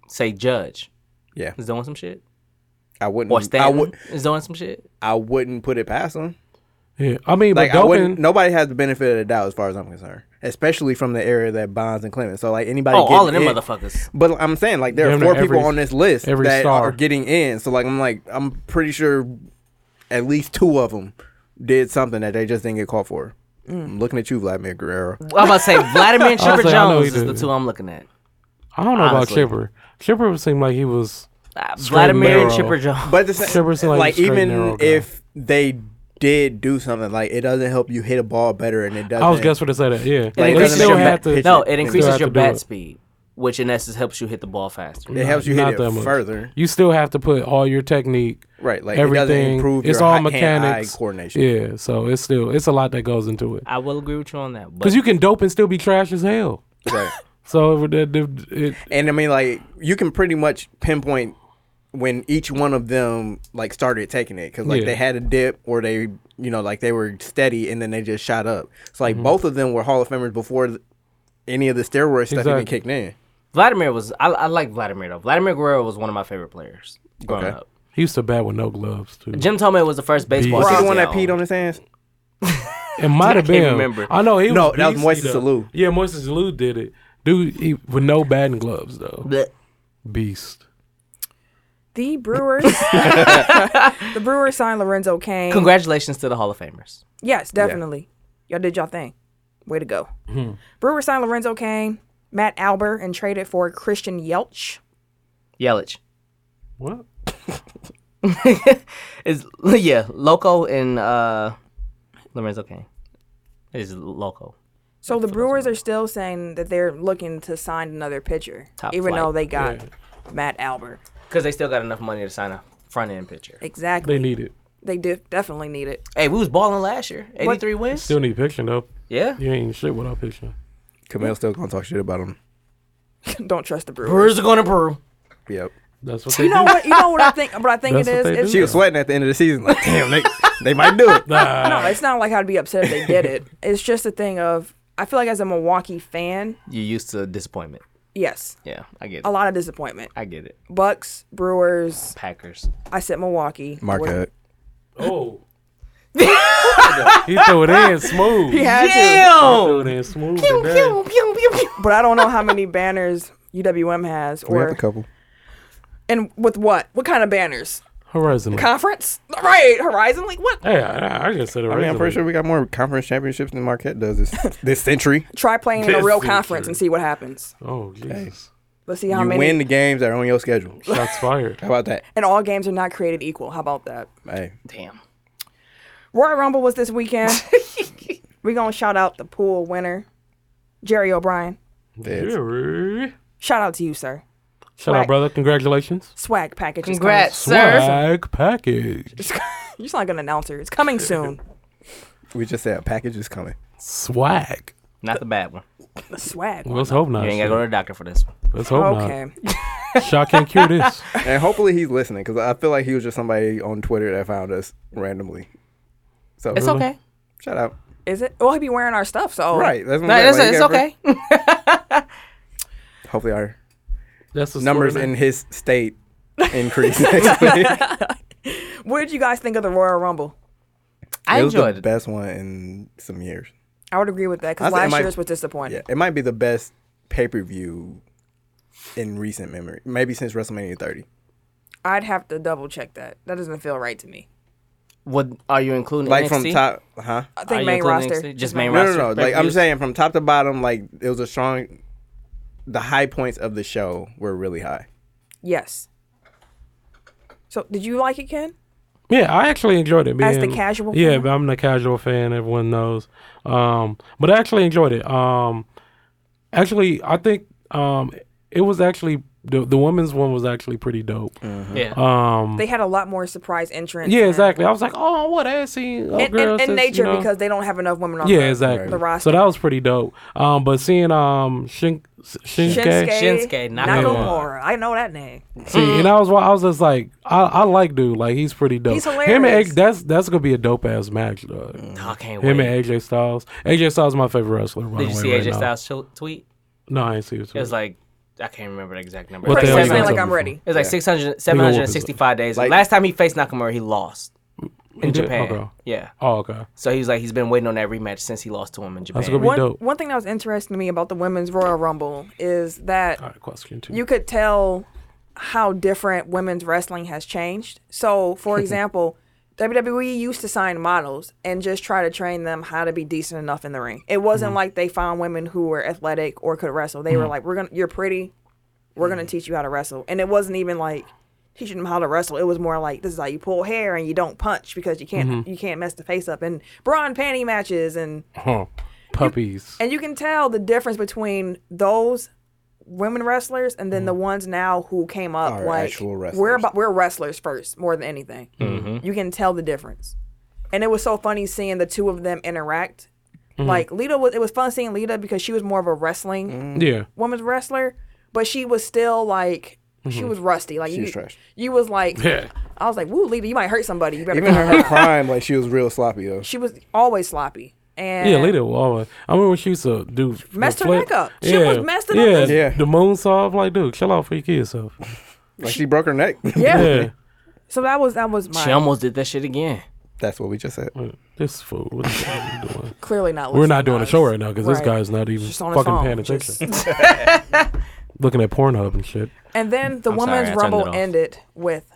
S2: say Judge
S4: Yeah.
S2: is doing some shit,
S4: I wouldn't
S2: or
S4: I
S2: Stanton
S4: would
S2: is doing some shit?
S4: I wouldn't put it past them.
S1: Yeah, I mean,
S4: Like
S1: but
S4: I wouldn't
S1: doping.
S4: nobody has the benefit of the doubt as far as I'm concerned. Especially from the area that Bonds and Clemens. So like anybody
S2: Oh, all of them
S4: getting in-
S2: motherfuckers.
S4: But I'm saying like there are
S1: Damn
S4: four
S1: near every-
S4: people on this list
S1: every
S4: that
S1: star.
S4: are getting in. So like I'm like I'm pretty sure at least two of them did something that they just didn't get called for. I'm looking at you, Vladimir Guerrero.
S2: I'm about to say Vladimir and Chipper
S1: say, I know
S2: Jones
S1: he
S2: is the
S1: did.
S2: two I'm looking at.
S1: I don't know about
S2: honestly.
S1: Chipper. Chipper seemed like he was.
S2: Uh,
S1: Straight
S2: Vladimir and
S1: narrow.
S2: Chipper Jones.
S4: But the same,
S1: Chipper's like
S4: like,
S1: a straight narrow
S4: even
S1: guy.
S4: if they did do something, like it doesn't help you hit a ball better, and it doesn't.
S1: I was guessing to say that. Yeah,
S4: Like,
S1: they
S4: doesn't
S1: still
S4: your
S1: had
S4: bat-
S1: to.
S4: pitch-
S2: no, it
S4: They still
S1: have
S2: increases your
S1: to do
S2: bat
S1: it.
S2: speed, which in essence helps you hit the ball faster.
S4: It helps you hit
S1: Not
S4: it
S1: that much.
S4: further.
S1: You still have to put all your technique,
S4: Right, like it doesn't
S1: everything.
S4: improve
S1: it's
S4: your
S1: all
S4: hi- hand-eye
S1: mechanics,
S4: coordination.
S1: Yeah, so it's still it's a lot that goes into it.
S2: I will agree with you on that. But
S1: Because you can dope and still be trash as hell.
S4: Right.
S1: So it, it, it, it
S4: And I mean, like you can pretty much pinpoint when each one of them like started taking it because like
S1: Yeah.
S4: they had a dip or they you know like they were steady and then they just shot up.
S1: Mm-hmm.
S4: So like both of them were Hall of Famers before th- any of the steroid stuff
S1: Exactly.
S4: even kicked in.
S2: Vladimir was I, I like Vladimir though. Vladimir Guerrero was one of my favorite players growing
S4: Okay.
S2: up.
S1: he used to bat with no gloves too.
S2: Jim Tomei was the first baseball.
S1: Beast. Wow.
S4: Was he
S2: jersey
S4: the one that
S2: I
S4: peed
S2: owned.
S4: on his hands?
S1: It might have
S2: can't
S1: been.
S2: remember.
S1: I know. He
S4: No,
S1: was
S4: that was
S1: beastie,
S4: Moises
S1: though.
S4: Alou.
S1: Yeah, Moises Alou did it. Dude, he, with no batting gloves though.
S2: Blech.
S1: Beast.
S3: The Brewers, the Brewers signed Lorenzo Kane.
S2: Congratulations to the Hall of Famers.
S3: Yes, definitely. Y'all did y'all thing. Way to go.
S1: Hmm.
S3: Brewers signed Lorenzo Kane, Matt Albert, and traded for Christian Yelch.
S2: Yelich
S1: What?
S2: is yeah Loco and uh, Lorenzo Kane is Loco.
S3: So the Brewers are still saying that they're looking to sign another pitcher,
S2: Top
S3: even
S2: flight.
S3: though they got Matt Albert.
S2: Because they still got enough money to sign a front end pitcher.
S1: They
S3: Exactly.
S1: need it.
S3: They do definitely need it.
S2: Hey, we was balling last year.
S3: What-
S2: Eighty three wins.
S1: Still need pitching though.
S2: yeah.
S1: You ain't shit without pitching.
S4: Camille's still gonna talk shit about him.
S3: Don't trust the Brewers.
S2: Brewers are going to Peru.
S4: Yep.
S1: That's what they
S3: You know
S1: do.
S3: what? You know what I think. What I think it
S1: That's
S3: is.
S1: what they
S3: It's,
S1: do.
S4: She was sweating at the end of the season. Like, damn, they they might do it.
S3: no, it's not like I'd be upset if they did it. It's just a thing of I feel like as a Milwaukee fan,
S2: You used to disappointment.
S3: yes,
S2: Yeah, I get
S3: a
S2: it.
S3: lot of disappointment.
S2: I get it.
S3: Bucks, Brewers.
S2: Packers.
S3: I said Milwaukee.
S4: Mark
S3: With-
S4: Hutt.
S1: Oh. he threw it in smooth. He
S3: had to.
S1: threw it in smooth. today.
S3: but I don't know how many banners UWM has,
S4: We have a
S3: or
S4: couple.
S3: and with what? What kind of banners?
S1: Horizon. League.
S3: Conference, right? Horizon League. What?
S1: Hey, I, I just said it.
S4: I mean, I'm pretty sure we got more conference championships than Marquette does this this century.
S3: Try playing in a real
S1: is
S3: conference and see what happens.
S1: Oh, Jesus.
S3: Let's see how
S4: you
S3: many.
S4: win the games that are on your schedule. How
S1: Shots fired.
S4: about that?
S3: And all games are not created equal. How about that?
S4: Hey,
S2: Damn.
S3: Royal Rumble was this weekend. we gonna shout out the pool winner, Jerry O'Brien.
S4: that's-
S1: Jerry.
S3: Shout out to you, sir.
S1: Shout
S3: Right.
S1: out, brother. Congratulations.
S3: Swag package. is coming
S2: Congrats,
S3: soon.
S2: sir.
S1: Swag package.
S3: You sound like an announcer. It's coming soon.
S4: we just said a package is coming.
S1: Swag.
S2: Not the bad one.
S3: The swag.
S1: Let's hope not.
S2: You ain't got to go to the doctor for this one.
S1: Let's hope
S3: Okay.
S1: not. Shock can't cure this.
S4: And hopefully he's listening because I feel like he was just somebody on Twitter that found us randomly. So
S2: It's okay.
S4: Shout out.
S3: Is it? Well, he be wearing our stuff, so
S4: Right. That's what
S2: No,
S4: I'm
S2: it's,
S4: saying,
S2: it's
S4: like, you gotta-
S2: okay.
S4: Hopefully our
S1: That's the
S4: numbers
S1: story.
S4: in his state increase next week.
S3: What did you guys think of the Royal Rumble?
S2: I
S4: it was
S2: enjoyed
S4: the
S2: it.
S4: best one in some years.
S3: I I would agree with that
S8: I
S3: because
S8: think it
S3: last
S8: might-
S3: year's was disappointing.
S8: Yeah, it might be the best pay per view in recent memory, maybe since WrestleMania 30.
S3: I'd have to double check that. That doesn't feel right to me.
S2: What are you including?
S8: Like
S2: NXT?
S8: from top, huh?
S3: I
S2: Are
S3: think
S2: you
S3: main
S2: including
S3: roster.
S2: NXT? Just main
S8: No,
S2: roster.
S8: no, no. Like I'm
S2: Uh, pay-per-views?
S8: saying, from top to bottom, like it was a strong. The high points of the show were really high.
S3: Yes. So, did you like it, Ken?
S1: Yeah, I actually enjoyed it. Being,
S3: As the casual
S1: yeah,
S3: fan?
S1: but I'm the casual fan. Everyone knows. Um, but I actually enjoyed it. Um, actually, I think um, it was actually the the women's one was actually pretty dope.
S3: Mm.
S2: Yeah.
S1: Um,
S3: They had a lot more surprise entrants.
S1: yeah,
S3: and-
S1: exactly. I was like, oh, what I seen oh,
S3: In,
S1: girl,
S3: in, in
S1: since,
S3: nature,
S1: you know.
S3: because they don't have enough women on
S1: yeah,
S3: the,
S1: exactly.
S3: the roster.
S1: So that was pretty dope. Um, but seeing um Shin, Shinsuke,
S2: Shinsuke Nakamura.
S3: Nakamura. I know that name. Mm-hmm.
S1: See, and I was I was just like, I, I like dude, like he's pretty dope.
S3: He's
S1: Him and
S3: hilarious.
S1: X, that's that's gonna be a dope ass match, dog.
S2: I can't Mm. wait.
S1: Him and AJ Styles. AJ Styles is my favorite wrestler. By
S2: Did you
S1: the way,
S2: see
S1: right
S2: AJ
S1: now.
S2: Styles' ch- tweet?
S1: No, I ain't see it.
S2: It was like I can't remember the exact number.
S1: What
S2: It was
S1: the hell
S2: like
S1: you
S3: Saying
S1: gonna
S3: like
S1: tell
S3: I'm
S1: me for?
S2: 600
S3: ready.
S2: It was like 600,
S1: gonna whoop his
S2: 765 days.
S8: Like-
S2: Last time he faced Nakamura, he lost in
S1: did?
S2: Japan.
S1: Okay.
S2: Yeah.
S1: oh okay,
S2: So he was like, he's been waiting on that rematch since he lost to him in Japan.
S1: that's gonna be
S3: One,
S1: dope.
S3: one thing that was interesting to me about the women's Royal Rumble is that
S1: All right, question two.
S3: you could tell how different women's wrestling has changed. So, for example, WWE used to sign models and just try to train them how to be decent enough in the ring. It wasn't like they found women who were athletic or could wrestle. They were like, "We're gonna, you're pretty, we're gonna teach you how to wrestle." And it wasn't even like teaching them how to wrestle. It was more like, "This is how you pull hair and you don't punch because you can't, you can't mess the face up." And bra and panty matches and
S1: huh. Puppies.
S3: and you can tell the difference between those women wrestlers and then the ones now who came up
S8: Are
S3: like
S8: Mm-hmm. actual
S3: we're
S8: wrestlers.
S3: about we're wrestlers first more than anything.
S1: Mm-hmm.
S3: You can tell the difference, and it was so funny seeing the two of them interact.
S1: Mm-hmm.
S3: Like Lita was, it was fun seeing Lita because she was more of a wrestling
S8: Mm-hmm.
S1: yeah.
S3: women's wrestler, but she was still like. She
S1: Mm-hmm.
S3: was rusty. Like you,
S8: was trash.
S3: you was like,
S1: Yeah.
S3: I was like, "Woo, Lita, you might hurt somebody." You better
S8: Even in her prime, like she was real sloppy though.
S3: she was always sloppy. And
S1: Yeah, Lita will always. I remember when she used to do the
S3: Messed her
S1: flip.
S3: neck up. She was messed it up.
S1: yeah.
S8: Yeah.
S1: The moon saw like, dude, chill out for your kids, self.
S8: Like she broke her neck.
S3: yeah.
S1: Yeah,
S3: So that was that was my
S2: She almost did that shit again.
S8: That's what we just said.
S1: this fool. What the fuck are you doing?
S3: clearly not.
S1: We're not
S3: listening
S1: doing
S3: to
S1: a show
S3: us.
S1: right now because this
S3: Right.
S1: guy's not even
S3: Just on his
S1: fucking
S3: phone,
S1: paying attention.
S3: just-
S1: Looking at Pornhub and shit.
S3: And then the
S2: I'm sorry, I
S3: women's
S2: turned it
S3: rumble
S2: off.
S3: ended with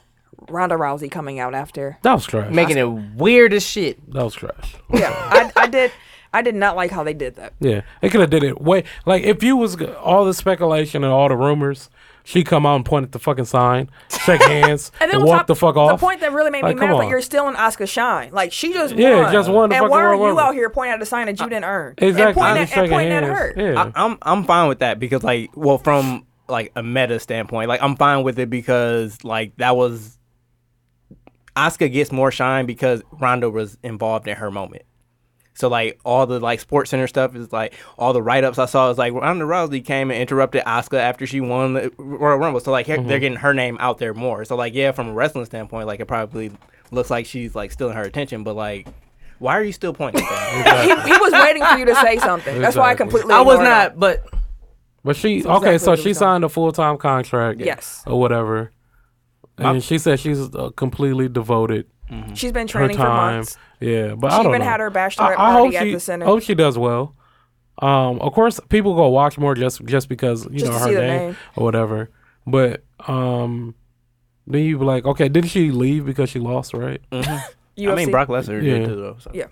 S3: Ronda Rousey coming out after.
S1: That was trash.
S2: Making it weird as shit.
S1: that was trash.
S3: Yeah, I, I did. I did not like how they did that.
S1: Yeah, they could have did it way like if you was g- all the speculation and all the rumors. She come out and point at the fucking sign, shake hands, and,
S3: on
S1: walk
S3: top-
S1: the fuck off.
S3: The point that really made me
S1: Like,
S3: mad
S1: come
S3: was
S1: on.
S3: like, you're still in Oscar shine. Like she just
S1: Yeah,
S3: won.
S1: just won the
S3: and
S1: fucking
S3: why are
S1: Royal
S3: you
S1: Rumble.
S3: out here pointing at a sign that you didn't earn? And
S1: exactly.
S3: pointing
S1: just
S3: at, and
S1: shaking
S3: pointing at
S1: hands.
S3: her. Uh,
S1: Yeah.
S4: I, I'm I'm fine with that because like well from like a meta standpoint, like I'm fine with it because like that was Oscar gets more shine because Ronda was involved in her moment. So like all the like Sports Center stuff is like all the write ups I saw is like Ronda Rousey came and interrupted Oscar after she won the Royal Rumble. So like he- they're getting her name out there more. So like yeah, from a wrestling standpoint, like it probably looks like she's like stealing her attention, but like why are you still pointing? at that?
S3: He, he was waiting for you to say something. That's why I
S1: Exactly.
S3: completely.
S2: I was
S3: ignored
S2: not,
S3: him.
S2: but
S1: But she okay,
S3: what
S1: so
S3: it
S1: she
S3: was on.
S1: signed a full time contract,
S3: Yes.
S1: or whatever, and she said she's uh, completely devoted
S3: She's been
S1: her
S3: training for
S1: time.
S3: months.
S1: Yeah, but
S3: She
S1: I don't
S3: even
S1: know.
S3: had her bachelorette
S1: I, I hope
S3: party at
S1: she,
S3: the center.
S1: Hope she does well. Um, of course, people go watch more just just because you know
S3: Just to
S1: her
S3: see the
S1: name,
S3: name.
S1: or whatever. But um, then you be like, okay, didn't she leave because she lost, right?
S2: Mm.
S3: UFC.
S4: I mean Brock Lesnar
S1: Yeah.
S4: did too though. So.
S3: Yeah.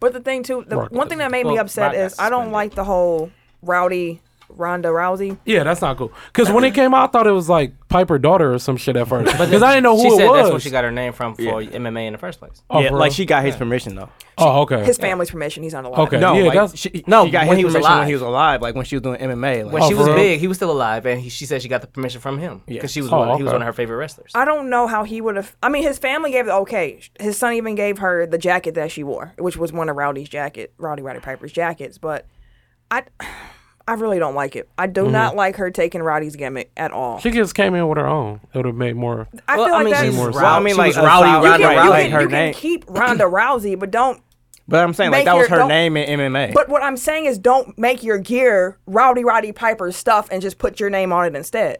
S3: But the thing too, the
S1: Brock
S3: one thing
S1: Lesnar.
S3: that made me
S2: Well,
S3: upset
S2: Brock
S3: is
S2: got
S3: I don't
S2: suspended.
S3: like the whole rowdy Ronda Rousey.
S1: Yeah, that's not cool. Because when it came out, I thought it was like Piper daughter or some shit at first. Because I didn't know who
S2: she
S1: it
S2: said
S1: was.
S2: that's where she got her name from for MMA in the first place.
S1: Oh,
S4: yeah,
S1: for
S4: like
S1: real?
S4: she got his permission though.
S1: Oh, okay.
S3: His family's permission. He's not allowed.
S1: Okay.
S4: No,
S1: Yeah,
S4: like,
S1: that's-
S4: she,
S2: No,
S4: she got
S2: when
S4: his
S2: he was
S4: permission
S2: alive.
S4: when he was alive, like when she was doing MMA. Like,
S2: When she
S1: for
S2: was
S1: real?
S2: big, he was still alive, and he, she said she got the permission from him because she was
S1: Oh,
S2: one he was
S1: okay.
S2: one of her favorite wrestlers.
S3: I don't know how he would have. I mean, his family gave the okay. His son even gave her the jacket that she wore, which was one of Rowdy's jacket, Rowdy Rowdy Piper's jackets. But I, I really don't like it. I do not like her taking Rowdy's gimmick at all.
S1: she just came in with her own. It would have made more.
S3: I
S2: Well,
S3: feel
S2: I
S3: like
S2: mean,
S3: that's
S2: she's
S1: More
S2: Rowdy.
S1: so. I
S4: mean,
S2: she
S4: like,
S2: was
S4: a
S2: Rowdy,
S4: solid-
S3: You
S2: Rowdy,
S3: can,
S4: Right,
S3: you
S4: right,
S2: Rowdy.
S3: can,
S4: her
S3: you can
S4: name.
S3: keep Ronda Rousey, but don't.
S4: but I'm saying
S3: Make
S4: like that was
S3: your-
S4: her
S3: don't-
S4: name in MMA.
S3: But what I'm saying is, don't make your gear Rowdy Rowdy Piper's stuff and just put your name on it instead.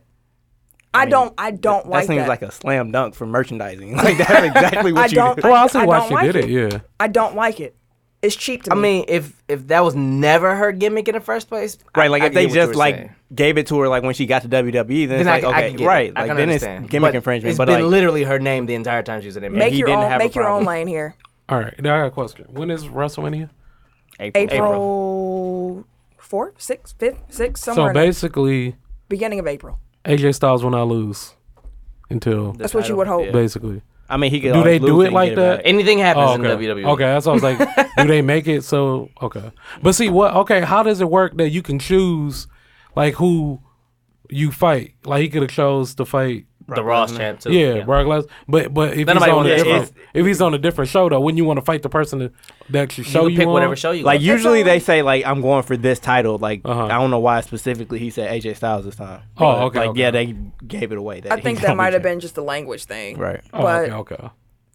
S3: I, don't. I don't
S4: that
S3: like
S4: seems
S3: that.
S4: like a slam dunk for merchandising. Like that's exactly what
S3: I
S4: you
S3: don't.
S4: do.
S3: I,
S1: Well, I see
S3: I
S1: why
S3: don't
S1: she
S3: like
S1: did it.
S3: it.
S1: Yeah.
S3: I don't like it. it's cheap to
S2: I
S3: me.
S2: mean, if if that was never her gimmick in the first place, I-
S4: Right, like
S2: I
S4: if they
S2: get what you
S4: just
S2: were
S4: like
S2: saying.
S4: gave it to her, like when she got to WWE, then,
S2: then I,
S4: it's like
S2: I
S4: okay,
S2: can get it.
S4: right,
S2: I
S4: like
S2: can
S4: then
S2: understand.
S4: it's gimmick
S2: But
S4: infringement.
S2: It's
S4: But
S2: been
S4: like,
S2: literally her name the entire time she was in it.
S3: make
S4: he
S3: your
S4: didn't
S3: own
S4: have a
S3: make your own
S4: problem.
S3: lane here.
S1: All right, now I got a question. When is WrestleMania?
S3: April fourth, sixth, fifth, sixth, somewhere
S1: so
S3: in the
S1: basically,
S3: beginning of April.
S1: AJ Styles will not lose until
S3: That's what you would hope.
S1: basically.
S4: I mean, he could.
S1: Do
S4: always
S1: they
S4: lose
S1: do
S4: and
S1: it
S4: get
S1: like that?
S4: back.
S2: Anything happens
S1: Oh, okay.
S2: in E. WWE.
S1: Okay, that's what I was like. do they make it so okay? But see what? Okay, how does it work that you can choose like who you fight? Like he could have chose to fight.
S2: The Ross champ too.
S1: yeah, Brock Lesnar. But but if
S2: Then
S1: he's on a
S2: nobody wanna-
S1: different,
S2: it's-
S1: if he's on a different show though, wouldn't you want to fight the person that, that actually
S2: You
S1: show
S2: can
S1: you,
S2: pick
S1: on?
S2: whatever show you
S4: Like
S2: want.
S4: usually they say like I'm going for this title. Like
S1: Uh-huh.
S4: I don't know why specifically he said AJ Styles this time.
S1: Oh,
S4: But,
S1: okay,
S4: Like
S1: okay.
S4: yeah, they gave it away. That
S3: I
S4: he's
S3: think
S4: gonna
S3: that might have
S4: be
S3: been just a language thing,
S4: right.
S1: Oh,
S3: but-
S1: okay, okay,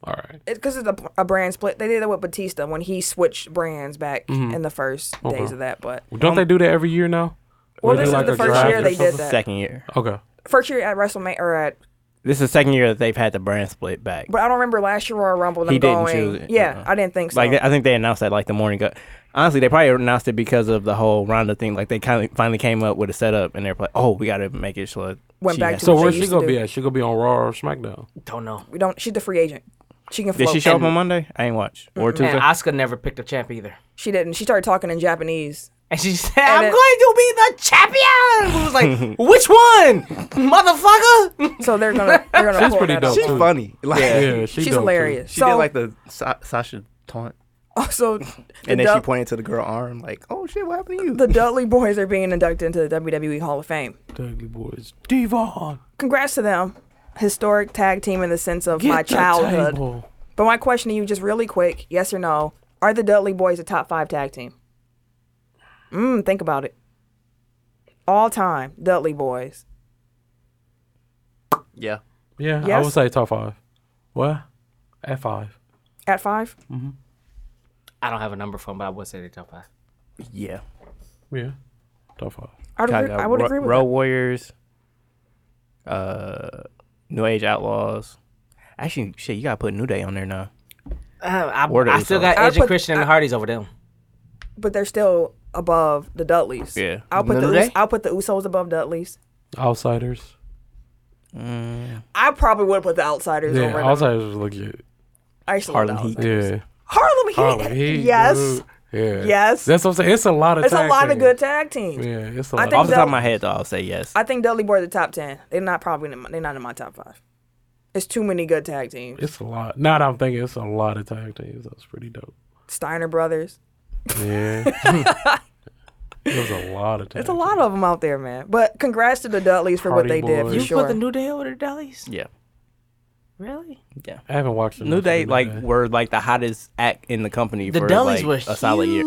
S1: all right.
S3: Because it's a, a brand split. They did that with Batista when he switched brands back in the first days of that. But
S1: Well, don't they do that every year now?
S3: well,
S1: they
S3: this
S1: do like
S3: is the
S1: a
S3: first
S1: draft
S3: year
S1: or
S3: they
S4: This
S3: did
S4: is the
S3: that.
S4: second year.
S1: Okay.
S3: First year at WrestleMania or at
S4: This is the second year that they've had the brand split back.
S3: But I don't remember last year Royal Rumble. Them
S4: He didn't
S3: going,
S4: choose it,
S3: Yeah,
S4: uh-uh.
S3: I didn't think so.
S4: Like I think they announced that like the morning. Go- Honestly, they probably announced it because of the whole Ronda thing. Like they kind of finally came up with a setup, and they're like, "Oh, we got to make it so that
S3: Went
S4: she
S3: back
S4: has-
S3: to
S1: So
S3: what
S1: where's
S3: they
S1: she
S3: used to
S1: gonna be
S3: do.
S1: at? She gonna be on Raw or SmackDown?
S2: don't know.
S3: we don't. She's the free agent. She can float.
S4: Did she show up
S3: and
S4: on Monday? I ain't watch or Tuesday.
S2: And Oscar never picked a champ either.
S3: She didn't. She started talking in Japanese.
S2: And she said, "I'm going
S3: it-
S2: to be the champion." We was like, "Which one, motherfucker?"
S3: So they're gonna. They're gonna
S1: She's
S3: pull
S1: pretty
S3: that out.
S1: dope.
S8: She's
S4: Mm.
S1: too.
S8: funny. Like,
S1: Yeah, she dope,
S3: She's
S1: too.
S3: hilarious.
S8: She
S3: so
S8: did like the Sa- Sasha taunt,
S3: also, the,
S8: and then she
S3: Dud-
S8: pointed to the girl arm, like, "Oh shit, what happened to you?"
S3: the Dudley Boys are being inducted into the WWE Hall of Fame.
S1: Dudley Boys. Devon.
S3: Congrats to them. Historic tag team in the sense of
S1: Get
S3: my
S1: the
S3: childhood.
S1: table.
S3: But my question to you, just really quick, yes or no, are the Dudley Boys a top five tag team? Mm, think about it. All time, Dudley Boys.
S2: Yeah.
S1: Yeah, I
S3: Yes?
S1: would say top five. What? At five.
S3: At five?
S2: I don't have a number for him, but I would say they top five.
S4: yeah,
S1: Yeah. Top five.
S3: I would agree,
S4: Kinda
S3: I would
S4: Ro-
S3: agree with
S4: Road
S3: that.
S4: Warriors, uh, New Age Outlaws. Actually, shit, you gotta put New Day on there now.
S2: Uh, I,
S4: Word
S2: I
S4: is
S2: still
S4: solid.
S2: got
S3: I
S2: Edge and
S3: put-
S2: Christian and the Hardys over them.
S3: But they're still above the Dudleys.
S4: Yeah.
S3: I'll put
S2: New
S3: the
S2: Day?
S3: Us- I'll put the Usos above Dudleys.
S1: Outsiders.
S3: I probably would put the Outsiders
S1: Yeah,
S3: over them.
S1: Outsiders was legit.
S3: I used to love
S4: Harlem
S3: the
S4: Heat.
S3: Outsiders.
S1: Yeah.
S3: Harlem Heat.
S1: Harlem Heat,
S3: Oh, yes.
S1: dude. Yeah.
S3: Yes.
S1: That's what I'm saying. It's a lot of
S3: It's a
S1: tag
S3: lot of
S1: teams.
S3: good tag teams.
S1: Yeah, it's a
S3: I
S1: lot.
S3: think
S4: Off
S1: Of,
S4: the top
S3: that-
S4: of my head, though, I'll say yes.
S3: I think Dudley Boys are the top ten. They're not probably in my, they're not in my top five. It's too many good tag teams.
S1: it's a lot. Now that I'm thinking, it's a lot of tag teams. That's pretty dope.
S3: Steiner Brothers.
S1: Yeah. it was a lot of tag
S3: There's a lot of them out there, man. But congrats to the Dudleys for what
S1: Hardy
S3: they did
S1: Boys.
S3: for
S1: You
S3: sure.
S2: New Day over the Dudleys?
S4: yeah,
S2: Really?
S4: yeah.
S1: I haven't watched enough
S4: New
S1: of
S4: Day like
S1: Day.
S4: were like the hottest act in the company
S2: The
S4: for
S2: Dudleys
S4: like,
S2: were
S4: a solid year.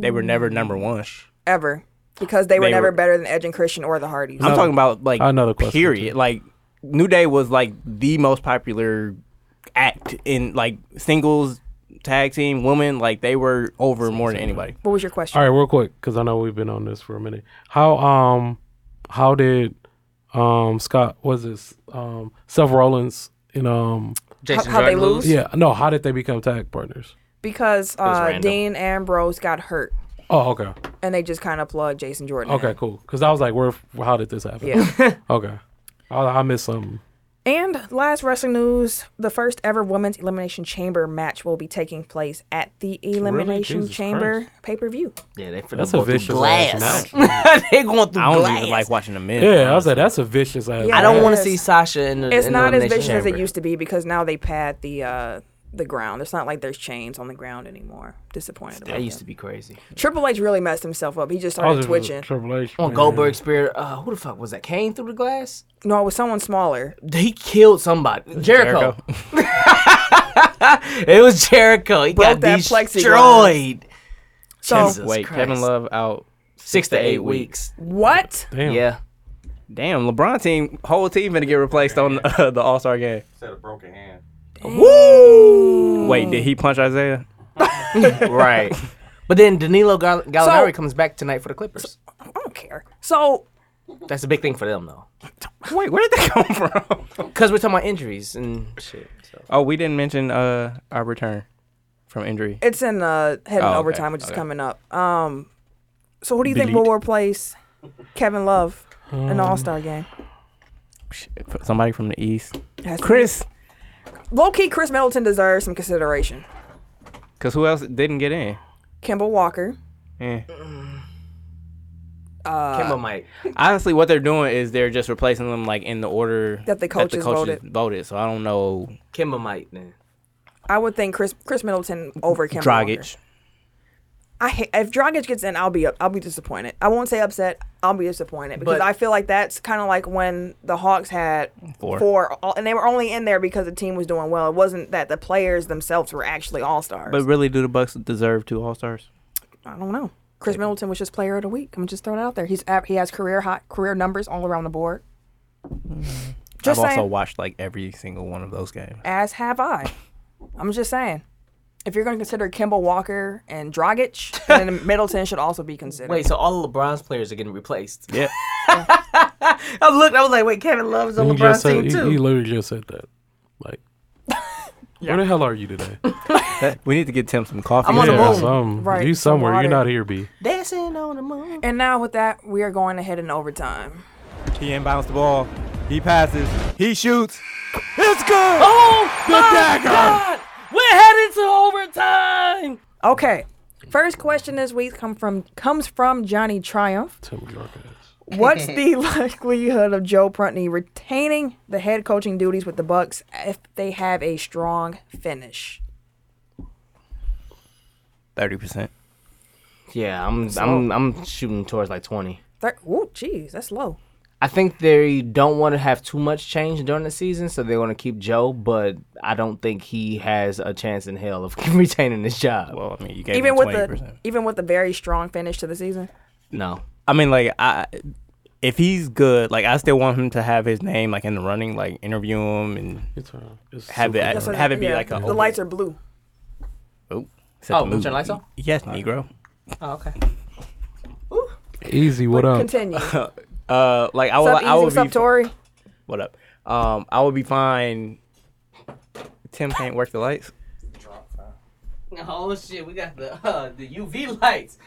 S4: They were never number one.
S3: Ever. Because they were
S4: They
S3: never
S4: were-
S3: better than Edge and Christian or the Hardys.
S4: I'm talking about like
S1: Another question,
S4: period.
S1: too.
S4: Like New Day was like the most popular act in like singles, tag team, women. Like they were over more than anybody.
S3: what was your question?
S1: All right, real quick, because I know we've been on this for a minute. How um, how did um Scott was this um Seth Rollins and um
S2: Jason
S3: how'd they
S2: Jordan
S3: lose?
S2: lose?
S1: yeah no how did they become tag partners?
S3: Because uh,
S2: random.
S3: Dean Ambrose got hurt
S1: Oh, okay,
S3: and they just kind of plugged Jason Jordan. in.
S1: okay, cool. Because I was like, where? How did this happen?
S3: Yeah.
S1: okay, I, I missed something.
S3: and last wrestling news the first ever women's Elimination Chamber match will be taking place at the Elimination
S1: Jesus
S3: Chamber pay per view.
S2: Yeah, they finna
S1: That's a
S2: go through
S1: vicious
S2: glass.
S1: ass match.
S2: they going through
S4: I don't
S2: glass.
S4: even like watching them in.
S1: Yeah, I was like, that's a vicious ass.
S3: Yeah.
S2: I don't want to
S3: Yes.
S2: see Sasha in the.
S3: It's
S2: in
S3: not
S2: the
S3: as vicious
S2: Elimination
S3: as it
S2: Chamber.
S3: used to be because now they pad the uh, the ground. It's not like there's chains on the ground anymore. Disappointed.
S2: That
S3: about
S2: used
S3: that.
S2: to be crazy.
S3: Triple H really messed himself up. He just
S1: I
S3: started
S1: was just-
S3: twitching.
S1: Triple H
S2: On
S1: man.
S2: Goldberg Spirit, uh, who the fuck was that? Kane through the glass?
S3: No, it was someone smaller.
S2: He killed somebody. Jericho. it was Jericho. He
S3: Broke
S2: got
S3: that plexiglass.
S2: destroyed.
S3: So
S2: Jesus
S4: Wait,
S2: Christ.
S4: Kevin Love out
S2: Six to eight weeks.
S3: what?
S1: Damn.
S2: Yeah.
S4: Damn, LeBron team whole team gonna get replaced on uh, the All Star game.
S9: Said a broken hand.
S4: Wait, did he punch Isaiah?
S2: right. But then Danilo Gal- Gallinari comes back tonight for the Clippers.
S3: I don't care. So
S2: That's a big thing for them, though.
S4: Wait, where did that come from?
S2: Because we're talking about injuries and shit. So.
S4: Oh, we didn't mention uh our return from injury?
S3: It's in uh, heading
S4: Oh, okay,
S3: overtime, which is
S4: okay.
S3: coming up. Um, so who do you think will
S4: Delete. Um,
S3: replace Kevin Love in the All Star game?
S4: Shit, f- Somebody from the East.
S3: Has-
S4: Chris.
S3: low key, Chris Middleton deserves some consideration.
S4: Because who else didn't get in? Eh.
S3: Kimball Walker,
S4: Yeah.
S2: Kimba might.
S4: Honestly, what they're doing is they're just replacing them like in the order
S3: That the coaches voted.
S4: So I don't know.
S2: Kimba might, man.
S3: I would think Chris Chris Middleton over Kimball Walker.
S4: Dragic.
S3: I hate, if Dragic gets in, I'll be up, I'll be disappointed. I won't say upset. I'll be disappointed because
S2: But-
S3: I feel like that's kind of like when the Hawks had
S4: Four.
S3: all, and they were only in there because the team was doing well. It wasn't that the players themselves were actually all stars.
S4: But really, do the Bucks deserve two All Stars?
S3: I don't know. Chris Middleton was just player of the week. I'm just throwing it out there. He's at, he has career hot career numbers all around the board.
S4: Mm-hmm. I've
S3: Just
S4: also
S3: saying.
S4: watched like every single one of those games.
S3: as have I. I'm just saying. If you're going to consider Kimball Walker and Dragic, then Middleton should also be considered.
S2: Wait, so all of LeBron's players are getting replaced.
S4: Yeah.
S2: I looked, I was like, wait, Kevin Love's on
S1: You just
S2: LeBron's
S1: said,
S2: team
S1: you,
S2: too.
S1: literally just said that. Like, where the hell are you today?
S4: That- we need to get Tim some coffee.
S2: I'm on the
S1: Yeah,
S2: moon.
S1: some-
S3: Right,
S1: You
S3: some
S1: somewhere.
S3: water.
S1: You're not here, B.
S2: Dancing on the moon.
S3: and now with that, we are going ahead and overtime.
S4: He inbounds the ball. He passes. He shoots. It's good.
S2: Oh,
S4: the dagger.
S2: we're headed to overtime.
S3: Okay. First question this week come from comes from Johnny Triumph.
S1: Tim York ass.
S3: What's the likelihood of Joe Prunty retaining the head coaching duties with the Bucks if they have a strong finish?
S4: Thirty percent.
S2: Yeah, I'm, I'm, I'm shooting towards like 20.
S3: Thir- Ooh, jeez, that's low.
S2: I think they don't want to have too much change during the season, so they want to keep Joe. But I don't think he has a chance in hell of retaining his job.
S4: Well, I mean, you gave
S3: even
S4: him
S3: with
S4: twenty
S3: the
S4: percent.
S3: even with the very strong finish to the season.
S2: No,
S4: I mean, like, I if he's good, like, I still want him to have his name like in the running, like interview him and
S1: It's, uh, it's
S4: have
S1: super-
S4: it
S3: That's what-
S4: have it be
S3: yeah,
S4: like a
S3: the lights are blue.
S4: Oh,
S2: Oh, turn the lights off?
S4: Yes, Negro.
S2: oh, okay.
S1: Easy, what up?
S3: Continue. What's up,
S4: Uh, like I would,
S3: Easy?
S4: I would
S3: What's up,
S4: be
S3: Tori?
S4: what up? Um, I would be fine. Tim can't work the lights.
S2: Oh shit, we got the uh, the UV lights.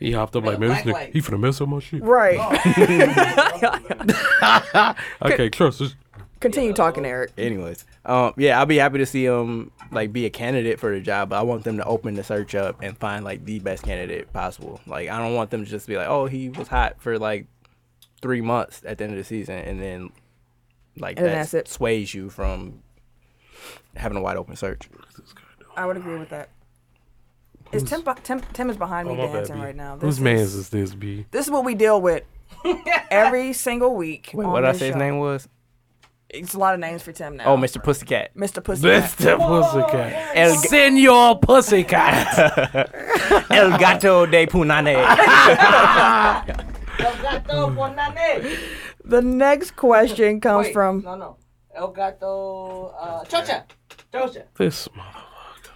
S1: He hopped up like, man, this
S2: black
S1: nigga,
S2: light.
S1: he finna mess up my shit.
S3: Right.
S1: I can't trust this.
S3: Continue talking, Eric.
S4: Anyways, um, yeah, I'll be happy to see him like be a candidate for the job, but I want them to open the search up and find like the best candidate possible. Like I don't want them to just be like, oh, he was hot for like three months at the end of the season, and then like
S3: And then
S4: that
S3: that's it.
S4: sways you from having a wide open search.
S3: I would agree with that. Is Tim, bu- Tim Tim is behind me
S1: Oh, my bad,
S3: dancing
S1: B.
S3: right now. This
S1: Whose man's
S3: is,
S1: is this, B?
S3: This is what we deal with every single week.
S4: Wait,
S3: on
S4: what did I
S3: this
S4: say his
S3: show.
S4: name was?
S3: It's a lot of names for Tim now.
S4: Oh, Mr. Pussycat.
S3: Mr. Pussy.
S1: Mr. Pussycat.
S4: El,
S1: Senor Pussycat.
S4: El Gato de Punane.
S2: El gato bonane.
S3: The next question comes from
S2: no. El gato uh, chocha. Chocha.
S1: this mother.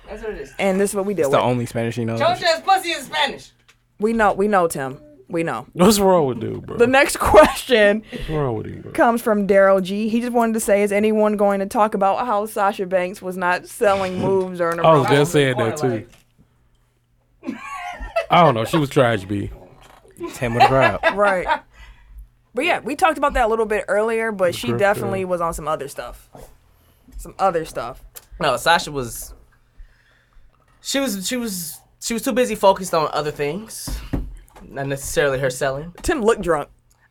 S2: That's what it is.
S3: and this is what we deal
S4: the
S3: with.
S4: only Spanish he knows.
S2: is pussy in Spanish.
S3: We know we know Tim. We know.
S1: What's wrong with dude, bro?
S3: The next question
S1: What's wrong with you, bro?
S3: comes from Daryl G. He just wanted to say, is anyone going to talk about how Sasha Banks was not selling moves during the
S1: I
S4: Oh,
S1: was
S3: round?
S1: just saying that too. I don't know. She was trash, B.
S4: Tim with a crowd.
S3: right? But yeah, we talked about that a little bit earlier. But she
S1: Griff,
S3: definitely
S1: yeah.
S3: was on some other stuff, some other stuff.
S2: No, Sasha was. She was. She was. She was too busy focused on other things, not necessarily her selling.
S3: Tim looked drunk.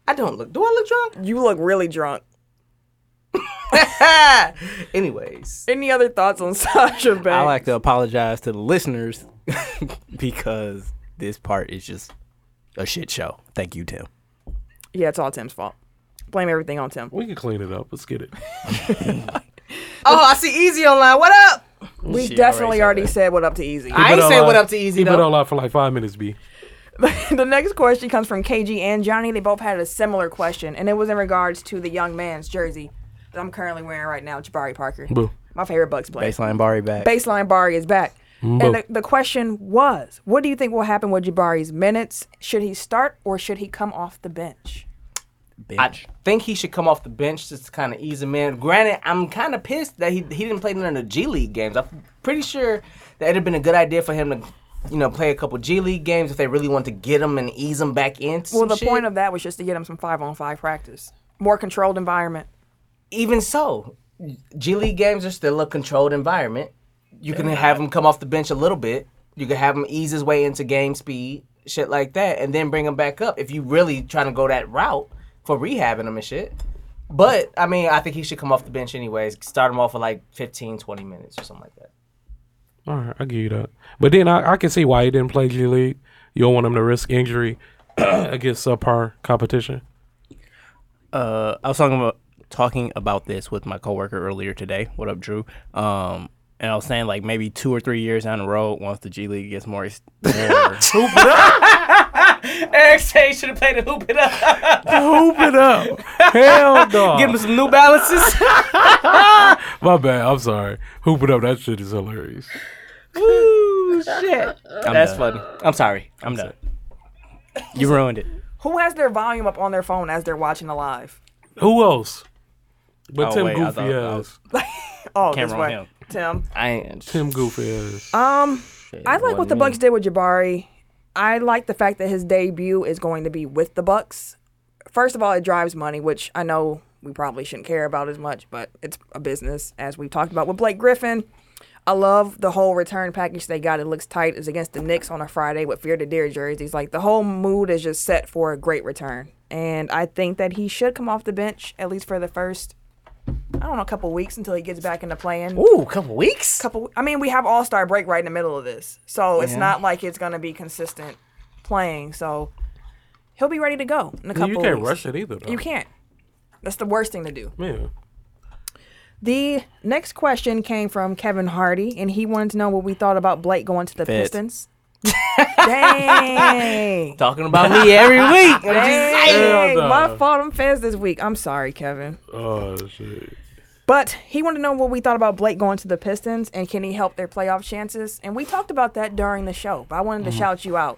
S2: I don't look. Do I look drunk?
S3: You look really drunk.
S2: Anyways,
S3: Any other thoughts on Sasha Banks?
S4: I like to apologize to the listeners because this part is just a shit show. Thank you, Tim.
S3: yeah, it's all Tim's fault. Blame everything on Tim.
S1: We can clean it up. Let's get it.
S2: oh, I see Easy online. What up?
S3: We
S4: She
S3: definitely already
S4: already
S3: said what up to Easy.
S2: I ain't saying what up to Easy
S1: uh, He been
S2: though.
S1: on live for like five minutes, B.
S3: the next question comes from KG and Johnny. They both had a similar question, and it was in regards to the young man's jersey that I'm currently wearing right now, Jabari Parker.
S1: Boo.
S3: My favorite Bucks player.
S4: Baseline Bari back.
S3: Baseline Bari is back.
S1: Mm-hmm. Boo.
S3: And the, the question was, what do you think will happen with Jabari's minutes? Should he start or should he come off the bench?
S2: I think he should come off the bench just to kind of ease him in. Granted, I'm kind of pissed that he he didn't play none of the G League games. I'm pretty sure that it'd have been a good idea for him to, you know, play a couple G League games if they really want to get him and ease him back into.
S3: Well,
S2: some
S3: the
S2: shit.
S3: point of that was just to get him some five on five practice, more controlled environment.
S2: even so, G League games are still a controlled environment. You can have him come off the bench a little bit. You can have him ease his way into game speed, shit like that, and then bring him back up if you really trying to go that route for rehabbing him and shit. But I mean, I think he should come off the bench anyways. Start him off for like 15, 20 minutes or something like that.
S1: All right, I give you that. But then I, I can see why he didn't play G League. You don't want him to risk injury against subpar competition.
S4: uh, I was talking about talking about this with my coworker earlier today. What up, Drew? Um, and I was saying like maybe two or three years down the road, once the G League gets more, ex- more
S2: Eric Sage should have played a hoop it up.
S1: Hoop it up. Hell no.
S2: Give him some New Balances.
S1: My bad. I'm sorry. Hoop it up. That shit is hilarious.
S2: Ooh, shit. That's
S4: done.
S2: funny. I'm sorry.
S4: I'm done. You ruined it.
S3: Who has their volume up on their phone as they're watching the live?
S1: Who else? But
S4: Oh,
S1: Tim
S4: wait, I
S1: Goofy
S4: thought- I
S1: ass.
S4: was-
S3: Oh, this
S4: Camera on
S3: way,
S4: him.
S3: Tim.
S2: I ain't.
S1: Tim Goofy ass.
S3: Um, I like what
S4: wasn't
S3: the
S4: me.
S3: Bucks did with Jabari. I like the fact that his debut is going to be with the Bucks. First of all, it drives money, which I know we probably shouldn't care about as much, but it's a business, as we talked about with Blake Griffin. I love the whole return package they got. It looks tight. It's against the Knicks on a Friday with Fear the Deer jerseys. Like the whole mood is just set for a great return, and I think that he should come off the bench at least for the first, I don't know, couple weeks until he gets back into playing
S2: Ooh, couple weeks.
S3: couple. I mean, we have All Star break right in the middle of this, so it's not like it's gonna be consistent playing. So he'll be ready to go in a couple.
S1: You can't
S3: weeks.
S1: rush it either, though.
S3: You can't. That's the worst thing to do.
S1: Man.
S3: The next question came from Kevin Hardy, and he wanted to know what we thought about Blake going to the
S4: Feds.
S3: Pistons. Dang.
S2: Talking about me every week. I'm just
S3: Dang.
S1: Hell no.
S3: My fault. I'm fans this week. I'm sorry, Kevin.
S1: Oh, shit.
S3: But he wanted to know what we thought about Blake going to the Pistons and can he help their playoff chances? And we talked about that during the show, but I wanted
S1: Mm-hmm.
S3: to shout you out.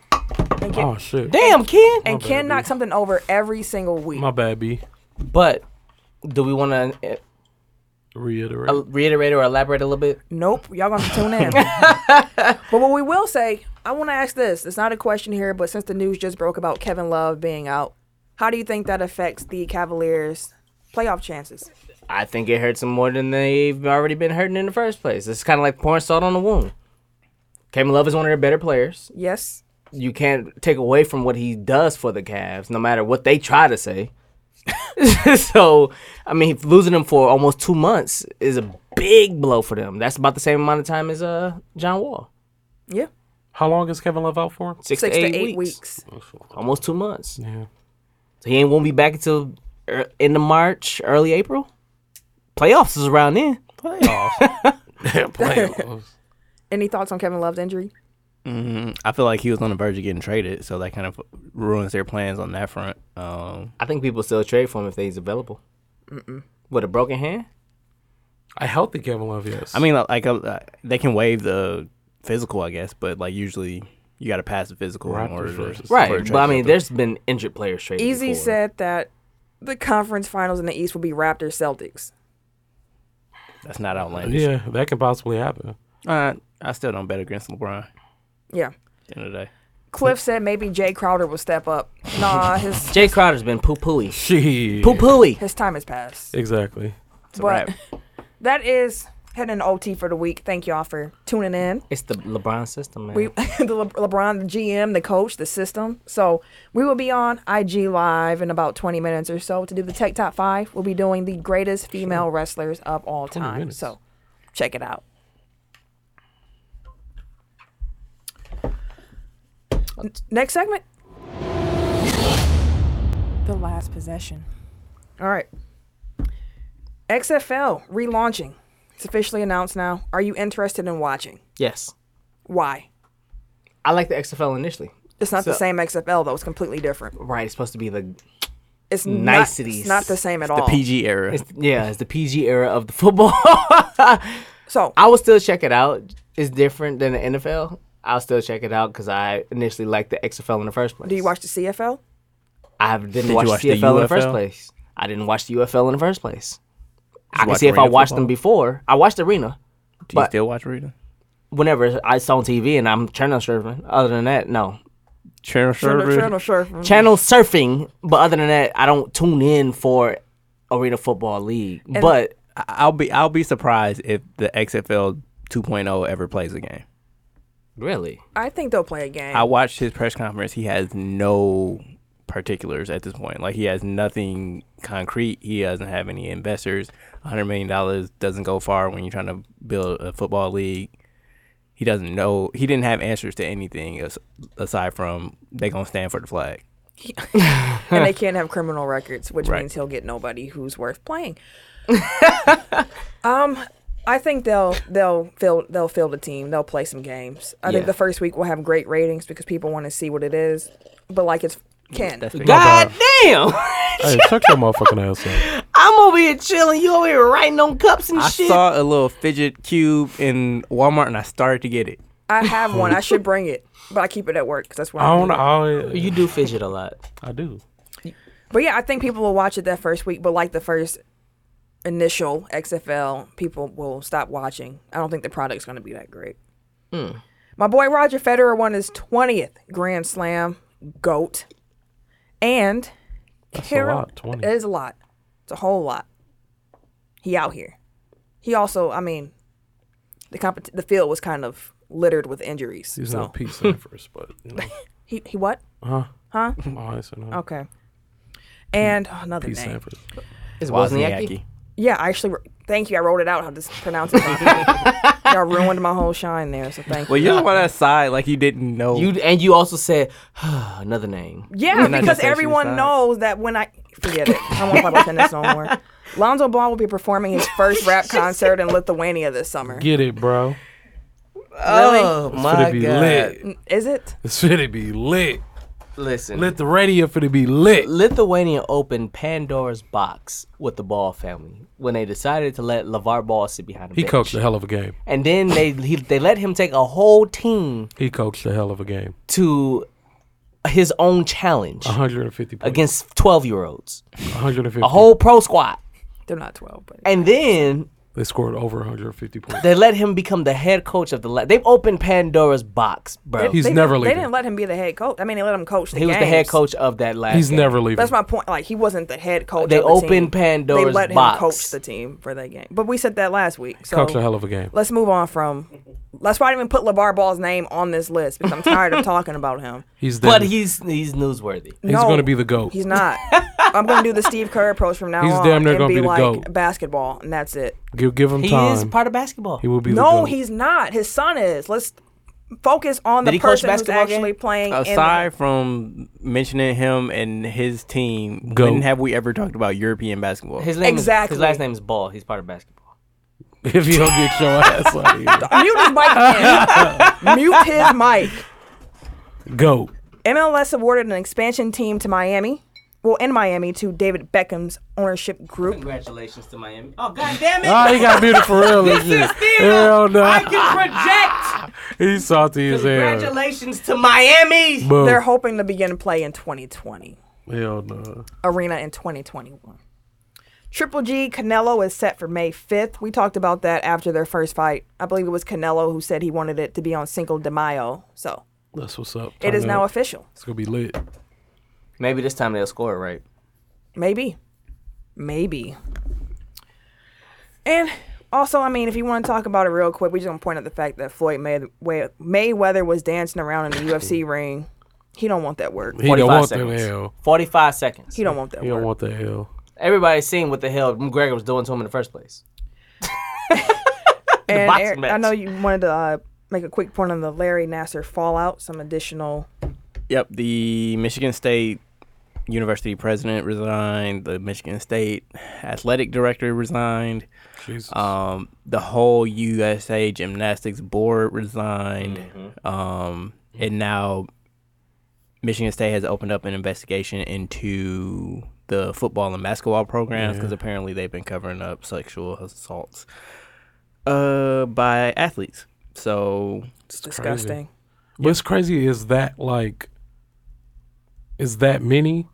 S3: And Ken,
S1: Oh, shit.
S2: Damn, kid.
S3: and Ken knocked something over every single week.
S1: My bad, B.
S2: But do we want to
S1: Reiterate.
S2: reiterate or elaborate a little bit?
S3: Nope, y'all gonna have to tune in. but what we will say, I want to ask this. It's not a question here, but since the news just broke about Kevin Love being out, how do you think that affects the Cavaliers' playoff chances?
S2: I think it hurts them more than they've already been hurting in the first place. It's kind of like pouring salt on the wound. Kevin Love is one of their better players.
S3: Yes.
S2: You can't take away from what he does for the Cavs, no matter what they try to say. so, I mean, losing him for almost two months is a big blow for them. That's about the same amount of time as uh John Wall,
S3: Yeah.
S1: How long is Kevin Love out for?
S2: six,
S3: Six
S2: to eight, weeks. almost two months.
S1: Yeah.
S2: So he ain't won't be back until er, end of March, early April. Playoffs is around then.
S1: Oh, Playoffs.
S3: Any thoughts on Kevin Love's injury?
S4: I feel like he was on the verge of getting traded, so that kind of ruins their plans on that front. Um,
S2: I think people still trade for him if he's available. With a broken hand,
S1: A healthy Kevin Love, yes.
S4: I mean, like, like uh, they can waive the physical, I guess, but like usually you got to pass the physical
S1: Raptors
S4: in order to
S1: versus-
S4: for a
S2: right?
S4: trade
S2: But I mean,
S4: to
S2: there's been injured players traded.
S3: Easy
S2: before.
S3: said that the conference finals in the East will be Raptors Celtics.
S4: happen. that's not outlandish.
S1: yeah, that can possibly happen.
S4: Uh, I still don't bet against LeBron. At
S3: Yeah.
S4: the end of the day,
S3: Cliff said maybe Jay Crowder will step up. Nah, his
S2: Jay Crowder's been poo pooey,
S1: Shit.
S2: poo pooey.
S3: his time has passed.
S1: Exactly.
S3: But that is heading to OT for the week. Thank y'all for tuning in.
S2: It's the LeBron system, man.
S3: We the Le- LeBron, the GM, the coach, the system. So we will be on IG Live in about 20 minutes or so to do the Tech Top Five. We'll be doing the greatest female wrestlers of all time.
S1: minutes.
S3: So check it out. N- Next segment. The last possession. All right. XFL relaunching. It's officially announced now. Are you interested in watching?
S2: yes,
S3: Why?
S2: I like the XFL initially.
S3: It's not the
S2: So-
S3: same XFL though. It's completely different.
S2: Right, it's supposed to be the
S3: It's Not,
S2: Niceties.
S3: it's not the same at all.
S4: PG era.
S2: um, it's, yeah, it's the PG era of the football.
S3: So
S2: I will still check it out. It's different than the NFL. I'll still check it out because I initially liked the XFL in the first place.
S3: do you watch the CFL?
S2: I didn't
S4: you
S2: watch,
S4: watch the
S2: CFL in the first
S4: UFL?
S2: place. I didn't watch the UFL in the first place. I can
S4: watch
S2: see if I
S4: arena
S2: watched
S4: football?
S2: them before. I watched Arena
S4: Do you
S2: But-
S4: still watch Rita?
S2: whenever I saw on TV and I'm channel surfing. Other than that, no.
S4: Channel
S3: Channel,
S4: Surfer?
S3: channel surfer.
S2: Channel surfing, but other than that, I don't tune in for Arena Football League. but
S4: I- I'll be I'll be surprised if the XFL 2.0 ever plays a game.
S2: really,
S3: I think they'll play a game.
S4: I watched his press conference. He has no particulars at this point. Like he has nothing concrete. He doesn't have any investors. $100 million doesn't go far when you're trying to build a football league. He doesn't know. He didn't have answers to anything as, aside from they going to stand for the flag.
S3: and they can't have criminal records, which
S4: Right.
S3: means he'll get nobody who's worth playing. um, I think they'll they'll fill they'll field a team. They'll play some games. I think
S4: Yeah.
S3: the first week will have great ratings because people want to see what it is. But like it's can
S4: That's big.
S2: God damn,
S1: Hey, shut your motherfucking ass up.
S2: I'm over here chilling. You over here writing on cups and
S4: I
S2: shit.
S4: saw a little fidget cube in Walmart and I started to get it.
S3: I have one. I should bring it, but I keep it at work because that's where
S1: I
S3: I
S1: don't
S3: do
S1: know.
S3: it.
S1: I,
S2: you do fidget a lot.
S1: I do.
S3: But yeah, I think people will watch it that first week. But like the first initial XFL, people will stop watching. I don't think the product's going to be that great. My boy Roger Federer won his twentieth Grand Slam, goat, and
S1: That's a lot. Twenty.
S3: it is a lot. It's a whole lot. He out here. He also, I mean, the compet- the field was kind of littered with injuries.
S1: He's not a
S3: so
S1: peace at first, but you know.
S3: he he what?
S1: huh?
S3: Huh?
S1: Oh, I said no.
S3: Okay. And oh, another
S1: Peace
S3: name.
S1: at first.
S2: It's Wozniacki.
S4: Wozniacki.
S3: Yeah, I actually. wr- Thank you. I wrote it out. How to s- pronounce it. Y'all ruined my whole shine there. So thank
S4: Well,
S3: you.
S4: you're the one that sighed like you didn't know.
S2: You and you also said another name.
S3: Yeah,
S4: not
S3: because
S4: just say she
S3: everyone
S4: sighed.
S3: knows that when I forget it, I won't play tennis no more. Lonzo Ball will be performing his first rap concert in Lithuania this summer.
S1: Get it, bro.
S10: Oh
S1: Finna
S10: my
S1: be
S10: god!
S1: lit.
S3: Is it?
S1: It's finna be lit.
S10: Listen,
S1: Let the radio finna be lit.
S2: Lithuania opened Pandora's box with the Ball family when they decided to let LeVar Ball sit behind the
S1: He
S2: bench.
S1: coached a hell of a game.
S2: And then they he, they let him take a whole team
S1: He coached a hell of a game.
S2: to his own challenge
S1: Uh-huh. 150 points.
S2: against 12 year olds.
S1: 150.
S2: A whole pro squad.
S3: They're not twelve, but
S2: And then
S1: They scored over 150 points.
S2: they let him become the head coach of the. La- They've opened Pandora's box, bro.
S1: He's
S3: they didn't-
S1: never
S3: They
S1: leaving.
S3: didn't let him be the head coach. I mean, they let him coach. The
S2: he was the head
S3: games.
S2: coach of that last.
S1: He's
S2: game.
S1: never leaving.
S3: That's my point. Like he wasn't the head coach.
S2: They
S3: of the team.
S2: opened Pandora's
S3: They let him
S2: box.
S3: coach the team for that game. But we said that last week. So
S1: coached a hell of a game.
S3: let's move on from. Let's why I didn't even put LeVar Ball's name on this list because I'm tired of talking about him.
S1: He's there.
S2: But he's he's newsworthy.
S1: he's going to be the GOAT.
S3: He's not. I'm going to do the Steve Kerr approach from now
S1: He's
S3: on.
S1: damn near
S3: and
S1: gonna be the
S3: like
S1: GOAT.
S3: basketball, and that's it.
S1: give, give him
S2: He
S1: time.
S2: is part of basketball.
S1: he will be the
S3: No,
S1: GOAT.
S3: he's not. His son is. Let's focus on
S2: Did
S3: the
S2: he coach
S3: person who's
S2: basketball
S3: actually
S2: game?
S3: playing. in the-
S4: aside from mentioning him and his team,
S1: Go.
S4: when have we ever talked about European basketball?
S2: his name
S3: Exactly.
S2: Is, his last name is Ball. He's part of basketball.
S1: if you don't get your ass out of
S3: mute his mic. again. mute his mic.
S1: here. GOAT.
S3: MLS awarded an expansion team to Miami. Well, in Miami to David Beckham's ownership group.
S2: Congratulations to Miami. Oh God damn it!
S1: Ah, he got muted for real. this shit. Hell no.
S2: can project.
S1: He's salty as hell.
S2: Congratulations to Miami.
S1: Boom.
S3: They're hoping to begin play in 2020.
S1: Hell no.
S3: arena in 2021. Triple G Canelo is set for May 5th. We talked about that after their first fight. I believe it was Canelo who said he wanted it to be on Cinco de Mayo. So
S1: That's what's up.
S3: it is
S1: Turn
S3: now
S1: up.
S3: official.
S1: It's going to be lit.
S2: Maybe this time they'll score right.
S3: Maybe. Maybe. And also, I mean, if you want to talk about it real quick, we just gonna point out the fact that Floyd May- Way- Mayweather was dancing around in the UFC ring. He don't want that work.
S1: He don't
S2: 45
S1: want
S2: seconds.
S1: that hell.
S2: Forty-five seconds.
S3: He don't want that
S1: He don't
S3: work.
S1: want that hell.
S2: Everybody's seen what the hell McGregor was doing to him in the first place.
S3: And
S2: boxing
S3: Eric, I
S2: match.
S3: know you wanted to uh, make a quick point on the Larry Nasser fallout. Some additional
S4: Yep, the Michigan State University president resigned. The Michigan State athletic director resigned.
S1: Jesus.
S11: Uh,
S4: Um, the whole USA Gymnastics board resigned.
S11: Mm-hmm.
S4: Um, and now Michigan State has opened up an investigation into the football and basketball programs because apparently they've been covering up sexual assaults uh, by athletes. So
S3: disgusting.
S1: What's crazy is that like is that many?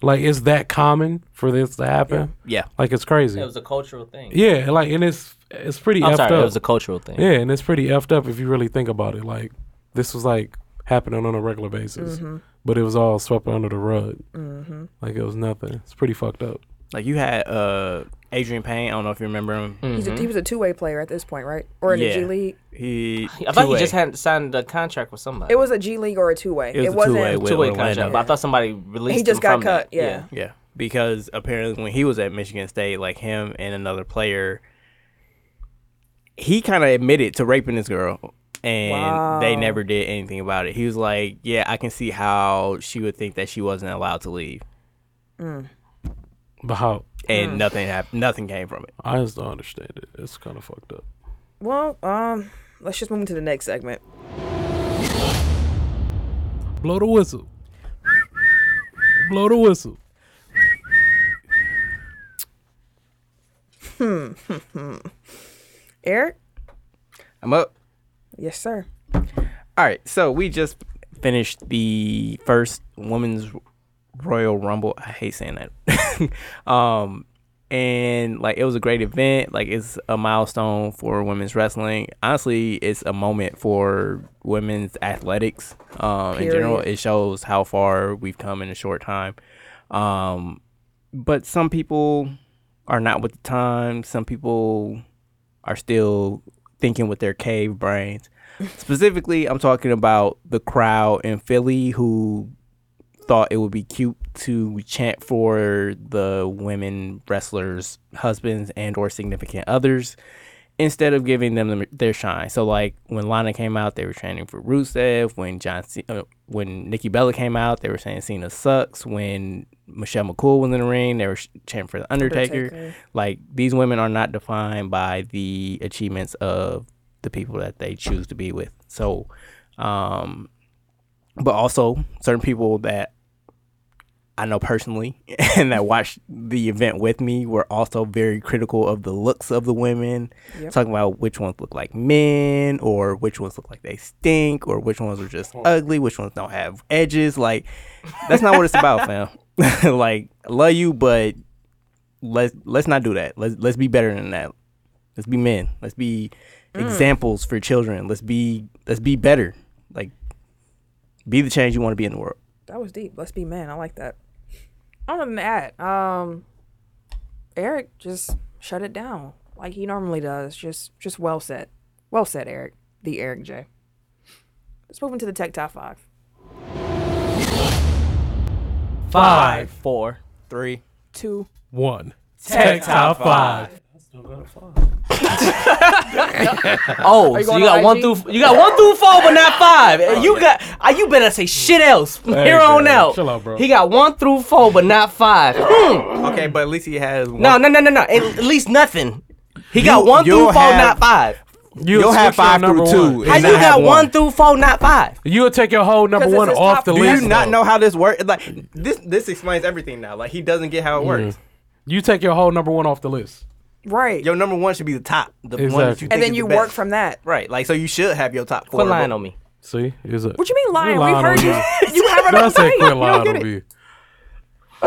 S1: Like it's that common for this to happen.
S9: Yeah.
S1: Like it's crazy.
S11: It was a cultural thing.
S1: yeah, like and it's it's pretty
S11: I'm
S1: effed
S11: sorry,
S1: up.
S11: it was a cultural thing.
S1: yeah, and it's pretty effed up if you really think about it. Like this was like happening on a regular basis,
S11: Mm-hmm.
S1: but it was all swept under the rug. Like it was nothing. It's pretty fucked up.
S4: Like you had uh Adrian Payne. I don't know if you remember him.
S11: Mm.
S3: He's a, he was a two way player at this point, right? Or in the G
S4: Mm-hmm. Yeah.
S3: League.
S4: He
S11: I thought you
S4: two-way.
S11: just had
S2: hadn't signed a contract with somebody.
S3: It was a G League or a two way.
S4: It was a
S3: not
S4: two-way with
S11: two way
S4: Orlando.
S11: contract, but I thought somebody released
S3: He just
S11: him
S3: got
S11: from
S3: cut.
S11: that.
S3: Yeah.
S4: Yeah, because apparently when he was at Michigan State, like him and another player, he kind of admitted to raping this girl, and they
S3: Wow.
S4: never did anything about it. He was like, "Yeah, I can see how she would think that she wasn't allowed to leave."
S1: But how?
S4: And nothing happened. Nothing came from it.
S1: I just don't understand it. It's kind of fucked up.
S3: Well, um, let's just move into the next segment.
S1: Blow the whistle. Blow the whistle.
S3: Eric?
S4: I'm up.
S3: Yes, sir.
S4: All right, so we just finished the first women's Royal Rumble. I hate saying that. um, and like it was a great event. Like it's a milestone for women's wrestling. Honestly, it's a moment for women's athletics. Um, in general,
S3: Period.
S4: it shows how far we've come in a short time. Um, but some people are not with the time. Some people are still thinking with their cave brains. Specifically, I'm talking about the crowd in Philly who thought it would be cute to chant for the women wrestlers' husbands and or significant others instead of giving them the- their shine. So like when Lana came out, they were chanting for Rusev. When John, C- uh, when Nikki Bella came out, they were saying Cena sucks. When Michelle McCool was in the ring, they were sh- chanting for the Undertaker.
S3: Undertaker.
S4: Like these women are not defined by the achievements of the people that they choose to be with. So, um, but also certain people that I know personally and that watched the event with me were also very critical of the looks of the women, talking about which ones look like men or which ones look like they stink or which ones are just ugly, which ones don't have edges. Like, that's not what it's about, fam. like, love you, but let's let's not do that. Let's let's be better than that. Let's be men. Let's be examples for children. Let's be let's be better. Like, be the change you want to be in the world.
S3: That was deep. Let's be men. I like that. Other than that, um, Eric just shut it down like he normally does. Just, just well said. Well said, Eric. The Eric J. Let's move into the Tech Top Five.
S11: Five, four.
S4: Three.
S3: Two.
S1: One. Tech top five.
S2: oh, so you got one through you got one through four, but not five. you got uh, you better say shit else from here on out.
S1: Chill out, bro.
S2: He got one through four, but not five.
S4: Okay, but at least he has one.
S2: no, no, no, no, no. At, at least nothing. He got one
S8: you'll
S2: through four,
S8: have-
S2: not five.
S1: You
S8: You'll have five through two.
S2: How you
S8: and not have
S2: got one through four, not five?
S1: You'll take your whole number
S3: 'Cause it's
S1: one
S3: his
S1: off
S3: top
S1: the
S3: five.
S4: Do
S1: list.
S4: you not
S1: though.
S4: know how this works? Like this, this explains everything now. Like he doesn't get how it
S1: Mm-hmm.
S4: works.
S1: You take your whole number one off the list.
S3: Right.
S4: Your number one should be the top, the one that
S1: Exactly.
S4: you think
S3: and
S4: is
S3: then
S4: the
S3: you
S4: best.
S3: work from that.
S4: right. Like so, you should have your top four.
S2: Quit lying
S4: but-
S2: on me.
S1: See, is it?
S3: What you mean lying?
S1: lying
S3: We've heard
S1: on
S3: you. you haven't
S1: That's a
S3: right.
S1: quit
S3: You don't
S1: line
S3: get
S1: on
S3: it.
S1: me.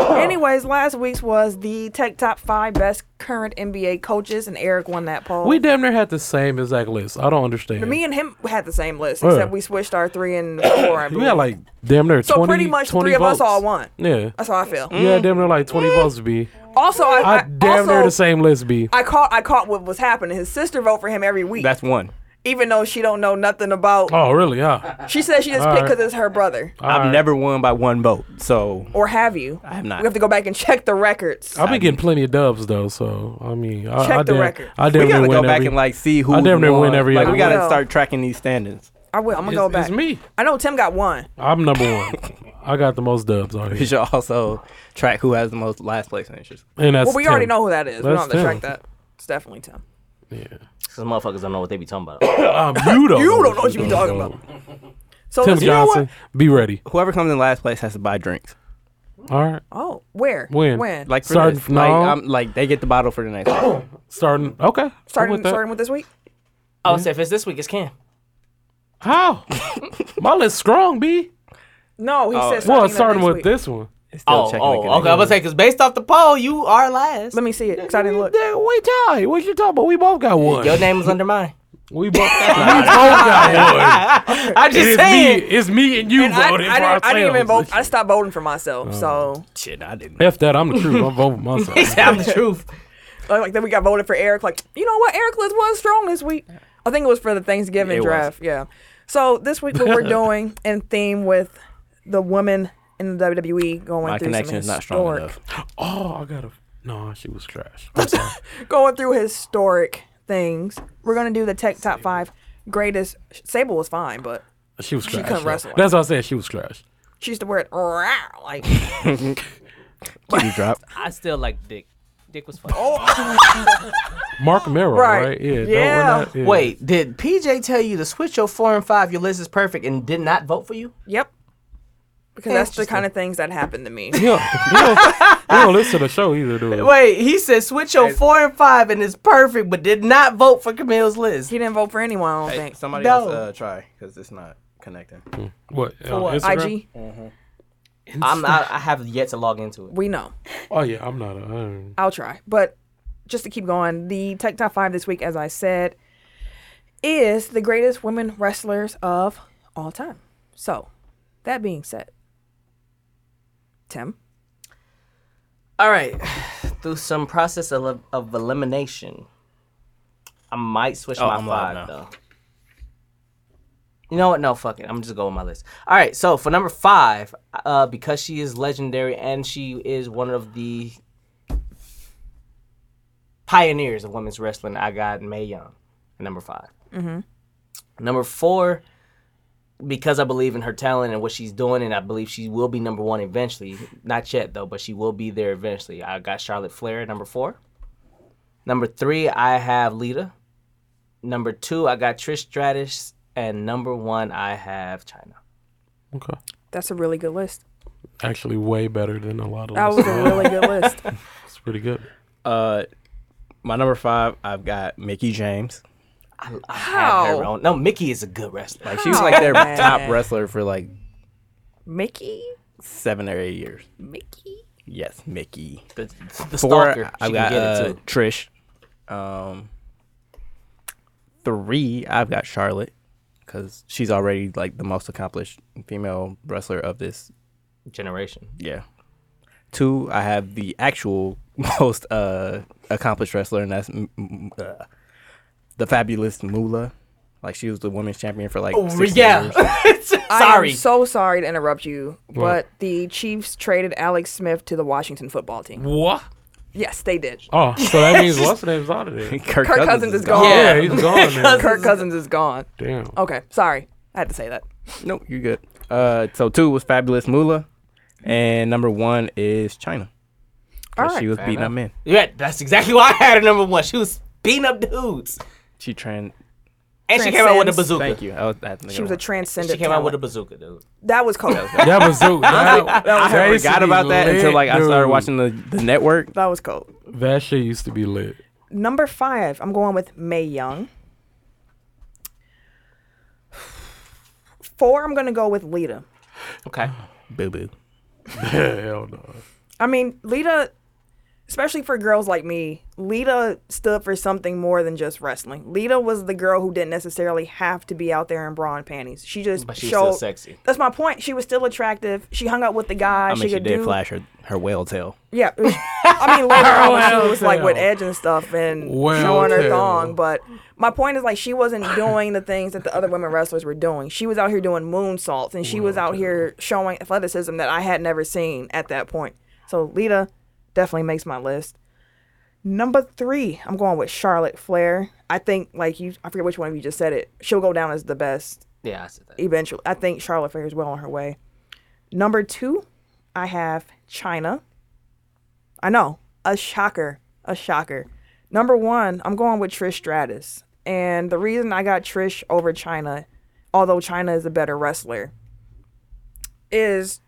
S1: Oh.
S3: Anyways, last week's was the Tech Top Five best current NBA coaches, and Eric won that poll.
S1: We damn near had the same exact list. I don't understand.
S3: me and him had the same list,
S1: Yeah.
S3: except we switched our three and four. I
S1: we had
S3: believe.
S1: like damn near
S3: So
S1: 20
S3: pretty much
S1: 20
S3: three of us
S1: votes.
S3: all won.
S1: Yeah.
S3: That's how I feel.
S1: Yeah, damn near like 20 votes to be.
S3: Also, I,
S1: I
S3: I
S1: damn
S3: also,
S1: near the same list be.
S3: I caught I caught what was happening. His sister vote for him every week,
S4: That's one.
S3: even though she don't know nothing about.
S1: Oh, really? Yeah.
S3: She says she just
S1: All
S3: picked
S1: right.
S3: because it's her brother,
S4: I've
S1: right.
S4: never won by one vote. So
S3: or have you? I
S4: have not.
S3: We have to go back and check the records.
S1: I've been getting plenty of dubs, though, so, I mean, I,
S3: Check
S1: I,
S3: the
S1: damn-
S3: record.
S1: I
S4: we
S1: damn near
S4: gotta
S1: win
S4: go back
S1: every-
S4: and like see who.
S1: I damn near win
S4: won.
S1: every
S4: Like
S1: other
S4: we gotta
S3: one.
S4: start tracking these standings.
S3: I will. I'm gonna go
S1: It's-
S3: back.
S1: It's me.
S3: I know Tim got one.
S1: I'm number one. I got the most dubs
S4: We
S1: already.
S4: should also track who has the most last place finishes.
S1: And that's
S3: Well, we already
S1: 10.
S3: know who that is. we don't
S1: That's
S3: have to
S1: Tim.
S3: track that. It's definitely Tim.
S11: Because motherfuckers don't know what they be talking about.
S1: Um, you don't.
S3: You don't know what you be talking about. So
S1: Tim
S3: let's- you know what?
S1: Johnson, be ready.
S4: Whoever comes in last place has to buy drinks.
S1: All right.
S3: Oh, where?
S1: When?
S3: When?
S4: Like for
S1: Starting
S4: this.
S1: from
S4: like,
S1: now?
S4: I'm, like they get the bottle for the next. one.
S1: Starting. Okay. I'm
S3: starting
S1: with that.
S3: starting with this week.
S11: I would say if it's this week, it's Cam.
S1: How? My list strong, B.
S3: No, he said.
S1: Well,
S3: starting,
S1: Oh, starting
S3: next
S1: with
S3: week.
S1: this one.
S4: It's still
S2: Oh,
S4: checking the
S2: oh, okay. I was
S4: connection.
S2: about to say because based off the poll, you are last.
S3: Let me see it because I didn't look.
S1: Damn, wait, Ty, what you talking about? We both got one.
S2: Your name was under mine.
S1: We both, we both got one.
S2: I just
S1: It's me,
S2: saying.
S1: it's me and you
S3: And I, I,
S1: voting
S3: didn't,
S1: for ourselves. Oh.
S3: I didn't even vote. I stopped voting for myself. So
S4: Shit, I didn't.
S1: F that, I'm the truth. I'm voting for myself.
S2: I'm the truth.
S3: like, like, then we got voted for Eric. Like you know what? Eric was one strong this week. I think it was for the Thanksgiving
S4: It was.
S3: draft. Yeah. So this week what we're doing in theme with the women in the WWE going
S4: My
S3: through
S4: connection
S3: some
S4: is not strong
S3: historic-
S4: enough.
S1: Oh, I got to No, she was trash. I'm sorry.
S3: going through historic things. We're gonna do the tech top five greatest. Sable was fine, but
S1: She was trash.
S3: couldn't
S1: though.
S3: wrestle.
S1: That's what I said. She was trash.
S3: she used to wear it "Rawr," like
S4: You drop.
S2: I still like Dick. Dick was funny.
S1: Mark Merrill,
S3: Right.
S1: right? Yeah. no, we're
S3: Yeah.
S1: not- yeah.
S12: Wait, did PJ tell you to switch your four and five? Your list is perfect, and did not vote for you.
S3: yep. Because that's the kind of things that happened to me.
S1: You don't, you don't- you don't listen to the show either, do you?
S12: Wait, he said switch your four and five, and it's perfect, but did not vote for Camille's list.
S3: He didn't vote for anyone, I don't think.
S4: Somebody
S12: No. else, uh,
S4: try because it's not connecting.
S1: What? on
S3: What,
S1: Instagram?
S3: IG?
S2: I'm not, I have yet to log into it.
S3: We know.
S1: Oh, yeah. I'm not. A, I don't-
S3: I'll try. But just to keep going, the Tech Top 5 this week, as I said, is the greatest women wrestlers of all time. So, that being said, Tim,
S2: All right. Through some process of, of elimination, I might switch my
S4: Oh, I'm
S2: five,
S4: live now.
S2: though. You know what? No, fuck it. I'm just going with my list. All right. So for number five, uh, because she is legendary and she is one of the pioneers of women's wrestling, I got Mae Young, at number 5 Mm-hmm. Number four, because I believe in her talent and what she's doing, and I believe she will be number one eventually. Not yet though, but she will be there eventually. I got Charlotte Flair at number four. Number three, I have Lita. Number two, I got Trish Stratus, and number one, I have China.
S1: okay.
S3: that's a really good list.
S1: Actually, way better than a lot of
S3: That was
S1: listeners.
S3: a really good list.
S1: It's pretty good.
S4: Uh, my number five, I've got Mickey James.
S2: I have her
S3: How?
S2: own. No, Mickey is a good wrestler.
S4: Like she was like their
S3: Oh, man.
S4: top wrestler for like
S3: Mickey?
S4: seven or eight years.
S3: Mickey?
S4: Yes, Mickey.
S2: The, the
S4: Four,
S2: stalker. She can
S4: I've got
S2: get
S4: uh,
S2: it too.
S4: Trish. Um, three, I've got Charlotte because she's already like the most accomplished female wrestler of this.
S2: Generation.
S4: Yeah. Two, I have the actual most uh accomplished wrestler, and that's M- M- uh, the fabulous Moolah. Like she was the women's champion for like
S3: Oh,
S4: six years.
S3: Sorry.
S2: Sorry.
S3: I'm so sorry to interrupt you, but the Chiefs traded Alex Smith to the Washington football team.
S1: What?
S3: Yes, they did.
S1: Oh, so that means what's the name's out of there?
S4: Kirk,
S3: Kirk Cousins is gone.
S1: Oh, Yeah, he's gone. Now.
S3: Kirk Cousins is gone.
S1: Damn.
S4: Oh.
S3: Okay, sorry. I had to say that.
S4: Nope, you're good. Uh, so two was fabulous Moolah, and number one is China. 'Cause
S3: Alright.
S4: she was beating up men.
S2: Yeah, that's exactly why I had her number one. She was beating up dudes,
S4: She trans.
S2: and she came out with a
S3: Transcends.
S2: bazooka.
S4: Thank you. I was, I had to
S3: She was a
S2: She
S3: transcendent.
S2: came out with a
S3: talent.
S2: bazooka, dude.
S3: That was cold.
S1: That was dope. That,
S4: I forgot about that until like I started watching the, the network.
S3: that was cold.
S1: That shit used to be lit.
S3: Number five, I'm going with May Young. Four, I'm gonna go with Lita.
S2: Okay.
S4: Boo boo.
S1: Hell no.
S3: I mean, Lita, especially for girls like me, Lita stood for something more than just wrestling. Lita was the girl who didn't necessarily have to be out there in bra and panties. She just
S2: But she was
S3: showed.
S2: still sexy.
S3: That's my point. She was still attractive. She hung out with the guy.
S4: I mean, she,
S3: could
S4: did
S3: do,
S4: flash her, her whale tail.
S3: Yeah, it was- I mean later on when she was like with
S1: Well,
S3: Edge and stuff and
S1: well,
S3: showing her
S1: tell.
S3: thong, but my point is like she wasn't doing the things that the other women wrestlers were doing. She was out here doing moonsaults and she was out here showing athleticism that I had never seen at that point. So Lita definitely makes my list. Number three, I'm going with Charlotte Flair. I think like you, I forget which one of you just said it. She'll go down as the best
S2: Yeah, I said that.
S3: eventually. I think Charlotte Flair is well on her way. Number two, I have China. I know, a shocker, a shocker. Number one, I'm going with Trish Stratus. And the reason I got Trish over China, although China is a better wrestler, is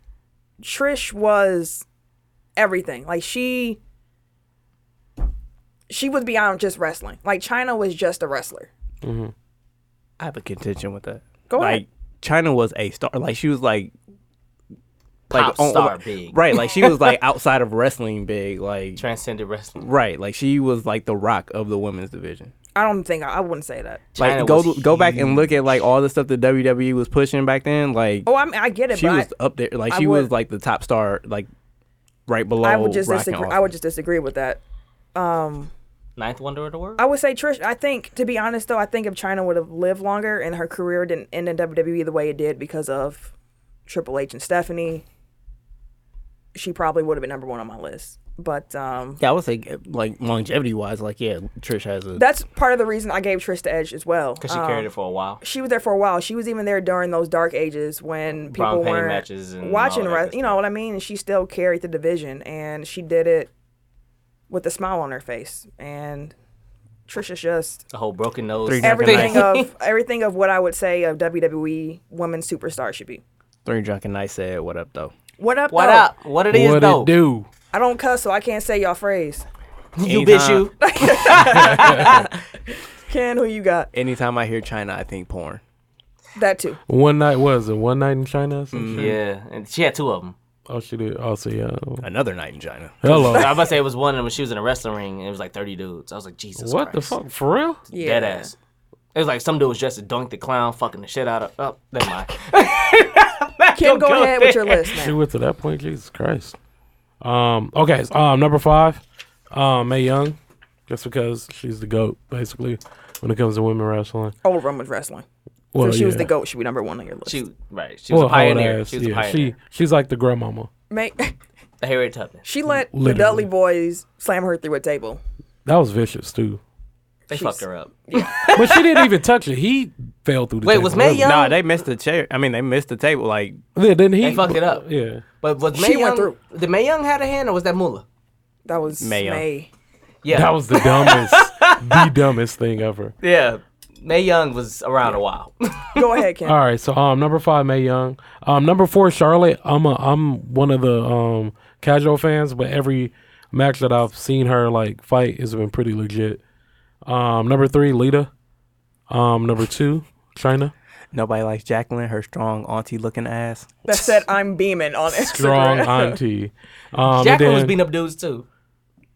S3: Trish was everything. Like she she was beyond just wrestling. Like China was just a wrestler.
S4: I have a contention with that.
S3: Go
S4: like,
S3: ahead.
S4: China was a star. Like she was like like
S11: Pop
S4: on-
S11: star big.
S4: Right, like she was like outside of wrestling big, like
S11: Transcended wrestling.
S4: right, like she was like the rock of the women's division.
S3: I don't think I, I wouldn't say that.
S4: Like
S11: China
S4: go
S11: was
S4: go back and look at like all the stuff that WWE was pushing back then. Like
S3: Oh, I mean, I get it,
S4: she
S3: but
S4: was
S3: I-
S4: up there, like
S3: I
S4: she
S3: would-
S4: was like the top star, like right below.
S3: I
S11: Oh,
S3: would just
S4: Rock and
S3: disagree. I
S4: Austin.
S3: would just disagree with that.
S11: Ninth wonder of the world.
S3: I would say Trish. I think, to be honest, though, I think if China would have lived longer and her career didn't end in WWE the way it did because of Triple H and Stephanie, she probably would have been number one on my list. But um,
S4: Yeah, I would say like longevity wise, like yeah, Trish has a
S3: that's part of the reason I gave Trish the edge as well.
S11: Because she
S3: Um,
S11: carried it for a while.
S3: she was there for a while. She was even there during those dark ages when
S11: Brown
S3: people
S11: panty
S3: weren't
S11: matches and
S3: watching.
S11: all that
S3: wrest-
S11: good
S3: you know what I mean? And she still carried the division, and she did it with a smile on her face. And Trisha's just
S11: The whole broken nose.
S4: Three drunken
S3: everything
S4: nights.
S3: of everything of what I would say of WWE women E superstar should be.
S4: Three drunken nights said, "What up though?"
S3: What up?
S11: What
S3: though?
S11: up? What it is
S1: Oh. What
S11: though?
S1: it do?
S3: I don't cuss, so I can't say y'all phrase.
S11: You bitch you.
S3: Ken, who you got?
S4: Anytime I hear China, I think porn.
S3: That too.
S1: One night was it? One night in China? or some shit?
S11: Yeah, and she had two of them.
S1: Oh, she did. Oh, see, yeah.
S4: Another night in China.
S1: Hello.
S11: I was about to say it was one of them. She was in a wrestling ring, and it was like thirty dudes. I was like, Jesus,
S1: what the
S11: Christ.
S1: fuck? For real?
S3: Yeah.
S11: Dead ass. It was like some dude was dressed as Doink the Clown, fucking the shit out of. Oh, never mind.
S3: Ken, go, ahead with your list.
S1: She
S3: Man.
S1: went to that point. Jesus Christ. Um. Okay. so, um. Number five. Um. May Young. Just because she's the goat, basically, when it comes to women wrestling.
S3: Old Roman wrestling.
S1: Well,
S3: so she was
S1: yeah.
S3: the goat. She be number one on your list.
S11: She right. She was
S1: Well,
S11: a
S1: old
S11: pioneer.
S1: ass,
S11: She was a
S1: yeah.
S11: pioneer.
S1: She she's like the grandmama.
S3: Make.
S11: The Harriet Tubman.
S3: She let
S1: Literally.
S3: the Dudley boys slam her through a table.
S1: That was vicious too.
S11: They fucked her up.
S1: But she didn't even touch it. He fell through the
S11: Wait,
S1: table.
S11: was Mae
S1: That
S11: Young?
S4: Nah, they missed the chair. I mean, they missed the table. Like
S1: Yeah, then he
S11: They fucked it up.
S1: Yeah.
S11: But was
S3: She
S11: Mae
S3: went
S11: Young?
S3: through.
S11: Did Mae Young had a hand or was that Moolah?
S3: That was
S4: Mayo.
S3: May.
S11: Yeah,
S1: That was the dumbest, the dumbest thing ever.
S11: yeah. Mae Young was around a while.
S3: Go ahead, Ken.
S1: All right, so um, number five, May Young. Um, number four, Charlotte. I'm a, I'm one of the um casual fans, but every match that I've seen her like fight has been pretty legit. Um, number three, Lita. Um, number two, China.
S4: nobody likes Jacqueline, her strong auntie looking ass.
S3: That said, I'm beaming on Instagram.
S1: Strong auntie. Um, and
S11: Jacqueline was
S1: then-
S11: beating up dudes too.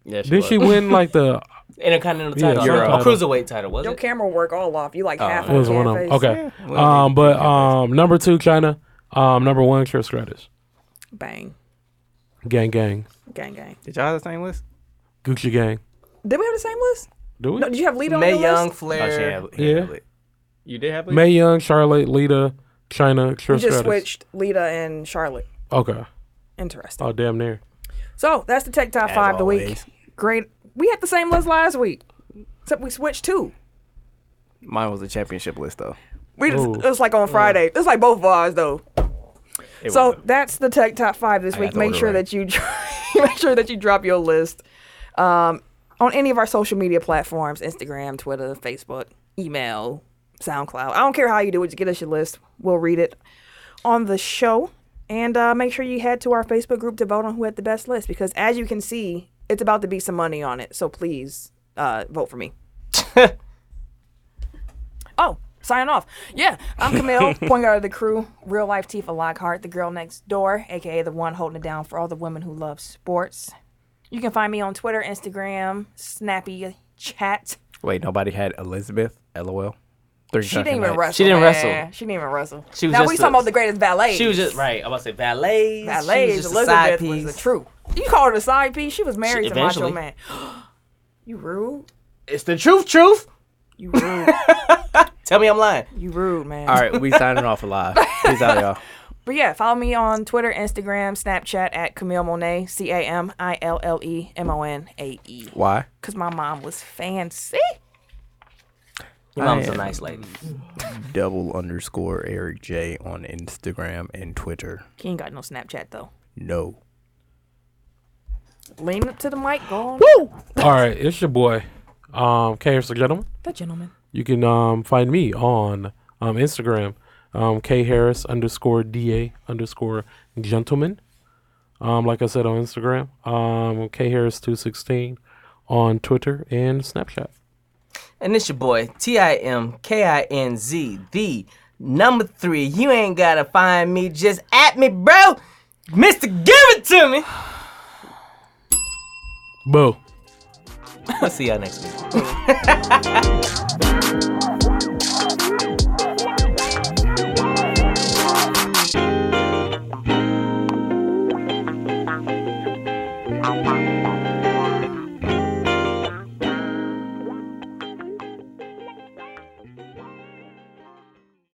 S4: Yeah, she
S1: Did she win like the?
S11: Intercontinental
S1: Yeah,
S11: title,
S1: Euro.
S11: a cruiserweight title, was
S3: Your
S11: it?
S3: camera work all off. You like
S11: Oh,
S3: half
S1: It
S3: on
S1: was one
S3: Ken
S1: of
S3: face.
S1: them. Okay. Um, but um, number two, China. Um, number one, Trish Stratus.
S3: Bang.
S1: Gang, gang.
S3: Gang, gang.
S4: Did y'all have the same list?
S1: Gucci gang.
S3: Did we have the same list?
S1: Do we?
S3: No, did you have Lita on
S11: Mae
S3: your
S11: Young,
S3: list?
S4: Oh,
S11: Flair.
S1: Yeah.
S4: You did have
S1: May Young, Charlotte, Lita, China, Trish
S3: You just
S1: Stratus.
S3: switched Lita and Charlotte.
S1: Okay.
S3: Interesting.
S1: Oh, damn near.
S3: So that's the Tech Top 5 the week.
S4: always.
S3: Great. We had the same list last week, except we switched two.
S4: Mine was a championship list though.
S3: We just,
S1: Ooh.
S3: it was like on Friday. It's like both of ours though. So that's the tech top five this week.
S4: the
S3: Make
S4: order
S3: sure
S4: right.
S3: that you make sure that you drop your list um, on any of our social media platforms: Instagram, Twitter, Facebook, email, SoundCloud. I don't care how you do it. Just get us your list. We'll read it on the show, and uh, make sure you head to our Facebook group to vote on who had the best list. Because as you can see, it's about to be some money on it. So please uh, vote for me. Oh, sign off. Yeah, I'm Camille, point guard of the crew, real life Tifa Lockhart, the girl next door, aka the one holding it down for all the women who love sports. You can find me on Twitter, Instagram, Snappy Chat.
S4: Wait, nobody had Elizabeth. LOL. Three
S3: She didn't even wrestle.
S11: She didn't
S3: man.
S11: wrestle.
S3: She didn't even wrestle.
S11: She was
S3: now
S11: just
S3: we
S11: a-
S3: talking about the greatest ballet.
S11: She was just right. I'm about to say valets.
S3: ballet.
S11: She was just a side
S3: Elizabeth
S11: piece.
S3: was the true. You call her a side piece. She was married
S11: She-
S3: to Macho
S11: eventually.
S3: Man. you rude.
S11: It's the truth, truth.
S3: You rude.
S11: Tell me I'm lying.
S3: you rude, man.
S4: All right, we signing off alive. Peace out, y'all.
S3: But yeah, follow me on Twitter, Instagram, Snapchat at Camille Monet, C A M I L L E M O N A E.
S4: Why?
S3: Because my mom was fancy.
S11: Your mom's a
S4: am.
S11: nice lady.
S4: Double underscore Eric J on Instagram and Twitter.
S3: He ain't got no Snapchat though.
S4: No.
S3: Lean up to the mic, go on.
S1: All right, it's your boy, um, Harris the Gentleman.
S3: The gentleman.
S1: You can um, find me on um, Instagram, um, K Harris underscore DA underscore gentleman. Um, like I said on Instagram, um, K Harris216 on Twitter and Snapchat.
S11: And it's your boy, T I M K I N Z, the number three. You ain't gotta find me, just at me, bro.
S2: Mister, give it to me.
S1: Boo.
S13: I'll see y'all next week.
S14: Bye.